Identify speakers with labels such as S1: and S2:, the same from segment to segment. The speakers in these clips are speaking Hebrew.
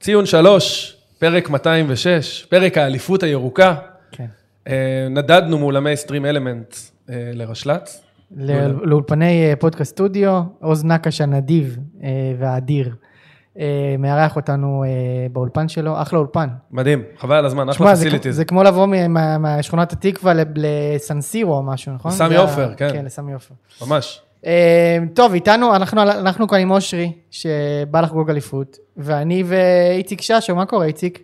S1: ציון שלוש, פרק 206, פרק האליפות הירוקה.
S2: כן.
S1: אה, נדדנו מול המייסטרים אלמנט אה, לרשל"צ.
S2: ל- לאולפני אה, פודקאסט סטודיו, עוז נקש הנדיב אה, והאדיר אה, מארח אותנו אה, באולפן שלו, אחלה אולפן.
S1: מדהים, חבל על הזמן, אחלה
S2: תשמע, זה כ-
S1: פסיליטיז.
S2: זה כמו לבוא מ- מה- מהשכונת התקווה לב- לסנסירו או משהו, נכון?
S1: לסמי
S2: זה ה-
S1: עופר, כן.
S2: כן, לסמי עופר.
S1: ממש.
S2: אה, טוב, איתנו, אנחנו, אנחנו כאן עם אושרי, שבא לחגוג אליפות, ואני ואיציק ששו, מה קורה איציק?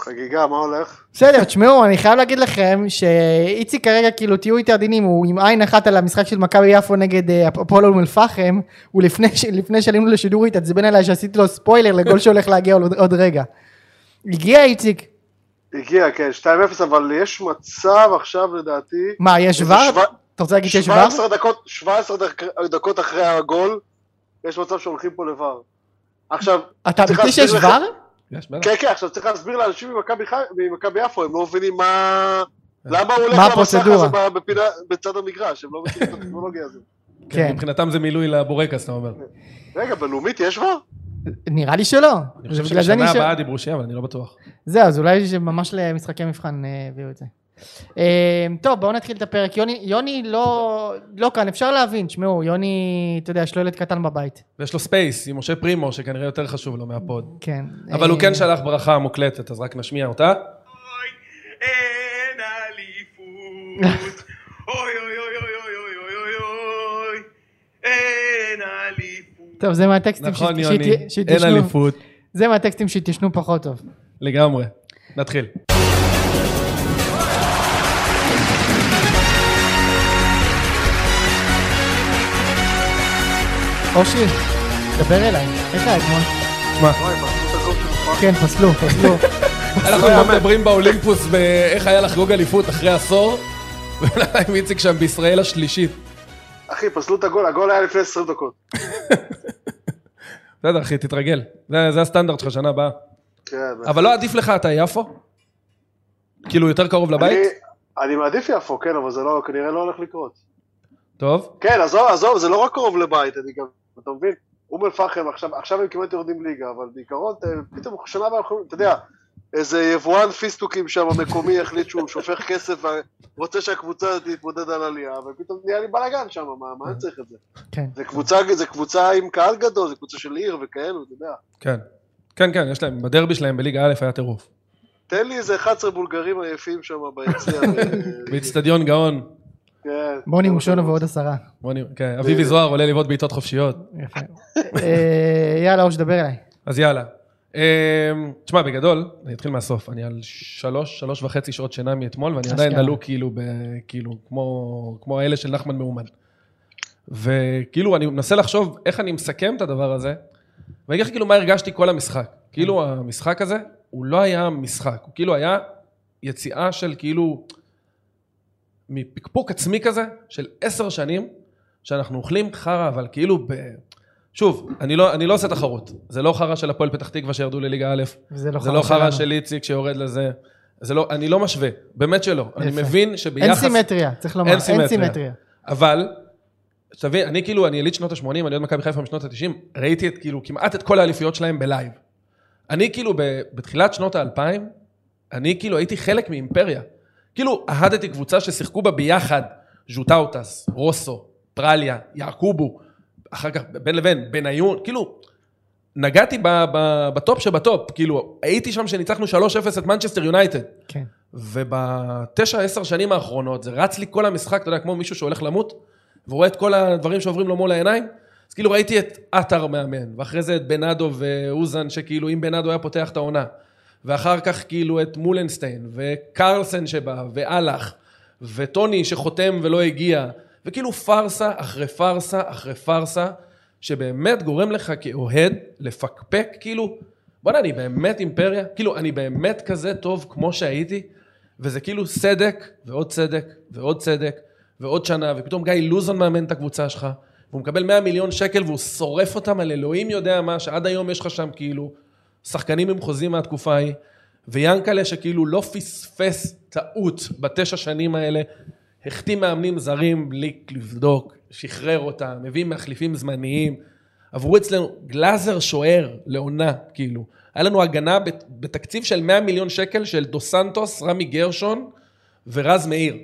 S3: חגיגה, מה הולך?
S2: בסדר, תשמעו, אני חייב להגיד לכם שאיציק כרגע, כאילו, תהיו איתי עדינים, הוא עם עין אחת על המשחק של מכבי יפו נגד אה, הפ- הפועל אום אל-פחם, הוא לפני, ש- לפני שעלינו לשידור, הוא התעצבן עליי שעשיתי לו ספוילר לגול שהולך להגיע עוד, עוד רגע. הגיע איציק,
S3: הגיע, כן, 2-0, אבל יש מצב עכשיו לדעתי...
S2: מה, יש
S3: איזה
S2: ור?
S3: שבע-
S2: אתה רוצה להגיד שיש ור?
S3: 17 דקות, 17 דק- דקות אחרי הגול, יש מצב שהולכים פה לבר. עכשיו,
S2: אתה
S3: צריך
S2: אמיתי שיש
S3: להסביר לך-
S2: ור?
S1: יש, בטח.
S3: כן, כן, עכשיו צריך להסביר לאנשים ממכבי חי- ממכבי יפו, הם לא מבינים מה... למה הוא הולך
S2: מה
S3: למסך
S2: הפרוצדורה?
S3: הזה ב- בפינה- בצד המגרש, הם לא מכירים את הטכנולוגיה הזאת.
S1: כן,
S2: כן.
S1: מבחינתם זה מילוי לבורקס, אתה אומר.
S3: רגע, בלאומית יש כבר?
S2: נראה לי שלא.
S1: אני חושב
S2: ובגלל זה אני
S1: שבשנה
S2: שואל-
S1: הבאה דיברו שיהיה, אבל אני לא בטוח.
S2: זהו, אז אולי שממש למשחקי מבחן אה, הביאו את זה. אה, טוב, בואו נתחיל את הפרק. יוני, יוני לא, לא כאן, אפשר להבין. תשמעו, יוני, אתה יודע, יש לו ילד קטן בבית.
S1: ויש לו ספייס עם משה פרימו, שכנראה יותר חשוב לו מהפוד.
S2: כן.
S1: אבל הוא
S2: אה,
S1: כן שלח ברכה מוקלטת, אז רק נשמיע אותה.
S4: אוי, אין אליפות. אוי, אוי, אוי, אוי, אוי, אוי, אוי, אוי, אוי, אין אליפות.
S2: טוב, זה מהטקסטים
S1: נכון,
S2: שהת-
S1: יוני,
S2: שהת-
S1: אין
S2: שהתיישנו-
S1: אליפות.
S2: זה מהטקסטים שהתיישנו פחות טוב.
S1: לגמרי. נתחיל.
S2: אושרי, דבר אליי. איך היה אתמול?
S1: שמע,
S3: וואי, פרצו את הגול שלך.
S2: כן, פסלו, פסלו.
S1: אנחנו גם מדברים באולימפוס באיך היה לחגוג אליפות אחרי עשור, ועם איציק שם בישראל השלישית.
S3: אחי, פסלו את הגול, הגול היה לפני 20 דקות.
S1: בסדר, אחי, תתרגל. זה זה הסטנדרט שלך שנה הבאה.
S3: כן,
S1: אבל לא עדיף לך, אתה יפו? כאילו, יותר קרוב לבית?
S3: אני- אני מעדיף יפו, כן, אבל זה לא, כנראה לא הולך לקרות.
S1: טוב.
S3: כן, עזוב, עזוב, זה לא רק קרוב לבית, אני גם, אתה מבין? אום אל-פחם, עכשיו, עכשיו הם כמעט יורדים ליגה, אבל בעיקרון, אה, פתאום שנה הבאה יכולים, אתה יודע, איזה יבואן פיסטוקים שם, מקומי, החליט שהוא שופך כסף ורוצה שהקבוצה הזאת תתמודד על עלייה, ופתאום נהיה לי בלאגן שם, מה, מה אני צריך את זה?
S2: כן.
S3: זה קבוצה, זה קבוצה עם קהל גדול, זה קבוצה של עיר וכאלו, אתה יודע.
S1: כן. כן, כן, יש להם, בדרבי שלהם בליגה א' היה טירוף.
S3: תן לי איזה 11 בולגרים עייפים שם ביציע. ו-
S1: באיצטדיון גאון.
S3: כן.
S2: בוני מושונו ועוד עשרה.
S1: בוא נראה, כן, אביבי זוהר עולה לבעוט בעיטות חופשיות.
S2: יפה. אה, יאללה, אוש, דבר אליי.
S1: אז יאללה. אמ, תשמע, בגדול, אני אתחיל מהסוף, אני על שלוש, שלוש וחצי שעות שינה מאתמול, ואני עדיין
S2: אשכרה.
S1: דלוק כאילו, ב, כאילו כמו, כמו האלה של נחמן מאומן. וכאילו, אני מנסה לחשוב איך אני מסכם את הדבר הזה, ואני אגיד לך כאילו מה הרגשתי כל המשחק. כאילו, המשחק הזה, הוא לא היה משחק, הוא כאילו היה יציאה של כאילו, מפקפוק עצמי כזה, של עשר שנים, שאנחנו אוכלים חרא, אבל כאילו, ב... שוב, אני לא, אני לא עושה תחרות. זה לא חרא של הפועל פתח תקווה שירדו לליגה א',
S2: וזה לא
S1: זה לא חרא
S2: שלנו.
S1: של איציק שיורד לזה. זה לא, אני לא משווה, באמת שלא. אני
S2: יפה.
S1: מבין
S2: אין
S1: שביחס...
S2: סימטריה, צריך לומר.
S1: אין
S2: אין
S1: סימטריה.
S2: סימטריה.
S1: אבל, תבין, אני כאילו, אני יליד שנות ה-80, אני אוהד מכבי חיפה משנות ה-90, ראיתי את, כאילו, כמעט את כל האליפויות שלהם בלייב. אני כאילו, ב, בתחילת שנות ה-2000, אני כאילו הייתי חלק מאימפריה. כאילו, אהדתי קבוצה ששיחקו בה ביחד, ז'וטאוטס, רוסו, טרליה, יעקובו, אחר כך בין לבין, בניון, כאילו, נגעתי ב, ב, בטופ שבטופ, כאילו, הייתי שם שניצחנו 3-0 את מנצ'סטר יונייטד.
S2: כן.
S1: ובתשע, עשר שנים האחרונות, זה רץ לי כל המשחק, אתה יודע, כמו מישהו שהולך למות, ורואה את כל הדברים שעוברים לו מול העיניים. אז כאילו ראיתי את עטר מאמן, ואחרי זה את בנאדו ואוזן, שכאילו אם בנאדו היה פותח את העונה, ואחר כך כאילו את מולנסטיין, וקרלסן שבא, ואלאך, וטוני שחותם ולא הגיע, וכאילו פארסה אחרי פארסה אחרי פארסה, שבאמת גורם לך כאוהד לפקפק, כאילו, בוא'נה, אני באמת אימפריה? כאילו, אני באמת כזה טוב כמו שהייתי? וזה כאילו סדק, ועוד סדק, ועוד סדק, ועוד שנה, ופתאום גיא לוזון מאמן את הקבוצה שלך, והוא מקבל 100 מיליון שקל והוא שורף אותם על אלוהים יודע מה, שעד היום יש לך שם כאילו שחקנים עם חוזים מהתקופה ההיא, ויאנקלה שכאילו לא פספס טעות בתשע שנים האלה, החתים מאמנים זרים בלי לבדוק, שחרר אותם, הביא מחליפים זמניים, עברו אצלנו גלאזר שוער לעונה, כאילו. היה לנו הגנה בת- בתקציב של 100 מיליון שקל של דו סנטוס, רמי גרשון ורז מאיר.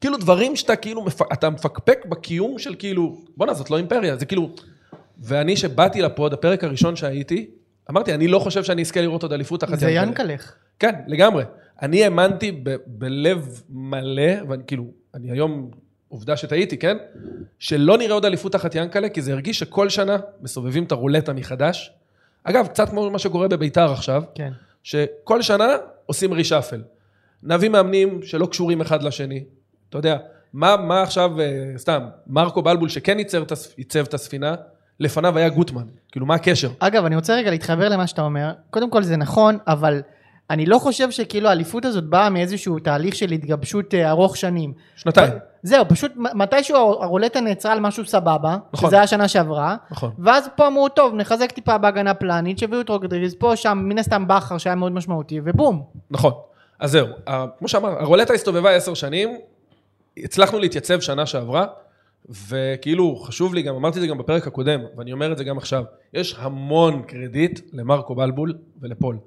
S1: כאילו דברים שאתה כאילו, מפ- אתה מפקפק בקיום של כאילו, בואנה, זאת לא אימפריה, זה כאילו... ואני, שבאתי לפוד, הפרק הראשון שהייתי, אמרתי, אני לא חושב שאני אזכה לראות עוד אליפות תחת
S2: זה
S1: ינקלה.
S2: ינקלך.
S1: כן, לגמרי. אני האמנתי ב- בלב מלא, ואני כאילו, אני היום, עובדה שטעיתי, כן? שלא נראה עוד אליפות תחת ינקלה, כי זה הרגיש שכל שנה מסובבים את הרולטה מחדש. אגב, קצת כמו מה שקורה בביתר עכשיו,
S2: כן.
S1: שכל שנה עושים רישאפל. נביא מאמנים שלא קשורים אחד לשני. אתה יודע, מה, מה עכשיו, אה, סתם, מרקו בלבול שכן ייצר את הספ- ייצב את הספינה, לפניו היה גוטמן. כאילו, מה הקשר?
S2: אגב, אני רוצה רגע להתחבר למה שאתה אומר. קודם כל זה נכון, אבל אני לא חושב שכאילו האליפות הזאת באה מאיזשהו תהליך של התגבשות אה, ארוך שנים.
S1: שנתיים.
S2: זהו, פשוט מ- מתישהו הר- הרולטה נעצרה על משהו סבבה,
S1: נכון.
S2: שזה היה שנה שעברה,
S1: נכון.
S2: ואז פה אמרו, טוב, נחזק טיפה בהגנה פלנית, שהביאו את רוגדריגז, פה, שם, מן הסתם בכר שהיה מאוד משמעותי, ובום.
S1: נכון. אז זהו, ה- כמו שאמר, הרולטה הסתובבה עשר שנים, הצלחנו להתייצב שנה שעברה, וכאילו, חשוב לי גם, אמרתי את זה גם בפרק הקודם, ואני אומר את זה גם עכשיו, יש המון קרדיט למרקו בלבול ולפול.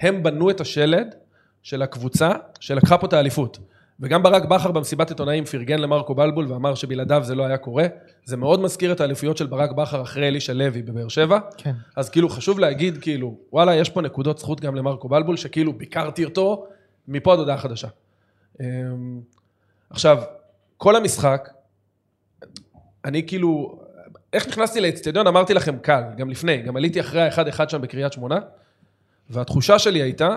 S1: הם בנו את השלד של הקבוצה שלקחה פה את האליפות. וגם ברק בכר במסיבת עיתונאים פרגן למרקו בלבול ואמר שבלעדיו זה לא היה קורה. זה מאוד מזכיר את האליפויות של ברק בכר אחרי אלישע לוי בבאר שבע.
S2: כן.
S1: אז כאילו חשוב להגיד כאילו, וואלה, יש פה נקודות זכות גם למרקו בלבול, שכאילו ביקרתי אותו, מפה עד הודעה חדשה. אמ, עכשיו, כל המשחק, אני כאילו, איך נכנסתי לאצטדיון אמרתי לכם קל, גם לפני, גם עליתי אחרי האחד-אחד שם בקריית שמונה, והתחושה שלי הייתה,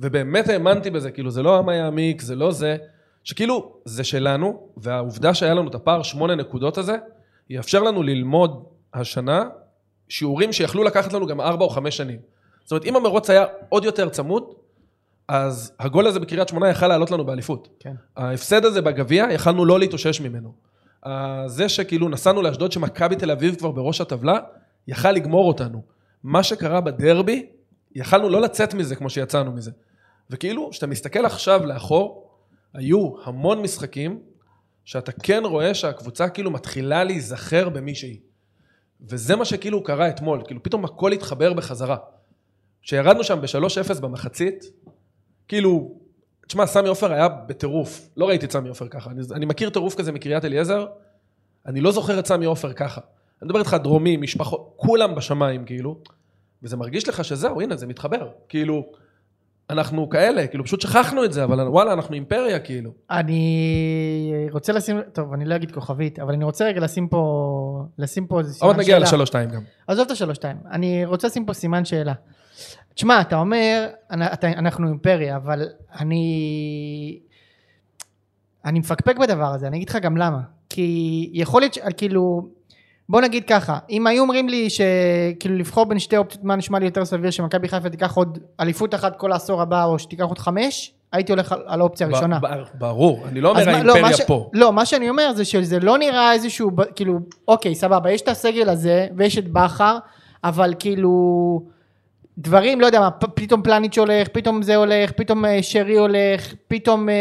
S1: ובאמת האמנתי בזה, כאילו זה לא עמה יעמיק, זה לא זה, שכאילו זה שלנו, והעובדה שהיה לנו את הפער שמונה נקודות הזה, יאפשר לנו ללמוד השנה שיעורים שיכלו לקחת לנו גם ארבע או חמש שנים. זאת אומרת, אם המרוץ היה עוד יותר צמוד, אז הגול הזה בקריית שמונה יכל לעלות לנו באליפות.
S2: כן.
S1: ההפסד הזה בגביע, יכלנו לא להתאושש ממנו. אה, זה שכאילו נסענו לאשדוד שמכבי תל אביב כבר בראש הטבלה, יכל לגמור אותנו. מה שקרה בדרבי, יכלנו לא לצאת מזה כמו שיצאנו מזה. וכאילו, כשאתה מסתכל עכשיו לאחור, היו המון משחקים שאתה כן רואה שהקבוצה כאילו מתחילה להיזכר במי שהיא. וזה מה שכאילו קרה אתמול, כאילו פתאום הכל התחבר בחזרה. כשירדנו שם ב-3-0 במחצית, כאילו, תשמע, סמי עופר היה בטירוף. לא ראיתי את סמי עופר ככה. אני, אני מכיר טירוף כזה מקריית אליעזר, אני לא זוכר את סמי עופר ככה. אני מדבר איתך דרומי, משפחות, כולם בשמיים, כאילו. וזה מרגיש לך שזהו, הנה, זה מתחבר. כאילו, אנחנו כאלה, כאילו, פשוט שכחנו את זה, אבל וואלה, אנחנו אימפריה, כאילו.
S2: אני רוצה לשים, טוב, אני לא אגיד כוכבית, אבל אני רוצה רגע לשים פה, לשים פה איזה סימן
S1: עוד
S2: שאלה.
S1: נגיע לשלוש-שתיים גם.
S2: עזוב את השלוש-שתיים, אני רוצה לשים פה סימן שאלה. תשמע, אתה אומר, "אנ- אתה- אנחנו אימפריה, אבל אני... אני מפקפק בדבר הזה, אני אגיד לך גם למה. כי יכול להיות, ש- כאילו, בוא נגיד ככה, אם היו אומרים לי שכאילו לבחור בין שתי אופציות, מה נשמע לי יותר סביר שמכבי חיפה תיקח עוד אליפות אחת כל העשור הבא, או שתיקח עוד חמש, הייתי הולך על, על האופציה הראשונה.
S1: ב- ב- ברור, אני לא אומר
S2: אז מה- לא, מה
S1: האימפריה
S2: ש-
S1: פה.
S2: לא, מה שאני אומר זה שזה לא נראה איזשהו, ב- כאילו, אוקיי, סבבה, יש את הסגל הזה, ויש את בכר, אבל כאילו, דברים, לא יודע מה, פ- פתאום פלניץ' הולך, פתאום זה הולך, פתאום אה, שרי הולך, פתאום אה,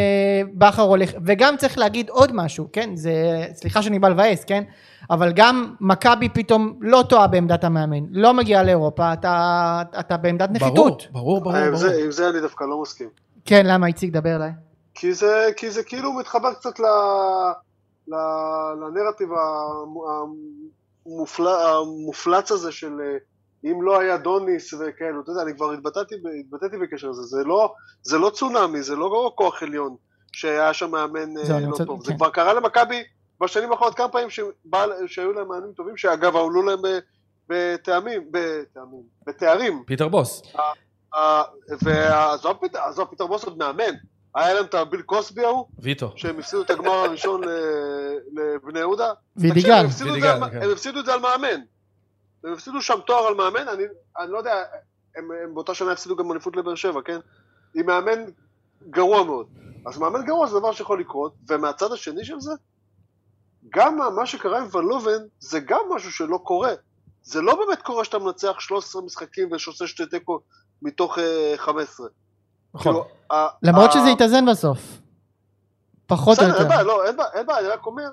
S2: בכר הולך, וגם צריך להגיד עוד משהו, כן? זה, סליחה שאני בא לבאס, כן? אבל גם מכבי פתאום לא טועה בעמדת המאמן, לא מגיעה לאירופה, אתה, אתה בעמדת נחיתות.
S1: ברור, ברור, ברור.
S3: אה, עם
S1: ברור.
S3: זה- עם זה אני דווקא לא מסכים.
S2: כן, למה, איציק, דבר אליי.
S3: כי זה, כי זה כאילו מתחבר קצת ל, ל, לנרטיב המופל, המופלץ הזה של אה, אם לא היה דוניס וכאלו, אתה יודע, אני כבר התבטאתי, ב- התבטאתי בקשר לזה, זה לא, זה לא צונאמי, זה לא כוח עליון שהיה שם מאמן
S2: זהו,
S3: אה,
S2: אני
S3: לא
S2: רוצה-
S3: טוב,
S2: כן.
S3: זה כבר קרה למכבי בשנים האחרונות כמה פעמים שבא, שהיו להם מאמנים טובים, שאגב עלו להם ב- בטעמים, בטעמים, בתארים,
S1: פיטר בוס.
S3: אה, ועזוב פיט- עזוב, פיטר בוס עוד מאמן, היה להם את הביל קוסבי ההוא,
S1: ויטו.
S3: שהם הפסידו את הגמר הראשון ל- לבני יהודה. תקשיב,
S2: וידיגל.
S3: הם הפסידו את זה
S1: וידיגל,
S3: על-
S1: כן.
S3: הם הפסידו את זה על מאמן. הם הפסידו שם תואר על מאמן, אני אני לא יודע, הם הם באותה שנה הפסידו גם אליפות לבאר שבע, כן? עם מאמן גרוע מאוד. אז מאמן גרוע זה דבר שיכול לקרות, ומהצד השני של זה, גם מה- מה שקרה עם ולובן, זה גם משהו שלא קורה. זה לא באמת קורה שאתה מנצח 13 משחקים ושעושה שתי תיקו מתוך אה, 15.
S1: נכון.
S3: כאילו, ה-
S2: למרות
S3: ה-
S2: שזה התאזן בסוף. פחות או
S3: בסדר, אין
S2: יותר.
S3: בעיה, לא, אין בעיה, אין בעיה, אני רק אומר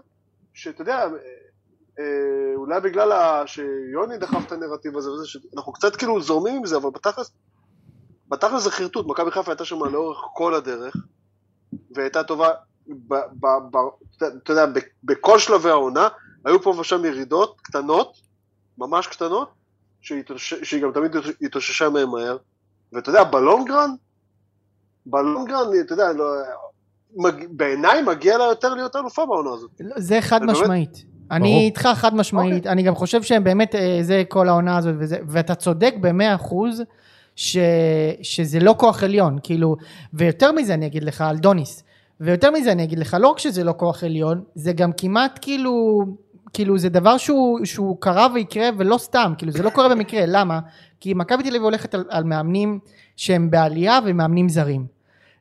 S3: שאתה יודע, אה, אולי בגלל ה- שיוני דחף את הנרטיב הזה וזה, שאנחנו קצת כאילו זורמים עם זה, אבל בתכלס, בתכלס זה חרטוט, מכבי חיפה הייתה שם לאורך כל הדרך, והייתה טובה, ב, ב, ב, אתה יודע, ב- בכל שלבי העונה, היו פה ושם ירידות קטנות, ממש קטנות, שהתאושש- שהיא גם תמיד התאוששה מהן מהר, ואתה יודע, בלונגרן, בלונגרן, אתה יודע, לא, מג- בעיניי מגיע לה יותר להיות אלופה בעונה הזאת.
S2: לא, זה חד
S3: באמת?
S2: משמעית. אני
S1: ברור.
S2: איתך חד משמעית. אני גם חושב שהם באמת, אה, זה כל העונה הזאת, וזה- ואתה צודק במאה אחוז, ש- שזה לא כוח עליון, כאילו, ויותר מזה אני אגיד לך על דוניס, ויותר מזה אני אגיד לך, לא רק שזה לא כוח עליון, זה גם כמעט כאילו, כאילו זה דבר שהוא, שהוא קרה ויקרה ולא סתם, כאילו זה לא קורה במקרה, למה? כי מכבי תל אביב הולכת על, על מאמנים שהם בעלייה ומאמנים זרים.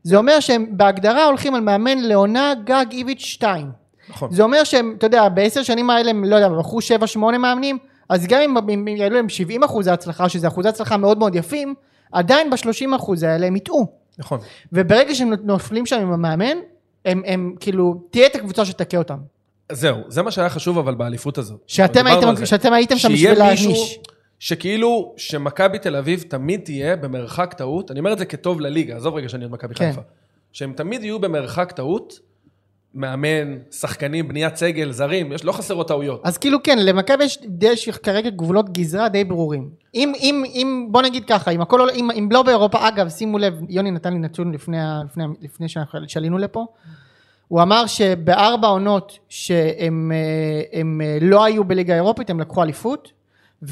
S2: זה אומר שהם בהגדרה הולכים על מאמן לעונה גג איביץ' 2.
S1: נכון.
S2: זה אומר שהם, אתה יודע, בעשר שנים האלה הם, לא יודע, הם מכרו שבע, שמונה מאמנים, אז גם אם- אם אם יעלו להם 70 אחוזי הצלחה, שזה אחוזי הצלחה מאוד מאוד יפים, עדיין ב-30 אחוז האלה הם יטעו.
S1: נכון.
S2: וברגע שהם נופלים שם עם המאמן, הם, הם כאילו, תהיה את הקבוצה שתכה אותם.
S1: זהו, זה מה שהיה חשוב אבל באליפות הזאת.
S2: שאתם
S1: דיברנו על
S2: הייתם,
S1: זה.
S2: שאתם הייתם שם
S1: שיהיה
S2: בשביל
S1: מישהו
S2: להעניש.
S1: שכאילו, שמכבי תל אביב תמיד תהיה במרחק טעות, אני אומר את זה כטוב לליגה, עזוב רגע שאני עוד מכבי
S2: כן.
S1: חיפה, שהם תמיד יהיו במרחק טעות, מאמן, שחקנים, בניית סגל, זרים, יש, לא חסרות טעויות.
S2: אז כאילו כן, למכבי יש, יש כרגע גבולות גזרה די ברורים. אם, אם, אם, בוא נגיד ככה, אם הכל עולה, אם, אם לא באירופה, אגב, שימו לב, יוני נתן לי נתון לפני, ה- לפני, ה- לפני שאנחנו- שעלינו לפה, הוא אמר שבארבע עונות שהם אה, הם, אה, לא היו בליגה האירופית, הם לקחו אליפות,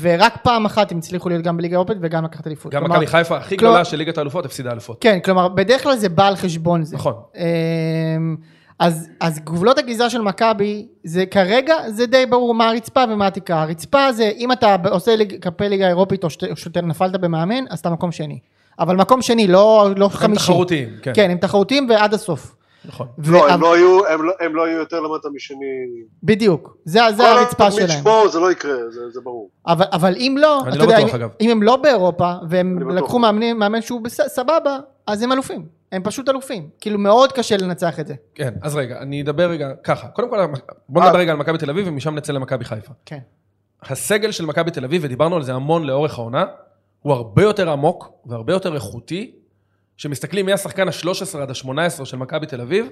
S2: ורק פעם אחת הם הצליחו להיות גם בליגה האירופית וגם לקחת אליפות.
S1: גם
S2: כלומר-
S1: מכבי חיפה הכי
S2: כלומר-
S1: גדולה של ליגת האלופות הפסידה אלופות.
S2: כן, כלומר, בדרך כלל זה בא על חשבון זה.
S1: נכון.
S2: אמ, אז, אז גבולות הגזרה של מכבי זה כרגע זה די ברור מה הרצפה ומה התקרה הרצפה זה אם אתה ב- עושה ליג, כלפי ליגה אירופית או שת- או שאתה נפלת במאמן אז אתה מקום שני אבל מקום שני לא, לא
S1: הם
S2: חמישי
S1: תחרותיים, כן.
S2: כן הם תחרותיים ועד הסוף
S1: נכון.
S3: לא,
S2: וה-
S3: הם לא היו- הם לא- הם לא היו יותר למטה משני...
S2: בדיוק זה,
S3: כל
S2: זה הרצפה
S3: התדמית
S2: שלהם
S3: שבו זה לא יקרה, זה- זה ברור.
S2: אבל, אבל אם לא
S1: אני
S2: אתה
S1: לא
S2: יודע,
S1: בטוח,
S2: אם,
S1: אגב.
S2: אם הם לא באירופה והם
S3: אני
S2: לקחו
S3: בטוח.
S2: מאמן, מאמן שהוא בס, סבבה אז הם אלופים הם פשוט אלופים כאילו מאוד קשה לנצח את זה
S1: כן, אז רגע, אני אדבר רגע ככה. קודם כל,
S2: אה.
S1: בוא נדבר רגע על מכבי תל אביב ומשם נצא למכבי חיפה.
S2: כן
S1: הסגל של מכבי תל אביב, ודיברנו על זה המון לאורך העונה, הוא הרבה יותר עמוק והרבה יותר איכותי. כשמסתכלים מי השחקן ה-13 עד ה-18 של מכבי תל אביב,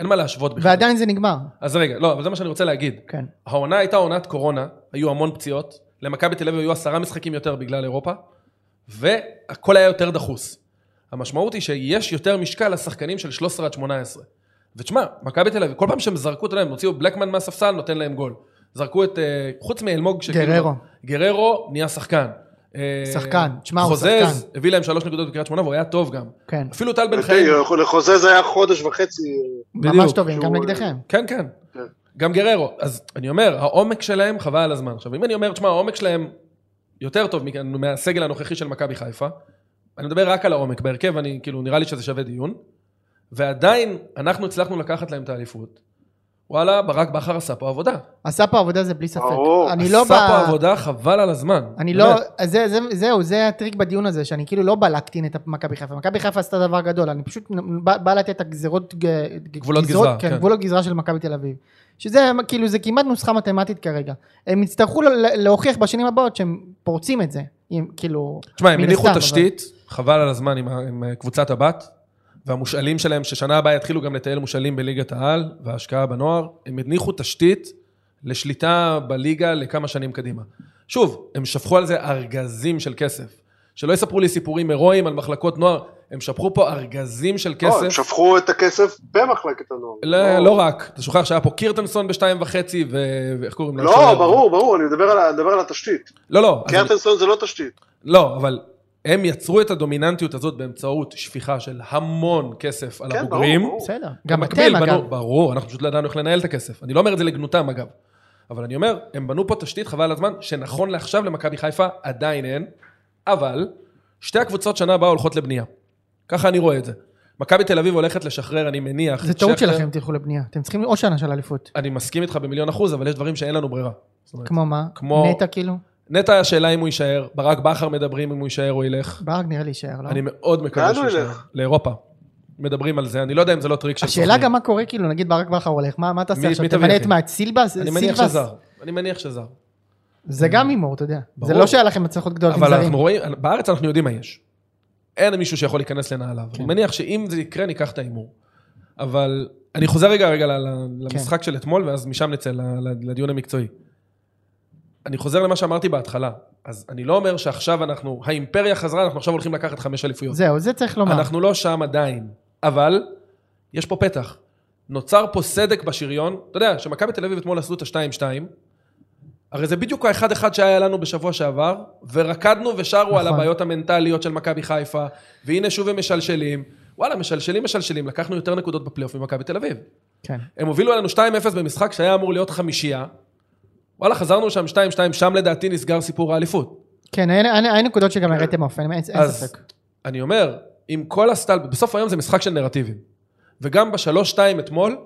S1: אין מה להשוות בכלל.
S2: ועדיין זה נגמר
S1: אז רגע, לא, אבל זה מה שאני רוצה להגיד.
S2: כן
S1: העונה הייתה עונת קורונה, היו המון פציעות, למכבי תל אביב היו עשרה משחקים יותר בגלל אירופה, והכל היה יותר דחוס. המשמעות היא שיש יותר משקל לשחקנים של 13 עד 18. ותשמע, מכבי תל אביב, כל פעם שהם זרקו, אתה יודע, הם הוציאו בלקמן מהספסל, נותן להם גול. זרקו את, אה, חוץ מאלמוג, שכאילו-
S2: גררו.
S1: גררו נהיה שחקן. אה,
S2: שחקן, תשמע, הוא
S1: חוזז,
S2: שחקן.
S1: הביא להם שלוש נקודות בקריית שמונה, והוא היה טוב גם.
S2: כן
S1: אפילו טל בן חיים,
S3: אוקיי, לחוזה זה היה חודש וחצי. אה,
S2: ממש
S1: בדיוק.
S2: טובים, גם
S3: שהוא-
S2: נגדכם.
S1: כן, כן.
S3: כן.
S1: גם גררו. אז אני אומר, העומק שלהם חבל על הזמן. עכשיו, אם אני אומר, תשמע, העומק שלהם יותר טוב מכ- מהסגל הנוכחי של מכבי חיפה, אני מדבר רק על העומק. בהרכב, אני, כאילו, נראה לי שזה שווה דיון. ועדיין, אנחנו הצלחנו לקחת להם את האליפות. וואלה, ברק בכר עשה פה עבודה.
S2: עשה פה עבודה זה בלי ספק.
S3: ברור.
S2: אני לא
S1: עשה פה
S2: בא...
S1: עבודה חבל על הזמן.
S2: אני
S1: באמת.
S2: לא... זה- זה- זהו, זה הטריק בדיון הזה, שאני כאילו לא בא להקטין את מכבי חיפה. מכבי חיפה עשתה דבר גדול, אני פשוט בא בא לתת את הגזרות... ג-
S1: גבולות
S2: גזרות-
S1: גזרה,
S2: כן,
S1: כן.
S2: גבולות גזרה של מכבי תל אביב. שזה כאילו, זה כמעט נוסחה מתמטית כרגע. הם יצטרכו ל- ל- להוכיח בשנים הבאות שהם פורצים את זה. אם- כאילו...
S1: תשמע, הם
S2: מן
S1: הניחו
S2: הסתם, אבל-
S1: תשתית, חבל על הזמן עם, ה- עם אה, קבוצת הבת, והמושאלים שלהם, ששנה הבאה יתחילו גם לטייל מושאלים בליגת העל, וההשקעה בנוער, הם הניחו תשתית לשליטה בליגה לכמה שנים קדימה. שוב, הם שפכו על זה ארגזים של כסף. שלא יספרו לי סיפורים הירואיים על מחלקות נוער, הם שפכו פה ארגזים של
S3: לא, הם
S1: כסף.
S3: שפכו את הכסף במחלקת הנוער.
S1: לא, לא רק, אתה שוכח שהיה פה קירטנסון בשתיים וחצי, ו- ואיך קוראים לו?
S3: לא,
S1: השוער?
S3: ברור, ברור, אני מדבר על ה- מדבר על התשתית.
S1: לא, לא. אז אני-
S3: קרטנסון זה לא תשתית.
S1: לא, אבל הם יצרו את הדומיננטיות הזאת באמצעות שפיכה של המון כסף על
S3: כן, ברור,
S1: הבוגרים.
S3: ברור.
S2: בסדר. גם
S1: במקביל
S2: אתם, אגב.
S1: בנו, ברור, אנחנו פשוט לא ידענו איך לנהל את הכסף. אני לא אומר את זה לגנותם אגב. אבל אני אומר, הם בנו פה תשתית חבל על הזמן, שנכון לעכשיו למכבי חיפה עדיין אין, אבל שתי הקבוצות שנה הבאה הולכות לבנייה. ככה אני רואה את זה. מכבי תל אביב הולכת לשחרר, אני מניח...
S2: זה
S1: את
S2: טעות
S1: שכטר.
S2: שלכם, תלכו לבנייה. אתם צריכים עוד שנה של אליפות.
S1: אני מסכים איתך במיליון אחוז, אבל יש דברים שאין לנו ברירה. זאת אומרת,
S2: כמו מה?
S1: כמו-
S2: נטע כאילו?
S1: נטע, השאלה אם הוא יישאר, ברק בכר מדברים אם הוא יישאר או ילך.
S2: ברק נראה לי יישאר, לא?
S1: אני מאוד מקווה
S3: לאן
S1: שהוא
S3: הוא
S1: יישאר.
S3: ילך?
S1: לאירופה. מדברים על זה, אני לא יודע אם זה לא טריק של
S2: השאלה גם מה קורה, כאילו, נגיד ברק בכר הולך, מה מה תעשה
S1: מי-
S2: עכשיו?
S1: מי תביא,
S2: תמנה
S1: אחי?
S2: את מה? את סילבס?
S1: אני מניח
S2: סילבס?
S1: שזר. אני מניח שזר.
S2: זה גם הימור, אתה יודע. זה
S1: ברור.
S2: לא שהיה לכם הצלחות גדולות עם
S1: אבל
S2: זרים.
S1: אנחנו רואים, בארץ אנחנו יודעים מה יש. אין מישהו שיכול להיכנס לנעליו.
S2: כן.
S1: אני מניח שאם זה יקרה, ניקח את ההימור. אבל אני חוזר רגע רגע ל- ל-
S2: כן.
S1: למשחק של אתמול, ואז משם נצא ל- ל- לדיון המקצועי. אני חוזר למה שאמרתי בהתחלה. אז אני לא אומר שעכשיו אנחנו, האימפריה חזרה, אנחנו עכשיו הולכים לקחת חמש אליפויות.
S2: זהו, זה צריך לומר.
S1: אנחנו לא שם עדיין, אבל יש פה פתח. נוצר פה סדק בשריון. אתה יודע, שמכבי תל אביב אתמול עשו את ה-2-2, הרי זה בדיוק האחד אחד שהיה לנו בשבוע שעבר, ורקדנו ושרו נכון. על
S2: נכון.
S1: הבעיות המנטליות של מכבי חיפה, והנה שוב הם משלשלים. וואלה, משלשלים, משלשלים, לקחנו יותר נקודות בפלייאוף ממכבי תל אביב.
S2: כן.
S1: הם הובילו עלינו 2-0 במשחק שהיה אמור להיות חמישייה. וואלה, חזרנו שם 2-2, שם לדעתי נסגר סיפור האליפות.
S2: כן, אין- אין אין נקודות שגם הראיתם אופן, אין אין
S1: אז
S2: ספק.
S1: אני אומר, עם כל הסטל, בסוף היום זה משחק של נרטיבים. וגם בשלוש-שתיים אתמול,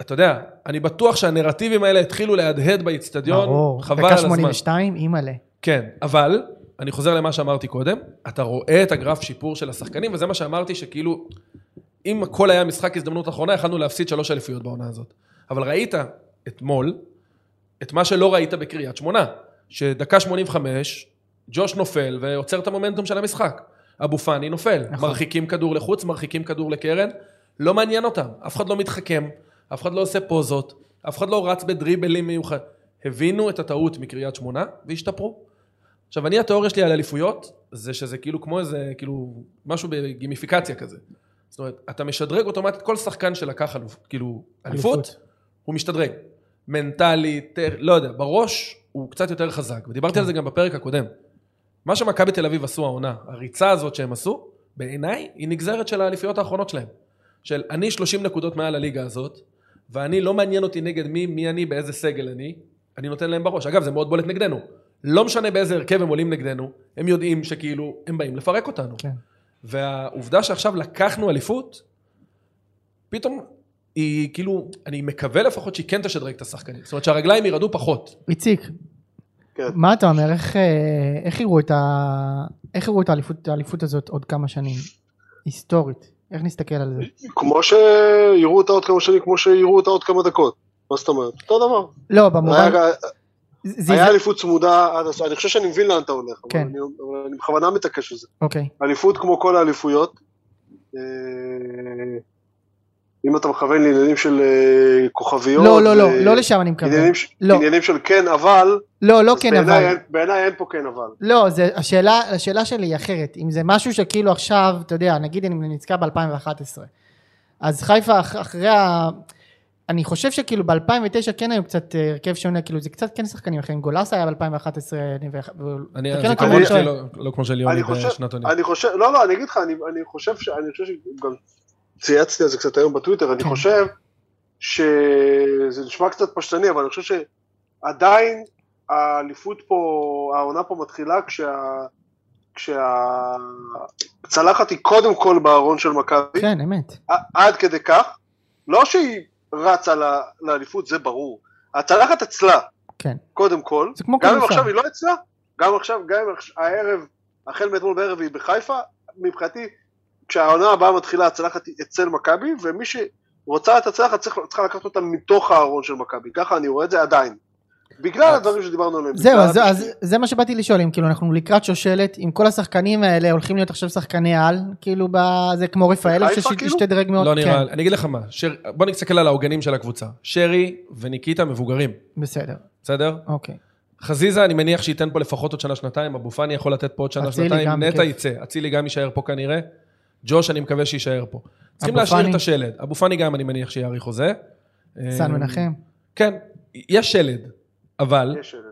S1: אתה יודע, אני בטוח שהנרטיבים האלה התחילו להדהד באיצטדיון,
S2: ברור.
S1: חבל על
S2: דקה
S1: הזמן.
S2: 82, אימא'לה.
S1: כן, אבל, אני חוזר למה שאמרתי קודם, אתה רואה את הגרף שיפור של השחקנים, וזה מה שאמרתי שכאילו, אם הכל היה משחק הזדמנות אחרונה, יכלנו להפסיד שלוש אליפויות בעונה הזאת. אבל ראית אתמול, את מה שלא ראית בקריית שמונה, שדקה 85, ג'וש נופל ועוצר את המומנטום של המשחק. אבו פאני נופל,
S2: נכון.
S1: נכון. מרחיקים כדור לחוץ, מרחיקים כדור לקרן, לא מעניין אותם, אף אחד לא מתחכם, אף אחד לא עושה פוזות, אף אחד לא רץ בדריבלים מיוחד. הבינו את הטעות מקריית שמונה והשתפרו. עכשיו, אני, התיאוריה שלי על אליפויות, זה שזה כאילו כמו איזה, כאילו, משהו בגימיפיקציה כזה. זאת אומרת, אתה משדרג אוטומטית כל שחקן שלקח אלוף, כאילו, אליפות,
S2: אליפות.
S1: הוא משתדרג. מנטלי, טר, לא יודע, בראש הוא קצת יותר חזק, ודיברתי על זה גם בפרק הקודם. מה שמכבי תל אביב עשו העונה, הריצה הזאת שהם עשו, בעיניי היא נגזרת של האליפויות האחרונות שלהם. של אני 30 נקודות מעל הליגה הזאת, ואני לא מעניין אותי נגד מי, מי אני, באיזה סגל אני, אני נותן להם בראש. אגב, זה מאוד בולט נגדנו. לא משנה באיזה הרכב הם עולים נגדנו, הם יודעים שכאילו, הם באים לפרק אותנו.
S2: כן.
S1: והעובדה שעכשיו לקחנו אליפות, פתאום היא כאילו, אני מקווה לפחות שהיא כן תשדרג את השחקנים. זאת אומרת שהרגליים ירעדו פחות.
S2: איציק,
S3: כן.
S2: מה אתה אומר, איך, אה, איך יראו את, ה... איך יראו את האליפות, את האליפות הזאת עוד כמה שנים? היסטורית, איך נסתכל על זה?
S3: כמו שיראו אותה עוד כמה שנים, כמו שיראו אותה עוד כמה דקות. מה זאת אומרת? אותו דבר.
S2: לא, במובן...
S3: היה-
S2: זה, זה...
S3: היה אליפות צמודה, עד הס- אני חושב שאני מבין לאן אתה הולך, אבל
S2: כן.
S3: אני- אבל אני בכוונה מתעקש על זה.
S2: אוקיי,
S3: אליפות כמו כל האליפויות. אה, אם אתה מכוון לעניינים של אה, כוכביות,
S2: לא, לא, לא,
S3: ו-
S2: לא לשם אני מקווה.
S3: עניינים ש-
S2: לא.
S3: עניינים של כן אבל,
S2: לא, לא
S3: אז
S2: כן
S3: בעיניי
S2: אבל.
S3: אין- בעיניי אין פה כן אבל.
S2: לא, זה, השאלה, השאלה שלי היא אחרת. אם זה משהו שכאילו עכשיו, אתה יודע, נגיד אני נזכר ב-2011, אז חיפה אח, אחרי ה... אני חושב שכאילו ב-2009 כן היו קצת אה, הרכב שונה, כאילו זה קצת כן שחקנים אחרים. גולסה היה ב-2011,
S1: אני,
S2: תקן אותי,
S1: הזיכרון
S2: אני-
S1: שלי לא, לא כמו של יוני
S3: אני חושב-
S2: כן.
S1: בשנתונים.
S3: אני חושב, לא, לא, אני אגיד לך, אני, אני חושב ש... אני חושב שגם צייצתי על זה קצת היום בטוויטר, אני
S2: כן.
S3: חושב שזה נשמע קצת פשטני, אבל אני חושב שעדיין האליפות פה, העונה פה מתחילה כשה... כשהצלחת היא קודם כל בארון של מכבי,
S2: כן, אמת.
S3: ע- עד כדי כך, לא שהיא רצה ל- לאליפות, זה ברור. הצלחת אצלה,
S2: כן.
S3: קודם כל,
S2: זה כמו
S3: גם אם
S2: כדורסל.
S3: עכשיו היא לא אצלה, גם עכשיו, גם אם עכשיו- הערב, החל מאתמול בערב היא בחיפה, מבחינתי, כשהעונה הבאה מתחילה הצלחת היא אצל מכבי, ומי שרוצה את הצלחת צריך- צריכה לקחת אותה מתוך הארון של מכבי, ככה אני רואה את זה עדיין. בגלל
S1: אז-
S3: הדברים שדיברנו עליהם.
S2: זהו,
S3: בגלל
S2: אז,
S3: הביקורת.
S2: אז זה מה שבאתי לשאול, אם כאילו אנחנו לקראת שושלת, אם כל השחקנים האלה הולכים להיות עכשיו שחקני על, כאילו ב- זה כמו רפאלו
S3: בחיפה, כאילו?
S2: שהשתדרג מאוד,
S1: לא נראה,
S2: כן,
S1: לי- אני אגיד לך מה, שר, בוא נסתכל על העוגנים של הקבוצה. שרי וניקיטה מבוגרים,
S2: בסדר,
S1: בסדר?
S2: אוקיי,
S1: חזיזה, אני מניח שייתן פה לפחות עוד שנה-שנתיים, אבו פאני יכול לתת פה עוד
S2: אצילי גם כן.
S1: שנה-שנתיים, נטע
S2: בכיף.
S1: יצא, אצילי גם יישאר פה כנראה, ג'וש, אני מקווה שיישאר פה. צריכים
S2: אבו
S1: להשאיר
S2: פאני?
S1: את השלד. אבו פאני גם, אני מניח שיאריך חוזה.
S2: סן
S1: אה,
S2: מנחם,
S1: כן, יש שלד, אבל
S3: יש שאלה.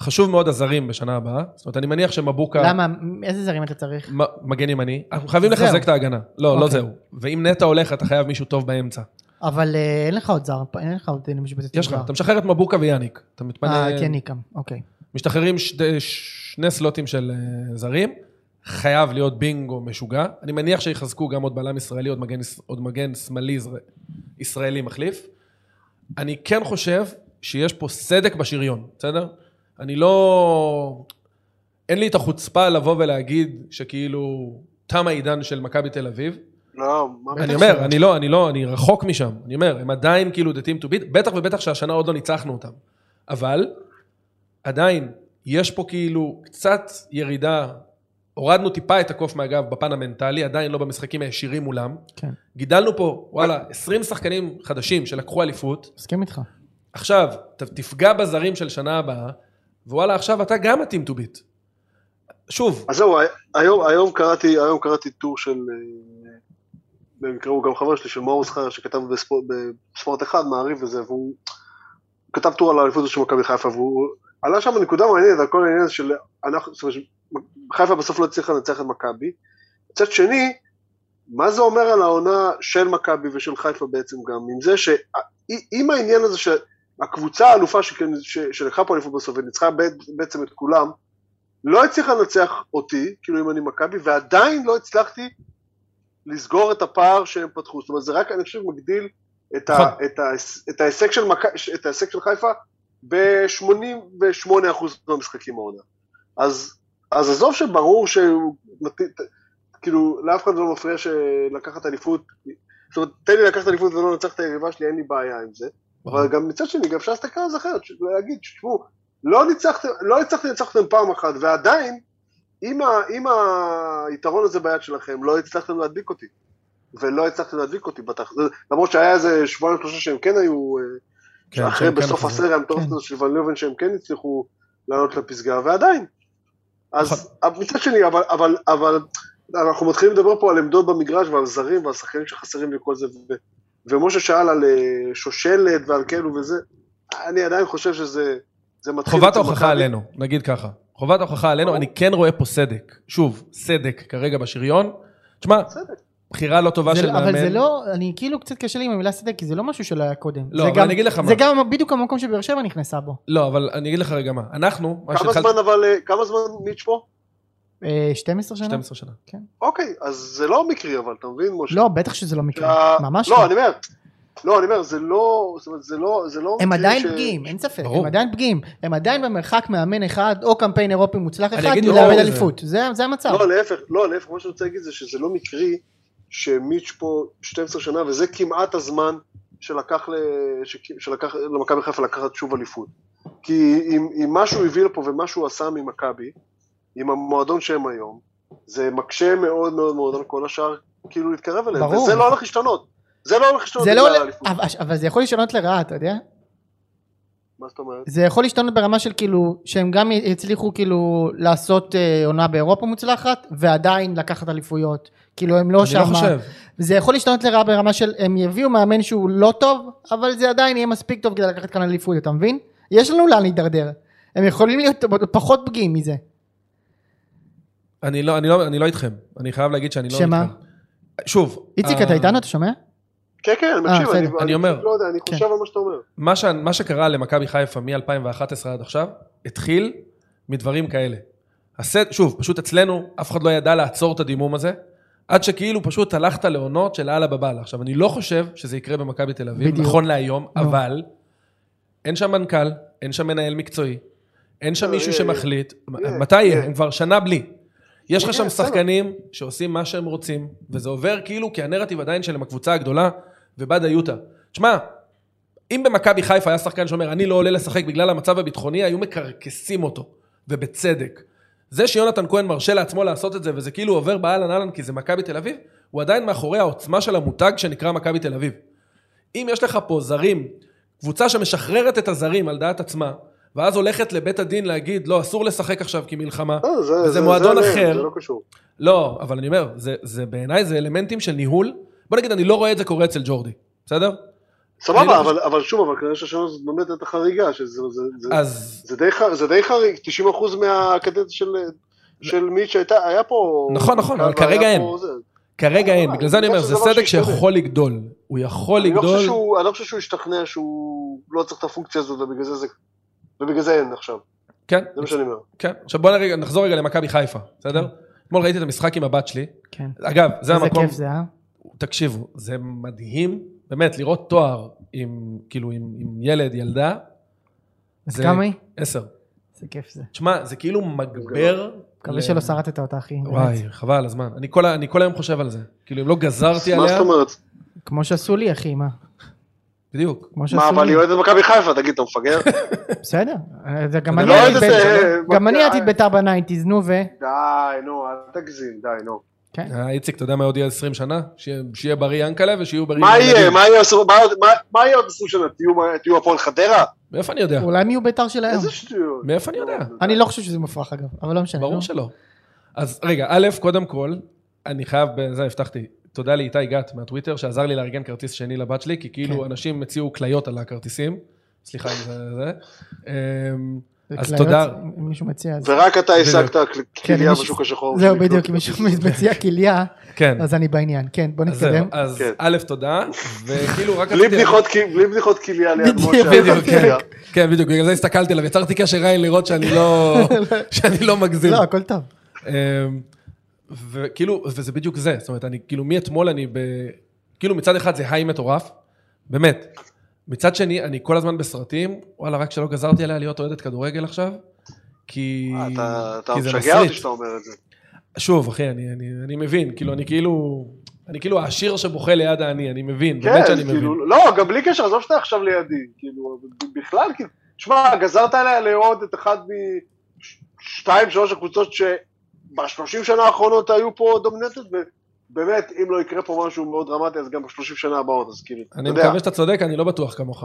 S1: חשוב מאוד הזרים בשנה הבאה. זאת אומרת, אני מניח שמבוקה...
S2: למה, איזה זרים אתה צריך?
S1: מ- מגן ימני, אנחנו חייבים
S2: זהו.
S1: לחזק את ההגנה. לא, לא
S2: אוקיי.
S1: זהו. ואם נטע הולך, אתה חייב מישהו טוב באמצע.
S2: אבל אה, אין לך עוד זר, אין לך עוד אה, מישהו בצד
S1: יש לך, אתה משחרר את מבוקה ויאניק. אתה מתפנה...
S2: אה, כן, ניקם, אוקיי,
S1: משתחררים שד- שני סלוטים של אה, זרים. חייב להיות בינגו משוגע. אני מניח שיחזקו גם עוד בלם ישראלי, עוד מגן, יש- עוד מגן שמאלי ישראל- ישראלי מחליף. אני כן חושב שיש פה סדק בשריון, בסדר? אני לא... אין לי את החוצפה לבוא ולהגיד שכאילו תם העידן של מכבי תל אביב.
S3: לא, מה
S1: אני
S3: בטח
S1: אומר, אני לא, אני לא, אני רחוק משם. אני אומר, הם עדיין כאילו the team to beat, בטח ובטח שהשנה עוד לא ניצחנו אותם. אבל עדיין יש פה כאילו קצת ירידה, הורדנו טיפה את הקוף מהגב בפן המנטלי, עדיין לא במשחקים הישירים מולם.
S2: כן.
S1: גידלנו פה, וואלה, 20 שחקנים חדשים שלקחו אליפות,
S2: מסכים איתך.
S1: עכשיו, ת- תפגע בזרים של שנה הבאה, ווואלה, עכשיו אתה גם מתאים to beat. שוב,
S3: אז זהו, היום, היום, קראתי, היום קראתי טור של, אה, במקרה הוא גם חבר שלי, של מאור זכר, שכתב בספורט, בספורט אחד, מעריב וזה, והוא הוא כתב טור על האליפות הזאת של מכבי חיפה, והוא עלה שם נקודה מעניינת על כל העניין של, אנחנו, זאת אומרת, חיפה בסוף לא הצליחה לנצח את מכבי. מצד שני, מה זה אומר על העונה של מכבי ושל חיפה בעצם גם, עם זה שעם העניין הזה שהקבוצה האלופה שכן- ש- שלקחה פה אליפות בסוף וניצחה בע- בעצם את כולם, לא הצליחה לנצח אותי, כאילו אם אני מכבי, ועדיין לא הצלחתי לסגור את הפער שהם פתחו. זאת אומרת, זה רק, אני חושב, מגדיל את, ה,
S1: נכון.
S3: את, ה, את, ההישג, של מק... את ההישג של חיפה ב-88% מהמשחקים העונה. אז, אז עזוב שברור שהוא... נת- כאילו, לאף אחד לא מפריע שלקחת אליפות. זאת אומרת, תן לי לקחת אליפות ולא לנצח את היריבה שלי, אין לי בעיה עם זה. אבל גם מצד שני, גם אפשר להסתכל על זה אחרת, ש- להגיד, תשמעו, לא ניצחתם, לא הצלחתם לנצח אותם פעם אחת, ועדיין, עם, ה, עם היתרון הזה ביד שלכם, לא הצלחתם להדביק אותי. ולא הצלחתם להדביק אותי בתח... למרות שהיה איזה שבועיים שלושה שהם כן היו, אה,
S1: כן,
S3: אחרי
S1: כן, כן,
S3: בסוף
S1: נכון.
S3: הסריה המטורפת
S2: כן.
S3: הזאת של ון לובן שהם כן הצליחו לעלות לפסגה, ועדיין. אז
S1: נכון.
S3: מצד שני, אבל, אבל, אבל אנחנו מתחילים לדבר פה על עמדות במגרש ועל זרים ועל שחקנים שחסרים וכל זה, ו, ומשה שאל על אה, שושלת ועל כאלו וזה, אני עדיין חושב שזה זה מתחיל...
S1: חובת
S3: אצל
S2: כאילו,
S1: ההוכחה
S3: מכבי.
S1: עלינו, נגיד ככה. חובת ההוכחה עלינו,
S3: ברור.
S1: אני כן רואה פה סדק. שוב, סדק כרגע בשריון. תשמע,
S3: בסדר.
S1: בחירה לא טובה
S2: זה-
S1: של מאמן.
S2: אבל זה לא, אני כאילו קצת קשה לי עם המילה סדק, כי זה לא משהו שלא היה קודם.
S1: לא,
S2: זה
S1: אבל
S2: גם-
S1: אני אגיד לך
S2: זה
S1: מה.
S2: גם בדיוק המקום שבאר שבע נכנסה בו.
S1: לא, אבל אני אגיד לך רגע מה. אנחנו, מה
S3: כמה
S1: שהתחלתי...
S3: זמן אבל, אה, כמה זמן מיץ' פה?
S2: אה, 12 שנה?
S1: 12 שנה.
S3: אוקיי, אז זה לא מקרי אבל, אתה מבין, משה?
S2: לא, בטח שזה לא מקרה.
S3: אה,
S2: ממש
S3: לא.
S2: לא.
S3: אני אומר, לא, אני אומר, זה לא, זאת אומרת, זה לא, זה לא...
S2: הם
S3: מקרי
S2: עדיין
S3: ש-
S2: פגיעים, אין ספק,
S1: ברור.
S2: הם עדיין פגיעים. הם עדיין במרחק מאמן אחד, או קמפיין אירופי מוצלח
S1: אני
S2: אחד,
S1: אגיד
S2: מלאבד
S1: לא,
S2: אליפות. זה זה המצב.
S3: לא, להפך, לא, להפך, מה שאני רוצה להגיד זה שזה לא מקרי שמיץ' פה 12 שנה, וזה כמעט הזמן שלקח, ל... ש... שלקח למכבי חיפה לקחת שוב אליפות. כי אם, אם מה שהוא הביא לפה ומה שהוא עשה ממכבי, עם המועדון שהם היום, זה מקשה מאוד מאוד מאוד על כל השאר, כאילו להתקרב אליהם,
S2: ברור.
S3: וזה לא הולך להשתנות. זה לא הולך להשתנות
S2: זה לא...
S3: בגלל
S2: עולה-
S3: האליפות.
S2: אבל- אבל זה יכול להשתנות לרעה, אתה יודע?
S3: מה זאת אומרת?
S2: זה יכול להשתנות ברמה של כאילו, שהם גם יצליחו כאילו לעשות אה, עונה באירופה מוצלחת, ועדיין לקחת אליפויות. כאילו הם לא
S1: אני לא
S2: שמה.
S1: חושב.
S2: זה יכול להשתנות לרעה ברמה של הם יביאו מאמן שהוא לא טוב, אבל זה עדיין יהיה מספיק טוב כדי לקחת כאן אליפות, אתה מבין? יש לנו לאן להידרדר. הם יכולים להיות פחות פגיעים מזה.
S1: אני לא- אני לא- אני לא איתכם. אני חייב להגיד שאני לא איתכם.
S2: שמה?
S1: שוב. אה,
S2: איציק,
S1: ה-
S2: אתה איתנו? אתה שומע?
S3: כן, כן, אני מקשיב,
S2: בסדר.
S3: אני,
S1: אני אומר.
S3: לא יודע, אני
S2: כן.
S3: חושב על מה שאתה אומר.
S1: מה ש- מה שקרה למכבי חיפה מ-2011 עד עכשיו, התחיל מדברים כאלה. הסט, שוב, פשוט אצלנו, אף אחד לא ידע לעצור את הדימום הזה, עד שכאילו פשוט הלכת לעונות של אללה בבאללה. עכשיו, אני לא חושב שזה יקרה במכבי תל אביב,
S2: בדיוק.
S1: נכון להיום,
S2: נו.
S1: אבל אין שם מנכ"ל, אין שם מנהל מקצועי, אין שם
S3: לא,
S1: מישהו
S3: יהיה,
S1: שמחליט.
S3: יהיה,
S1: מתי יהיה?
S3: יהיה.
S1: הם כבר שנה בלי. יש לך
S3: יהיה,
S1: שם
S3: בסדר.
S1: שחקנים שעושים מה שהם רוצים, וזה עובר כאילו כי הנרטיב עדיין שלהם הקבוצה הגדולה, ובאדה יוטה. תשמע, אם במכבי חיפה היה שחקן שאומר, אני לא עולה לשחק בגלל המצב הביטחוני, היו מקרקסים אותו, ובצדק. זה שיונתן כהן מרשה לעצמו לעשות את זה, וזה כאילו עובר באהלן אהלן כי זה מכבי תל אביב, הוא עדיין מאחורי העוצמה של המותג שנקרא מכבי תל אביב. אם יש לך פה זרים, קבוצה שמשחררת את הזרים על דעת עצמה, ואז הולכת לבית הדין להגיד, לא, אסור לשחק עכשיו כי מלחמה.
S3: לא, זה,
S1: וזה
S3: זה-
S1: מועדון
S3: זה, עליהם,
S1: אחר.
S3: זה לא קשור.
S1: לא, אבל אני אומר, זה, זה בעיניי זה אלמנטים של ניהול. בוא נגיד, אני לא רואה את זה קורה אצל ג'ורדי, בסדר? אני
S3: סבבה,
S1: לא
S3: אבל, אבל שוב, אבל כנראה שהשנה הזאת באמת הייתה חריגה, שזה זה, זה,
S1: אז
S3: זה, די, ח- זה די חריג, 90% מהקדנציה של, של מי שהייתה, היה פה...
S1: נכון, נכון, אבל
S3: והיה
S1: כרגע
S3: פה
S1: אין.
S3: זה.
S1: כרגע אין,
S3: אה,
S1: בגלל זה אני
S3: אני
S1: אומר,
S3: חושב
S1: זה
S3: שזה משהו
S1: סדק
S3: שישתנה.
S1: שיכול לגדול. הוא יכול
S3: אני לא, חושב
S1: לגדול,
S3: שהוא, אני לא חושב שהוא השתכנע שהוא לא צריך את הפונקציה הזאת, ובגלל זה, זה, ובגלל זה אין עכשיו,
S1: כן,
S3: זה מה שאני אומר.
S1: כן. עכשיו בוא נרגע- נחזור רגע למכבי חיפה, בסדר? אתמול ראיתי את המשחק עם הבת שלי.
S2: כן.
S1: אגב, זה
S2: איזה
S1: המקום,
S2: כיף זה, אה?
S1: תקשיבו, זה מדהים, באמת, לראות תואר עם, כאילו, עם עם ילד, ילדה,
S2: אז
S1: זה-
S2: כמה היא?
S1: עשר.
S2: איזה כיף זה.
S1: תשמע, זה כאילו מגבר...
S3: לא-
S2: מקווה
S1: ל-
S2: שלא שרתת אותה, אחי. באמת.
S1: וואי, חבל על הזמן. אני כל ה- אני כל היום חושב על זה. כאילו, אם לא גזרתי
S3: מה
S1: עליה...
S3: זאת אומרת?
S2: כמו שעשו לי, אחי, מה?
S1: בדיוק.
S2: כמו שעשו
S3: מה, אבל
S2: לי.
S3: היא אוהדת מכבי חיפה, תגיד, אתה מפגר?
S2: בסדר. אה, זה גם
S1: אתה
S2: אני
S1: לא
S2: הייתי
S1: אוהד
S3: את זה,
S2: בית"ר-
S3: אה,
S2: גם אני
S3: אה,
S2: הייתי בית"ר בניינטיז, נו ו...
S3: די, נו, אל תגזים, די, נו.
S1: אה, איציק, אתה יודע מה יהיה עוד 20 שנה? שיהיה- שיהיה בריא ינקלה ושיהיו בריאים.
S3: מה
S1: הילדים.
S3: יהיה? מה יהיה עשו- מה עוד- מה- מה יהיה עוד עשרים שנה? תהיו- תהיו הפועל חדרה?
S1: מאיפה אני יודע?
S2: אולי הם יהיו בית"ר שלהם.
S3: איזה שטויות.
S1: מאיפה אני כן. יודע?
S2: אני לא חושב שזה מופרך אגב, אבל לא משנה.
S1: ברור
S2: נו.
S1: שלא. אז רגע, א', קודם כל, אני חייב, בזה הבטחתי, תודה לאיתי גת מהטוויטר, שעזר לי לארגן כרטיס שני לבת שלי, כי כאילו
S2: כן.
S1: אנשים הציעו כליות על הכרטיסים. סליחה אם זה זה. אמ,
S2: זה
S1: אז
S2: כליות,
S1: תודה.
S2: אם מישהו מציע, אז...
S3: ורק אתה השגת
S2: כן,
S3: כליה
S2: מישהו-
S3: בשוק השחור.
S2: זהו,
S3: בשביל
S2: בדיוק, אם
S3: לקנות
S2: מישהו
S3: כרטיס.
S2: מציע כליה,
S1: כן,
S2: אז אני בעניין. כן, בוא
S1: אז זהו,
S2: נתקדם.
S1: אז
S3: כן.
S1: א', תודה, וכאילו רק...
S3: בלי
S1: רציתי-
S3: בדיחות כי- בלי בדיחות כליה ליד
S2: בדיוק,
S3: משה.
S1: בדיוק,
S3: אתה יודע.
S1: כן. כן, בדיוק, בגלל זה הסתכלתי עליו, יצרתי קשר עין לראות שאני לא שאני לא מגזים.
S2: לא, הכל טוב.
S1: אמ, וכאילו, וזה בדיוק זה, זאת אומרת, אני, כאילו, מאתמול אני ב... כאילו, מצד אחד זה היי מטורף, באמת. מצד שני, אני כל הזמן בסרטים, וואלה, רק שלא גזרתי עליה להיות אוהדת כדורגל עכשיו, כי...
S3: אה, אתה- אתה
S1: כי זה
S3: משגע אותי
S1: מסריט.
S3: שאתה אומר את זה.
S1: שוב, אחי, אני, אני, אני מבין, כאילו, אני כאילו... אני כאילו העשיר שבוכה ליד העני, אני מבין, באמת שאני
S3: כן,
S1: מבין.
S3: כאילו, לא, גם בלי קשר, עזוב שאתה עכשיו לידי, כאילו, בכלל, כאילו, שמע, גזרת עליה לעוד את אחד משתיים, שלוש הקבוצות שבשלושים שנה האחרונות היו פה דומיננטיות, ובאמת, אם לא יקרה פה משהו מאוד דרמטי, אז גם בשלושים שנה הבאות, אז כאילו, אתה
S1: אני
S3: יודע,
S1: מקווה שאתה צודק, אני לא בטוח כמוך.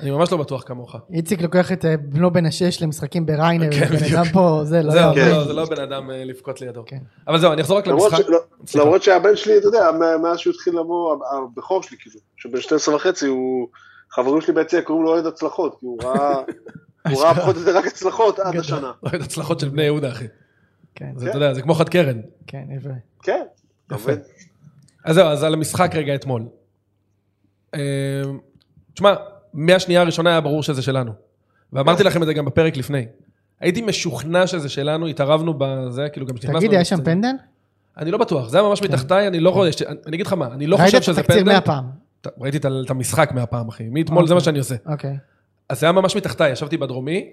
S1: אני ממש לא בטוח כמוך.
S2: איציק לוקח את אה, בנו בן השש למשחקים בריינר,
S1: כן,
S2: בן
S1: בדיוק.
S2: אדם פה, זה לא
S1: זהו, זה
S2: יעבור.
S1: לא- זה לא בן אדם אה, לבכות לידו.
S2: כן.
S1: אבל זהו, אני אחזור רק
S3: למרות
S1: למשחק.
S3: ש- לא-
S1: סליחה.
S3: למרות שהבן שלי, אתה יודע, מה- מאז שהוא התחיל לבוא, הבכור שלי, כאילו, שבן 12 וחצי, הוא, חברים שלי ביציע קוראים לו אוהד הצלחות, כי הוא ראה, הוא ראה פחות או יותר רק הצלחות עד
S1: גדול.
S3: השנה.
S1: אוהד הצלחות של בני יהודה, אחי.
S2: כן,
S1: זה,
S3: כן.
S1: אתה יודע, זה כמו חד קרן.
S2: כן, עברי.
S3: כן, אתה
S1: יפה.
S3: מבין?
S1: אז זהו, אז על המשחק רגע אתמול. אמ, תשמע, מהשנייה הראשונה היה ברור שזה שלנו.
S3: כן.
S1: ואמרתי לכם את זה גם בפרק לפני. הייתי משוכנע שזה שלנו, התערבנו בזה, כאילו גם כשנכנסנו...
S2: תגיד, היה שם פנדל?
S1: אני לא בטוח, זה היה ממש מתחתיי, אני לא רואה... ש- אני אגיד לך מה, אני לא
S2: ראית
S1: חושב
S2: את
S1: שזה
S2: התקציר
S1: פנדל.
S2: מהפעם.
S1: ת- ראיתי את ה- את המשחק מהפעם, אחי. מאתמול זה מה
S2: אוקיי.
S1: שאני עושה.
S2: אוקיי.
S1: אז זה היה ממש מתחתיי, ישבתי בדרומי,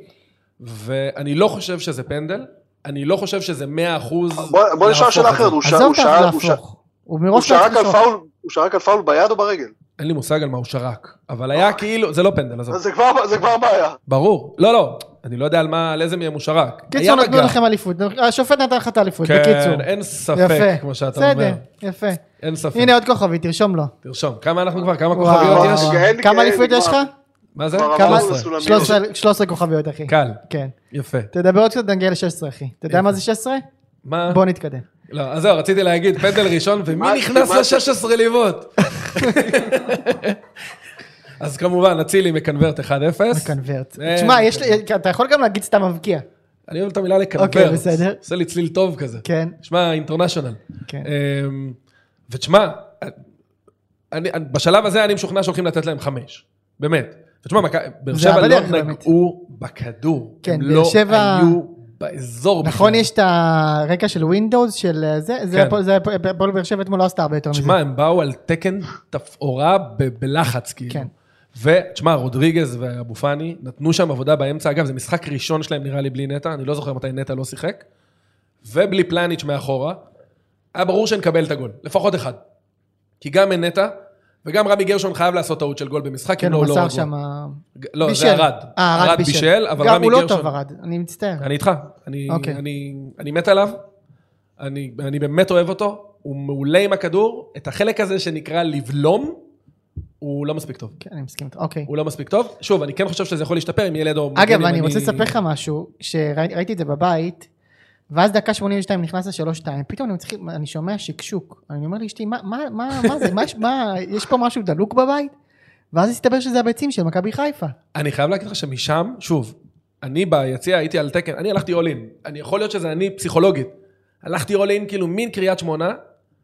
S1: ואני לא חושב שזה פנדל, אני לא חושב שזה 100 אחוז...
S3: בוא- בוא נשאל שאלה אחרת, הוא ש-
S2: עזוב
S3: הוא
S2: אותך
S3: שאל- הוא ש-
S2: להפוך. הוא
S3: הוא
S2: מראש לא
S3: שרק
S2: צריך
S3: על
S2: לשרוק.
S3: פאול, הוא שרק על פאול ביד או ברגל?
S1: אין לי מושג על מה הוא שרק, אבל היה כאילו, זה לא פנדל, עזוב.
S3: אה. אז זה כבר, זה כבר בעיה.
S1: ברור. לא, לא, אני לא יודע על מה, על איזה מהם הוא שרק. היה
S2: קיצור, נתנו
S1: מגע.
S2: לכם אליפות. השופט נתן לך את האליפות,
S1: כן,
S2: בקיצור.
S1: אין ספק,
S2: יפה.
S1: כמו שאתה אומר.
S2: בסדר, יפה.
S1: אין ספק.
S2: הנה עוד כוכבי, תרשום לו.
S1: תרשום, כמה אנחנו כבר, כמה
S2: וואו,
S1: כוכביות
S2: וואו,
S1: יש?
S2: וואו.
S3: אין לי-
S2: כמה
S3: אין לי
S2: אליפויות
S3: כבר.
S2: יש לך?
S1: מה זה?
S3: כבר
S2: כמה?
S3: עברנו
S1: 13.
S3: סולמיות.
S2: 13 13 כוכביות, אחי.
S1: קל,
S2: כן.
S1: יפה.
S2: תדבר עוד קצת, נגיע ל-16, אחי. אתה יודע
S1: יפה.
S2: מה זה 16?
S1: מה?
S2: בוא נתקדם.
S1: לא, אז זהו, רציתי להגיד, פנדל ראשון, ומי
S3: כמעט-
S1: נכנס
S3: כמעט-
S1: ל-16 ליבות? אז כמובן, אצילי מקנברט 1-0.
S2: הקנברט.
S1: אה,
S2: תשמע, יש לי- אתה יכול גם להגיד שאתה מבקיע.
S1: אני אוהב את המילה לקנברט.
S2: אוקיי, בסדר.
S1: עושה לי צליל טוב כזה.
S2: כן,
S1: שמע, אינטרנשיונל.
S2: כן.
S1: אמ, ותשמע, אני, אני- בשלב הזה אני משוכנע שהולכים לתת להם חמש, באמת. ותשמע, מכ- באר
S2: זה
S1: שבע לא
S2: הבדרך, באמת.
S1: נגעו בכדור,
S2: כן,
S1: הם
S2: באר
S1: לא
S2: שבע-
S1: היו באזור.
S2: נכון,
S1: בכלל.
S2: יש את הרקע של ווינדוס, של אה, זה, זה
S1: אוקיי. כן.
S2: הפועל- זה הפועל- הפועל באר שבע אתמול לא עשתה הרבה יותר מזה.
S1: תשמע, הם באו על תקן תפאורה ב- בלחץ, כאילו.
S2: כן.
S1: ותשמע, רודריגז ואבו פאני נתנו שם עבודה באמצע, אגב, זה משחק ראשון שלהם נראה לי בלי נטע, אני לא זוכר מתי נטע לא שיחק, ובלי פלניץ' מאחורה, היה ברור שנקבל את הגול, לפחות אחד. כי גם אין נטע, וגם רמי גרשון חייב לעשות טעות של גול במשחק,
S2: כן,
S1: אם לא,
S2: הוא
S1: הוא לא
S2: מסר
S1: רגוע.
S2: שם...
S1: לא,
S2: בישל.
S1: זה ארד.
S2: אה, ארד בישל.
S1: אבל
S2: גם
S1: רמי
S2: הוא לא
S1: גרשון...
S2: טוב, ארד. אני מצטער.
S1: אני איתך, אני,
S2: אוקיי.
S1: אני, אני מת עליו, אני, אני באמת אוהב אותו, הוא מעולה עם הכדור, את החלק הזה שנקרא לבלום, הוא לא מספיק טוב.
S2: כן, אני מסכים איתך. אוקיי.
S1: הוא לא מספיק טוב. שוב, אני כן חושב שזה יכול להשתפר אם יהיה לידו... מגן
S2: אגב,
S1: ימני-
S2: אני רוצה לספר לך משהו, שראיתי את זה בבית, ואז דקה 82 נכנס לשלוש שתיים, פתאום אני מצליח, אני שומע שקשוק. אני אומר לאשתי, מה, מה, מה, מה זה, מה, יש- מה, יש פה משהו דלוק בבית? ואז הסתבר שזה הביצים של מכבי חיפה.
S1: אני חייב להגיד לך שמשם, שוב, אני ביציע הייתי על תקן, אני הלכתי אול אין. אני יכול להיות שזה אני פסיכולוגית. הלכתי אול אין כאילו מין קריית שמונה,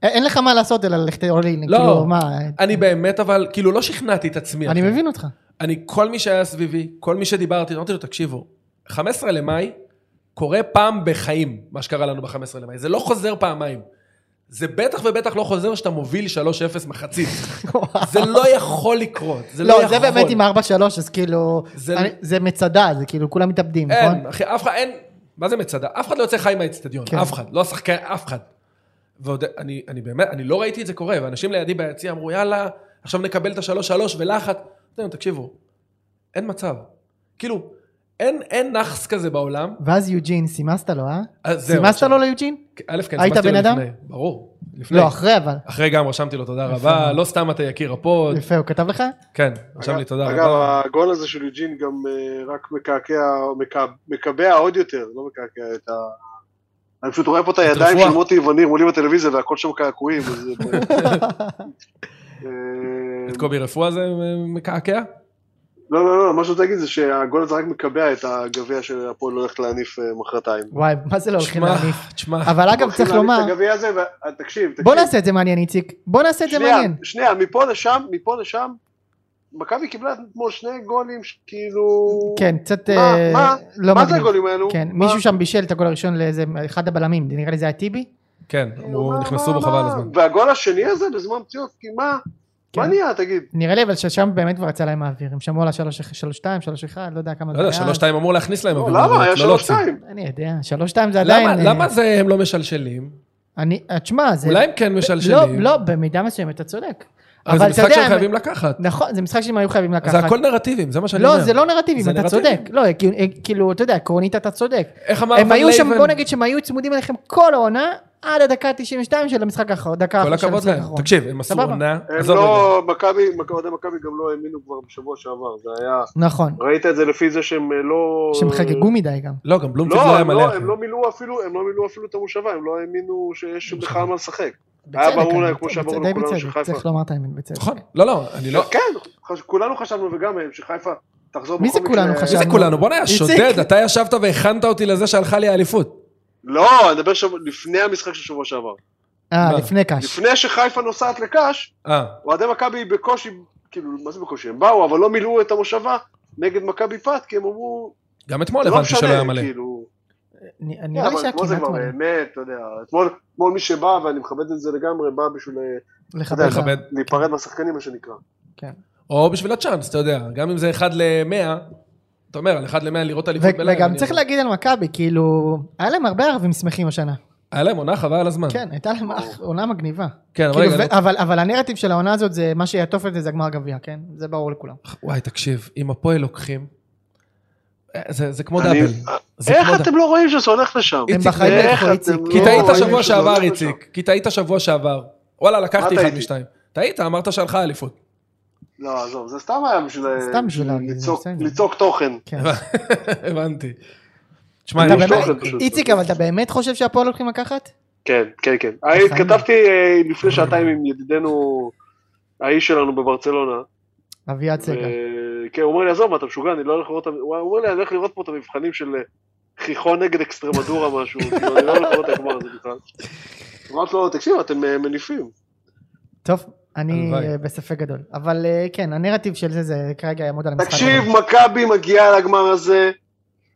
S2: א- אין לך מה לעשות אלא ללכת עולים,
S1: לא.
S2: כאילו, מה,
S1: אני באמת אבל, כאילו לא שכנעתי את עצמי.
S2: אני
S1: אחי.
S2: מבין אותך.
S1: אני, כל מי שהיה סביבי, כל מי שדיברתי, אמרתי לו, תקשיבו, 15 למאי קורה פעם בחיים, מה שקרה לנו ב-15 למאי. זה לא חוזר פעמיים. זה בטח ובטח לא חוזר שאתה מוביל 3-0 מחצית. זה לא יכול לקרות. זה לא,
S2: לא,
S1: יכול.
S2: זה באמת עם 4-3, אז כאילו,
S1: זה-
S2: אני- זה מצדה, זה כאילו, כולם מתאבדים, נכון?
S1: אין, אחי, אף אחד, אין, מה זה מצדה? אף אחד לא יוצא חי מהאצטדיון,
S2: כן.
S1: אף אחד, לא השחקן, אף אחד. ועוד, אני, אני באמת, אני לא ראיתי את זה קורה, ואנשים לידי ביציע אמרו, יאללה, עכשיו נקבל את השלוש שלוש ולחץ. אתם, תקשיבו, אין מצב. כאילו, אין, אין נאחס כזה בעולם.
S2: ואז יוג'ין, סימסת לו, אה?
S1: אז זהו,
S2: סימסת
S1: עכשיו.
S2: לו ליוג'ין?
S1: א', כן,
S2: היית
S1: סימסתי לו
S2: בן אדם?
S1: לפני, ברור. לפני.
S2: לא, אחרי אבל.
S1: אחרי גם רשמתי לו תודה
S2: יפה
S1: רבה,
S2: מאוד.
S1: לא סתם אתה יקיר הפוד.
S2: יפה, הוא כתב לך?
S1: כן, רשם לי תודה
S3: אגב,
S1: רבה.
S3: הגול הזה של יוג'ין גם אה, רק מקעקע, מקע- מקבע עוד יותר, לא מקעקע את ה... אני פשוט רואה פה את הידיים
S1: רפואה.
S3: של מוטי וניר מולי בטלוויזיה והכל שם קעקועים. אז זה- אה,
S1: את קובי רפואה זה אה, מקעקע?
S3: לא, לא, לא, מה שאני רוצה להגיד זה שהגול הזה רק מקבע את הגביע שהפועל הולכת להניף אה, מחרתיים.
S2: וואי, מה זה לא הולכים
S1: תשמע,
S2: להניף?
S1: תשמע.
S2: אבל אגב,
S3: הולכים
S2: צריך
S3: להניף
S2: לומר,
S3: את הגביע הזה, ו- אה, תקשיב, תקשיב.
S2: בוא נעשה את זה מעניין, איציק. בוא נעשה את זה
S3: שנייה,
S2: מעניין.
S3: שנייה, מפה לשם, מפה לשם, מכבי קיבלה אתמול שני גולים שכאילו...
S2: כן, קצת
S3: מה-
S2: אה,
S3: מה-
S2: לא
S3: מה זה
S2: מגניב.
S3: הגולים האלו?
S2: כן,
S3: מה-
S2: מישהו שם בישל את הגול הראשון לאיזה אחד הבלמים, נראה לי זה היה טיבי.
S1: כן, אמרו,
S3: מה-
S1: נכנסו
S3: מה-
S1: בו חבל
S3: מה-
S1: הזמן.
S3: והגול השני הזה בזמן פציעות, כי מה?
S2: כן.
S3: מה נהיה, תגיד?
S2: נראה לי אבל ששם באמת כבר יצא להם האוויר, הם שמעו על ה-3-2, 3-1, לא יודע כמה
S1: לא יודע,
S2: היה.
S1: שלוש שתיים אמור להכניס להם.
S3: לא,
S1: אבל
S3: למה?
S1: לא,
S3: היה
S1: לא
S3: שלוש
S1: להוציא.
S3: שתיים.
S2: אני יודע, 3-2 זה עדיין...
S1: למה
S2: אה,
S1: למה זה הם לא משלשלים?
S2: אני, אה, תשמע, זה...
S1: אולי הם כן
S2: לא,
S1: משלשלים.
S2: לא, במידה מסוימת אתה צודק.
S1: אבל זה
S2: אבל אתה
S1: משחק
S2: יודע...
S1: שהם
S2: הם-
S1: חייבים לקחת.
S2: נכון, זה משחק שהם היו חייבים לקחת.
S1: זה הכל נרטיבים, זה מה שאני אומר.
S2: לא, זה לא נרטיבים,
S1: זה
S2: אתה צודק.
S1: נרטיבים.
S2: לא, כי- כאילו, אתה יודע, עקרונית אתה צודק.
S1: איך אמר
S2: הם
S1: ון
S2: היו שם,
S1: לייבן?
S2: בוא נגיד שהם היו צמודים אליכם כל העונה, עד הדקה ה-92 של המשחק האחרון, דקה
S1: כל
S2: האחרונה של
S1: הכבוד
S2: המשחק
S1: להם.
S2: האחרון.
S1: תקשיב, הם עשו
S2: סבבה.
S1: עונה.
S3: הם
S1: עזוב רגע.
S3: לא, מכבי, מכ- אוהדי מכבי גם לא האמינו כבר בשבוע שעבר, זה היה...
S2: נכון,
S3: ראית את זה לפי זה שהם אה, לא...
S2: שהם חגגו מדי גם.
S1: לא, גם בלומפילד לא
S3: לא,
S1: היה
S3: הם
S1: מלא.
S3: לא,
S1: אחי.
S3: הם לא מילאו אפילו, הם לא מילאו אפילו את המושבה, הם לא האמינו שיש בכלל מה לשחק.
S2: בצדק,
S3: ברור
S2: אני-
S3: להם, כמו שהיה ברור
S2: די
S3: לכולנו
S2: בצדק,
S3: שחיפה-
S2: צריך לומר את האמת, בצדק.
S1: נכון. לא, לא, אני לא...
S3: כן, חש- כולנו חשבנו וגם הם, שחיפה תחזור
S2: מי זה
S3: בכל
S2: כולנו
S1: מי
S2: חשב?
S1: זה
S2: חשבנו-
S1: כולנו? בוא'נה,
S2: איציק.
S1: שודד, אתה ישבת והכנת אותי לזה שהלכה לי האליפות.
S3: לא, אני מדבר שבוע- לפני המשחק של שבוע שעבר.
S2: אה,
S1: מה?
S2: לפני קאש.
S3: לפני שחיפה נוסעת לקאש,
S1: אה,
S3: אוהדי מכבי בקושי, כאילו, מה זה בקושי? הם באו, אבל לא מילאו את המושבה נגד מכבי פת, כי הם אמרו,
S1: גם אתמול
S3: זה לא
S1: הבנתי שלא היה
S3: משנה,
S1: מלא.
S3: כאילו.
S2: אני- אני-
S3: כן,
S2: נראה לי
S3: אבל
S2: שהיה
S3: אתמול זה
S2: כמעט
S3: כבר
S2: מלא.
S3: באמת, אתה יודע, אתמול אתמול מי שבא, ואני מכבד את זה לגמרי, בא בשביל אה,
S2: לכבד.
S1: לכבד.
S3: להיפרד מהשחקנים, מה שנקרא.
S1: או בשביל הצ'אנס, אתה יודע. גם אם זה 1 ל-100, אתה אומר, על 1 ל-100 לראות
S2: ו-
S1: אליפות בלייב.
S2: וגם
S1: אני-
S2: צריך להגיד על מכבי, כאילו, היה להם הרבה ערבים שמחים השנה.
S1: היה להם עונה חבל על הזמן.
S2: כן, הייתה להם אח- עונה מגניבה.
S1: כן, אה. אבל
S2: כאילו,
S1: רגע,
S2: ו- אבל אבל הנרטיב של העונה הזאת זה מה שיעטוף את זה, זה הגמר גביע, כן? זה ברור לכולם.
S1: לא- וואי, תקשיב, אם הפועל לוקחים... אה, זה זה כמו
S3: אני-
S1: דאבל. זה
S3: איך
S1: כמו דאבל.
S3: אתם לא רואים שזה הולך לשם?
S2: הם
S1: איציק,
S2: בחיים לא
S1: איך
S2: ילכו,
S3: אתם
S2: איציק.
S3: לא-
S1: כי
S3: לא,
S1: טעית שבוע
S3: ראיתי שזה הולך
S1: שעבר,
S3: לשם.
S1: איציק. כי טעית שבוע שעבר. וואלה, לקחתי אחד
S3: מה טעיתי?
S1: משתיים. טעית, אמרת שהלכה אליפות.
S3: לא, עזוב, זה סתם היה בשביל אה,
S2: סתם בשביל להגיד,
S3: ליצוק-
S2: בסדר.
S3: ליצוק תוכן.
S2: כן.
S1: הבנתי. תשמע,
S3: אתה
S1: אני-
S3: באמת-
S1: תשמע,
S3: פשוט.
S2: איציק, אבל אתה באמת חושב שהפועל הולכים לקחת?
S3: כן, כן, כן. אני
S2: בחיים.
S3: התכתבתי אה, לפני שעתיים עם ידידנו, האיש שלנו בברצלונה.
S2: אביעד סגל.
S3: ו- כן, הוא אומר לי, עזוב, מה, אתה משוגע, אני לא הולך לראות, את המ- הוא אומר לי, אני הולך לראות פה את המבחנים של אה, חיכון נגד אקסטרמדורה משהו, כאילו, אני לא הולך לראות את הגמר הזה בכלל. אמרתי לו, תקשיב, אתם אה, מניפים.
S2: טוב, אני
S1: הלוואי.
S2: אה, בספק גדול. אבל אה, כן, הנרטיב של זה, זה כרגע יעמוד על המשחק.
S3: תקשיב,
S2: הזה.
S3: מכבי מגיעה לגמר הזה,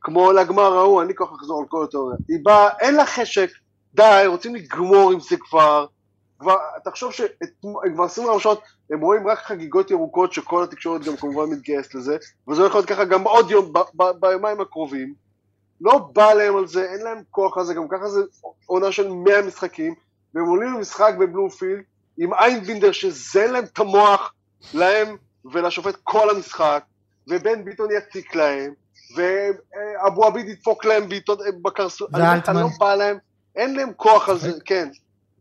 S3: כמו לגמר ההוא, אני כל כך אחזור על כל התיאוריה. היא באה, אין לה חשק, די, רוצים לגמור עם זה כבר. כבר, תחשוב שהם כבר 24 שעות, הם רואים רק חגיגות ירוקות, שכל התקשורת גם כמובן מתגייסת לזה, וזה הולך להיות ככה גם עוד יום, ב- ב- ביומיים הקרובים. לא בא להם על זה, אין להם כוח על זה, גם ככה זה עונה של 100 משחקים, והם עולים למשחק בבלומפילד עם איינבינדר שזן להם את המוח, להם ולשופט כל המשחק, ובן ביטון יציק להם, ואבו עביד ידפוק להם בעיטות אה, בקרסול, אני אומר לך,
S2: ואלטמן. אוקיי.
S3: לא בא להם, אין להם כוח על זה, כן.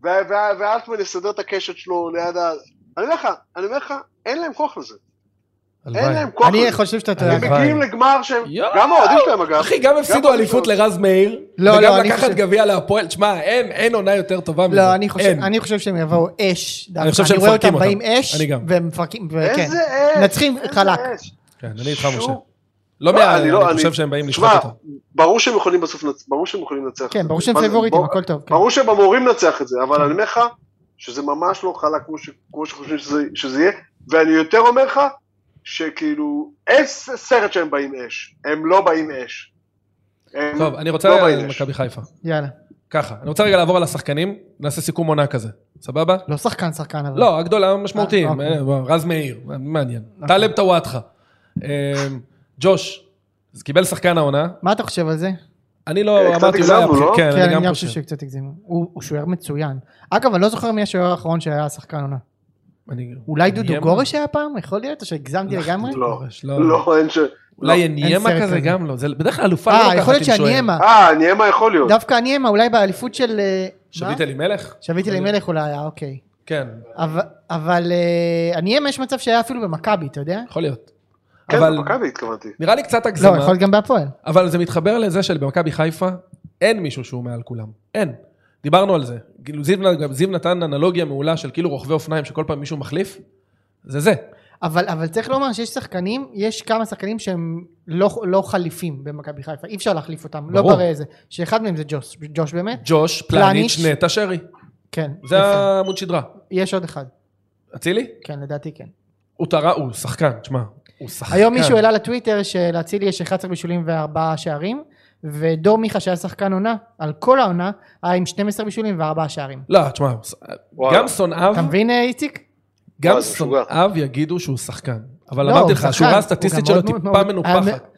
S3: וה- וה- ואלטמן יסדר את הקשת שלו ליד ה... אני אומר לך, אני אומר לך, אין להם כוח לזה. אין
S1: הלוואי.
S3: להם כוח
S2: אני
S3: לזה.
S2: חושב שאתה
S1: אני
S2: טועה.
S3: הם
S1: הלוואי.
S2: אגב.
S3: מגיעים לגמר שהם,
S1: יואו!
S3: גם האוהדים שלהם אגב,
S1: אחי, גם הפסידו
S3: גם
S1: אליפות
S3: הפסידו.
S1: לרז מאיר,
S2: לא, לא,
S1: וגם
S2: אני
S1: לקחת
S2: חושב-
S1: גביע להפועל. תשמע, אין, אין עונה יותר טובה מזה.
S2: לא, אני חושב-
S1: אין.
S2: אני חושב שהם יבואו אש. דווקא.
S1: חושב שהם
S2: אני רואה
S1: מפרקים
S2: אותם באים
S1: אותם.
S2: אש,
S1: אני גם.
S2: והם מפרקים, וכן.
S3: איזה אש!
S2: כן. מנצחים
S3: איזה
S2: חלק.
S3: אש.
S1: כן, אני איתך, משה.
S3: שוב,
S1: לא,
S3: לא,
S1: מה-
S3: אני
S1: אני
S3: לא-
S1: חושב
S3: אני-
S1: שהם באים
S3: תשמע,
S1: לשחוט אותו.
S3: ברור שהם יכולים בסוף, לנצ- ברור שהם יכולים לנצח. את
S2: כן,
S3: זה.
S2: ברור שהם
S3: אבל-
S2: פייבוריטים,
S3: ברור-
S2: הכל טוב. כן.
S3: ברור שהם אמורים לנצח את זה, אבל אני אומר לך שזה ממש לא חלק כמו ש- כמו שחושבים שזה- שזה יהיה, ואני יותר אומר לך שכאילו, אין ס- סרט שהם באים אש, הם לא באים אש. הם
S1: טוב, אני רוצה
S3: לא
S1: רגע
S3: באים
S1: על
S3: אש.
S1: מכבי חיפה.
S2: יאללה.
S1: ככה, אני רוצה רגע לעבור על השחקנים, נעשה סיכום עונה כזה. סבבה?
S2: לא שחקן שחקן אבל.
S1: לא, הגדולה, המשמעותיים.
S2: אה, אוקיי.
S1: אה, רז מאיר, מעניין. טלב טוואטחה. אה, ג'וש, אז קיבל שחקן העונה.
S2: מה אתה חושב על זה?
S1: אני לא
S3: אה, קצת
S1: אמרתי, אולי...
S3: הגזמנו, לא?
S1: ימשיך. כן,
S2: כן,
S1: אני גם
S2: חושב
S1: חושב.
S2: שקצת הגזימו. הוא הוא שוער מצוין. אגב, אני לא זוכר מי השוער האחרון שהיה שחקן עונה.
S1: אני-
S2: אולי דודו
S1: ניימה?
S2: גורש היה פעם? יכול להיות? או שהגזמתי לגמרי?
S1: דודו
S3: לא.
S1: גורש, לא.
S3: לא, אין ש...
S1: אולי
S2: לא,
S1: הניימה
S2: אין סרט
S1: כזה
S2: כזה.
S1: גם לא. זה בדרך כלל אלופה לא
S2: אה,
S1: לוקחת
S2: יכול להיות
S1: עם שוער.
S2: שהניימה.
S3: אה, אני אמה יכול להיות.
S2: דווקא הניימה, אולי באליפות של... אה, מה?
S1: שביט אלימלך?
S2: שביט אלימלך אולי היה, אוקיי.
S1: כן,
S2: אבל- אבל אה, הניימה יש מצב שהיה אפילו במכבי, אתה יודע?
S1: יכול להיות.
S3: כן,
S1: אבל
S3: במכבי התכוונתי.
S1: נראה לי קצת
S2: לא,
S1: הגזמה.
S2: יכול להיות גם בהפועל.
S1: אבל זה מתחבר לזה שבמכבי חיפה אין מישהו שהוא מעל כולם. אין. דיברנו על זה. כאילו זיו, גם זיו נתן אנלוגיה מעולה של כאילו רוכבי אופניים שכל פעם מישהו מחליף. זה זה.
S2: אבל, אבל צריך לומר שיש שחקנים, יש כמה שחקנים שהם לא, לא חליפים במכבי חיפה, אי אפשר להחליף אותם,
S1: ברור.
S2: לא בריא זה, שאחד מהם זה ג'וש, ג'וש באמת,
S1: ג'וש, פלניץ',
S2: פלניץ',
S1: נטע, שרי.
S2: כן,
S1: זה
S2: יפה.
S1: העמוד שדרה.
S2: יש עוד אחד,
S1: אצילי?
S2: כן לדעתי כן.
S1: הוא טרה, הוא שחקן, תשמע. הוא שחקן.
S2: היום מישהו העלה לטוויטר שלאצילי יש 11 בישולים וארבעה שערים, ודור מיכה שהיה שחקן עונה, על כל העונה, היה עם 12 בישולים וארבעה שערים.
S1: לא, תשמע, הוא ש-
S3: וואלה.
S1: גם שונאיו,
S2: אתה מבין אה, איציק?
S1: גם
S3: לא, זה משוגע.
S1: שונאיו יגידו שהוא שחקן. אבל
S2: לא,
S1: אמרתי
S2: הוא
S1: לך,
S2: שחקן.
S1: השורה
S2: הוא
S1: הסטטיסטית
S2: גם
S1: שלו
S2: מאוד
S1: טיפה
S2: מאוד- היה
S1: מנופחת.
S2: מ-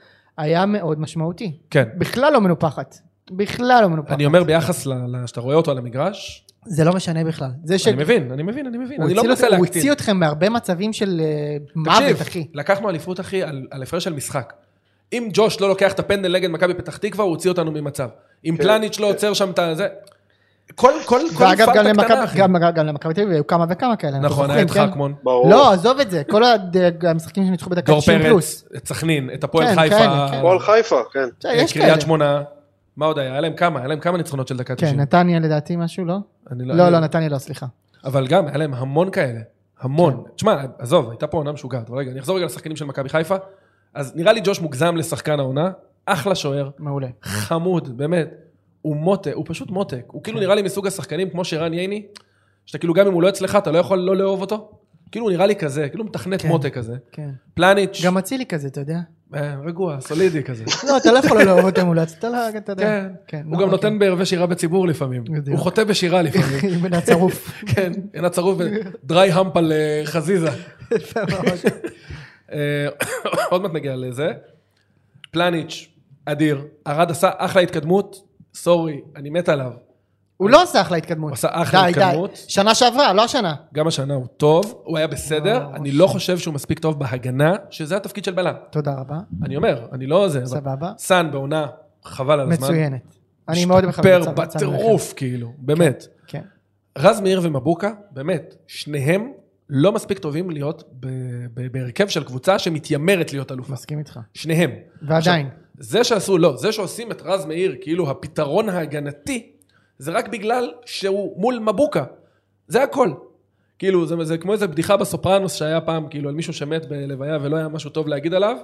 S2: היה מאוד משמעותי.
S1: כן.
S2: בכלל לא מנופחת. בכלל לא מנופחת.
S1: אני אומר ביחס ל- ל- שאתה רואה אותו על המגרש,
S2: זה לא משנה בכלל. זה ש...
S1: אני מבין, אני מבין, אני מבין.
S2: הוא
S1: אני לא
S2: הציל
S1: מנסה
S2: אותך- הוא
S1: להקטין.
S2: הוציא אתכם מהרבה מצבים של אה, מוות, אחי.
S1: תקשיב, לקחנו אליפות, אחי, על על הפרש של משחק. אם ג'וש לא לוקח את הפנדל נגד מכבי פתח תקווה, הוא הוציא אותנו ממצב. אם
S3: כן,
S1: פלניץ' לא
S3: כן.
S1: עוצר שם את ה... זה... כל כל- כל
S2: ואגב,
S1: פארטה
S2: גם
S1: קטנה,
S2: למכבי-
S1: אחי.
S2: גם גם למכבי תל אביב היו כמה וכמה כאלה. אנחנו
S1: נכון, היה
S2: זוכרים,
S1: את
S2: כן?
S1: חכמון.
S3: ברור.
S2: לא, עזוב את זה. כל הד- המשחקים שניצחו בדקה
S1: דור
S2: 90 פלוס.
S1: פרץ, את סכנין, את הפועל
S2: כן,
S1: חיפה,
S2: כאלה, כן.
S3: פועל חיפה, כן.
S2: בסדר,
S1: אה,
S2: יש כאלה.
S1: קריית שמונה. מה עוד היה? היה להם כמה, היה להם כמה ניצחונות של דקה 90.
S2: כן, נתניה לדעתי משהו, לא?
S1: אני
S2: לא,
S1: אני-
S2: לא, נתניה לא, סליחה.
S1: אבל גם, היה להם המון כאלה. המון.
S2: כן.
S1: תשמע, עזוב, הייתה פה עונה משוגעת. אבל רגע, אני אחזור רגע לשחקנים של מכבי חיפה. אז נראה לי ג'וש מוגזם לשחקן העונה, אחלה שוער,
S2: מעולה.
S1: חמוד, באמת. הוא מותק, הוא פשוט מותק. הוא
S2: כן.
S1: כאילו נראה לי מסוג השחקנים כמו שרן ייני, שאתה כאילו גם אם הוא לא אצלך, אתה לא יכול לא לאהוב אותו. כאילו הוא נראה לי כזה, כאילו מתכנת
S2: כן.
S1: מותק כזה.
S2: כן.
S1: פלניץ',
S2: גם אצילי כזה, אתה יודע.
S1: אה, רגוע, סולידי כזה.
S2: לא, אתה לא יכול לא לאהוב אותם מולץ, אתה לא, אתה יודע.
S1: כן.
S2: כן,
S1: הוא
S2: לא,
S1: גם נותן בערבי שירה בציבור לפעמים.
S2: בדיוק.
S1: הוא חוטא בשירה לפעמים.
S2: אוקיי. בן הצרוף.
S1: כן, עינת צרוף ודרי המפ על אה, חזיזה.
S2: יפה מאוד.
S1: אה, עוד מעט נגיע לזה. פלניץ', אדיר. ארד עשה אחלה התקדמות, סורי, אני מת עליו.
S2: הוא לא עשה אחלה התקדמות.
S1: הוא עשה אחלה
S2: די, די.
S1: התקדמות.
S2: שנה שעברה, לא השנה.
S1: גם השנה הוא טוב, הוא היה בסדר,
S2: וואו,
S1: אני
S2: ממש.
S1: לא חושב שהוא מספיק טוב בהגנה, שזה התפקיד של בלם.
S2: תודה רבה,
S1: אני אומר, אני לא זה. אבל-
S2: סבבה.
S1: סאן בעונה, חבל על הזמן.
S2: מצוינת. אני מאוד מכבד את
S1: השתפר
S2: סבא, צאן
S1: בטירוף, כאילו, באמת.
S2: מלחם. כן.
S1: רז מאיר ומבוקה, באמת, שניהם לא מספיק טובים להיות ב- ב- בהרכב של קבוצה שמתיימרת להיות אלופה.
S2: מסכים איתך.
S1: שניהם.
S2: ועדיין.
S1: זה שעשו, לא, זה שעושים את רז מאיר כאילו הפתרון ההגנתי, זה רק בגלל שהוא מול מבוקה. זה הכל. כאילו, זה, זה כמו איזה בדיחה בסופרנוס שהיה פעם, כאילו, על מישהו שמת בלוויה ולא היה משהו טוב להגיד עליו,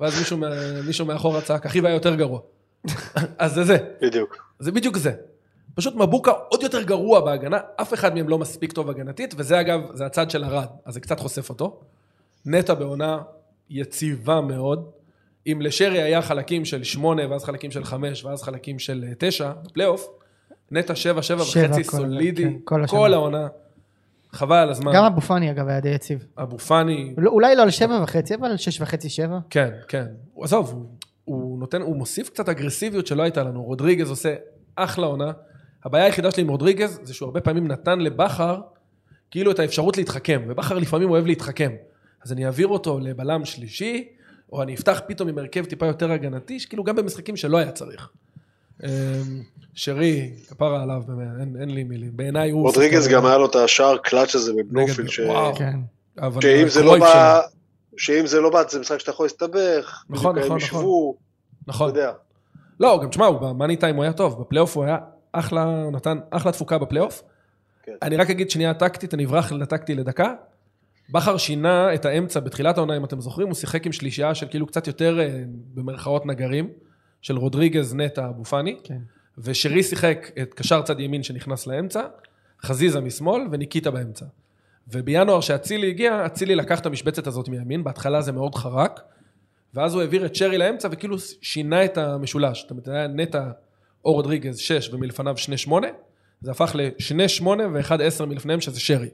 S1: ואז מישהו, מה- מישהו מאחורה צעק, אחיו היה יותר גרוע. אז זה זה,
S3: בדיוק.
S1: זה בדיוק זה. פשוט מבוקה עוד יותר גרוע בהגנה, אף אחד מהם לא מספיק טוב הגנתית, וזה אגב, זה הצד של ארד, אז זה קצת חושף אותו. נטע בעונה יציבה מאוד. אם לשרי היה חלקים של שמונה, ואז חלקים של חמש, ואז חלקים של אה, תשע, בפלייאוף, נטע שבע, שבע
S2: שבע
S1: וחצי,
S2: כל-
S1: סולידי,
S2: כן, כל השנה.
S1: כל העונה. חבל על הזמן.
S2: גם אבו פאני אגב היה די יציב.
S1: אבו פאני,
S2: לא- אולי לא על שבע וחצי, אבל על שש וחצי שבע.
S1: כן, כן. הוא- עזוב, הוא, הוא נותן, הוא מוסיף קצת אגרסיביות שלא הייתה לנו. רודריגז עושה אחלה עונה. הבעיה היחידה שלי עם רודריגז זה שהוא הרבה פעמים נתן לבכר כאילו את האפשרות להתחכם, ובכר לפעמים אוהב להתחכם. אז אני אעביר אותו לבלם שלישי, או אני אפתח פתאום עם הרכב טיפה יותר הגנתי, שכאילו גם במשחקים שלא היה צריך. אמ, שרי, כפרה עליו, באמת, אין, אין לי מילים. בעיניי הוא...
S3: רודריגז
S1: שחקן-
S3: גם היה לו את השער קלאץ' הזה בבלומפילד,
S1: לא. נגד-
S3: ש-
S1: וואו.
S2: כן.
S1: אבל
S3: שאם זה לא
S1: הקרויף
S3: בא...
S1: שלו.
S3: שאם זה לא בא, זה משחק שאתה יכול להסתבך.
S1: נכון,
S3: בדיוק,
S1: נכון,
S3: הם ישבו, אתה
S1: נכון.
S3: יודע.
S1: לא, גם תשמע, הוא במאני טיים הוא היה טוב, בפלייאוף הוא היה אחלה, הוא נתן אחלה תפוקה בפלייאוף.
S3: כן.
S1: אני רק אגיד שנייה טקטית, אני אברח לטקטי לדקה. בכר שינה את האמצע בתחילת העונה, אם אתם זוכרים, הוא שיחק עם שלישייה של כאילו קצת יותר אה, במרכאות נגרים, של רודריגז, נטע, אבו פאני,
S2: כן.
S1: ושרי שיחק את קשר צד ימין שנכנס לאמצע, חזיזה משמאל וניקיטה באמצע. ובינואר שאצילי הגיע, אצילי לקח את המשבצת הזאת מימין, בהתחלה זה מאוד חרק, ואז הוא העביר את שרי לאמצע וכאילו שינה את המשולש. זאת אומרת, היה נטע או רודריגז 6 ומלפניו 2 8, זה הפך ל-2 8 ו-1 10 מלפניהם שזה שרי.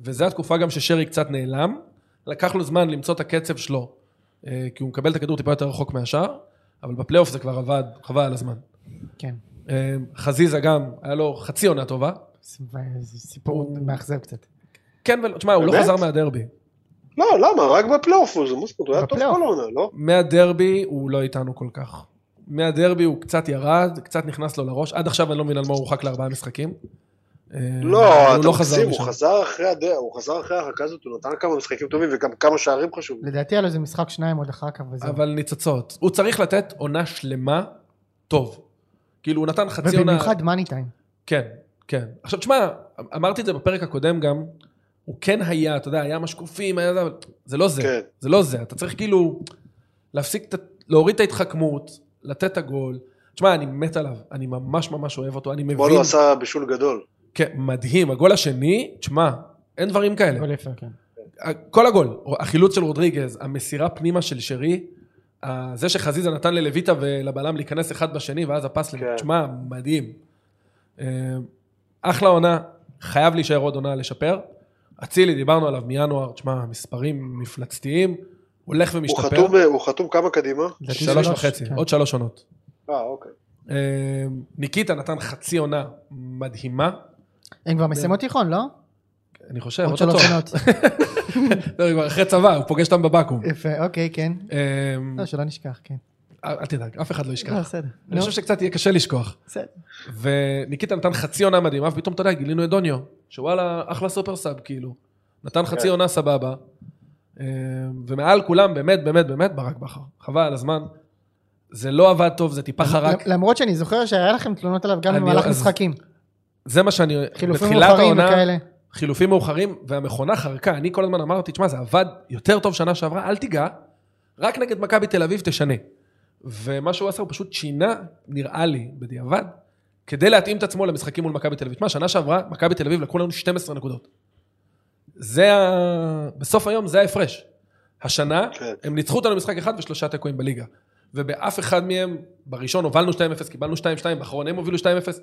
S1: וזו התקופה גם ששרי קצת נעלם, לקח לו זמן למצוא את הקצב שלו, אה, כי הוא מקבל את הכדור טיפה יותר רחוק מהשאר, אבל בפלייאוף זה כבר עבד, חבל על הזמן.
S2: כן.
S1: אה, חזיזה גם, היה לו חצי עונה טובה.
S2: זה סיפור מאכזב קצת.
S1: כן ולא, תשמע, הוא לא
S3: באמת?
S1: חזר מהדרבי.
S3: לא, למה? רק בפלייאוף הוא זה מוסקוט, הוא היה טוב
S2: בפלייאוף.
S3: כל העונה, לא?
S1: מהדרבי הוא לא איתנו כל כך. מהדרבי הוא קצת ירד, קצת נכנס לו לראש, עד עכשיו אני לא מבין על מה הוא הורחק לארבעה משחקים. אה,
S3: לא,
S1: הוא
S3: אתה מגזים,
S1: משם.
S3: הוא חזר אחרי הד- הוא חזר אחרי ההרחקה הזאת, הוא נתן כמה משחקים טובים וגם כמה שערים חשובים.
S2: לדעתי היה לו איזה משחק שניים עוד אחר כך וזהו.
S1: אבל ניצוצות. הוא צריך לתת עונה שלמה טוב. כאילו, הוא נתן חצי עונה...
S2: ובמיוחד מאני טיים.
S1: כן, כן. עכשיו תשמע, אמרתי את זה בפרק הקודם גם, הוא כן היה, אתה יודע, היה משקופים, היה זה, אבל זה לא זה.
S3: כן.
S1: זה לא זה. אתה צריך כאילו להפסיק, את ה- להוריד את ההתחכמות, לתת את הגול. תשמע, אני מת עליו, אני ממש ממש אוהב אותו, אני מבין.
S3: אתמול הוא לא עשה בישול גדול.
S1: כן, מדהים. הגול השני, תשמע, אין דברים כאלה.
S2: גול יפה, כן.
S1: כל הגול, החילוץ של רודריגז, המסירה פנימה של שרי, ה- זה שחזיזה נתן ללויטה ולבלם להיכנס אחד בשני, ואז הפס,
S3: כן.
S1: כן. תשמע, מדהים. אה, אחלה עונה, חייב להישאר עוד עונה לשפר. אצילי, דיברנו עליו מינואר, תשמע, מספרים מפלצתיים, הולך
S3: הוא
S1: ומשתפר.
S3: חתום, אה, הוא חתום כמה קדימה?
S2: לדעתי
S1: שלוש
S2: שלוש,
S1: וחצי,
S2: כן.
S1: עוד שלוש עונות.
S3: אה, אוקיי.
S1: אה, ניקיטה נתן חצי עונה מדהימה,
S2: הם כבר מסיימות
S1: כן.
S2: תיכון, לא?
S1: אני חושב,
S2: עוד שלוש
S1: אוטוטו.
S2: שנות.
S1: לא, כבר אחרי צבא, הוא פוגש אותם בבקו"ם.
S2: יפה, אוקיי, כן.
S1: אה,
S2: לא, שלא נשכח, כן.
S1: אל תדאג, אף אחד לא ישכח.
S2: לא, בסדר.
S1: אני
S2: נו,
S1: חושב שקצת יהיה קשה לשכוח.
S2: בסדר.
S1: וניקיטה נתן חצי עונה מדהימה, ופתאום, אתה יודע, גילינו את דוניו, שוואלה, אחלה סופר סאב, כאילו. נתן חצי
S3: כן.
S1: עונה סבבה. אה, ומעל כולם, באמת, באמת, באמת, ברק בכר. חבל על הזמן. זה לא עבד טוב, זה טיפה חרק.
S2: למ- למרות שאני זוכר שהיה לכם תלונות עליו גם
S1: אני-
S2: במהלך
S1: אז-
S2: משחקים.
S1: זה מה שאני...
S2: חילופים
S1: בתחילת
S2: מאוחרים
S1: העונה,
S2: וכאלה.
S1: חילופים מאוחרים, והמכונה חרקה. אני כל הזמן אמרתי, תשמע, זה עבד יותר טוב שנה שעברה, אל תיגע, רק נגד מכבי תל אביב תשנה. ומה שהוא עשה, הוא פשוט שינה, נראה לי, בדיעבד, כדי להתאים את עצמו למשחקים מול מכבי תל אביב. תשמע, שנה שעברה, מכבי תל אביב לקחו לנו 12 נקודות. זה ה... בסוף היום זה ההפרש. השנה,
S3: כן.
S1: הם ניצחו אותנו משחק אחד ושלושה תיקואים בליגה. ובאף אחד מהם, בראשון הובלנו 2-0, קיבלנו 2-2, באחרון הם הובילו 2-0.
S2: אז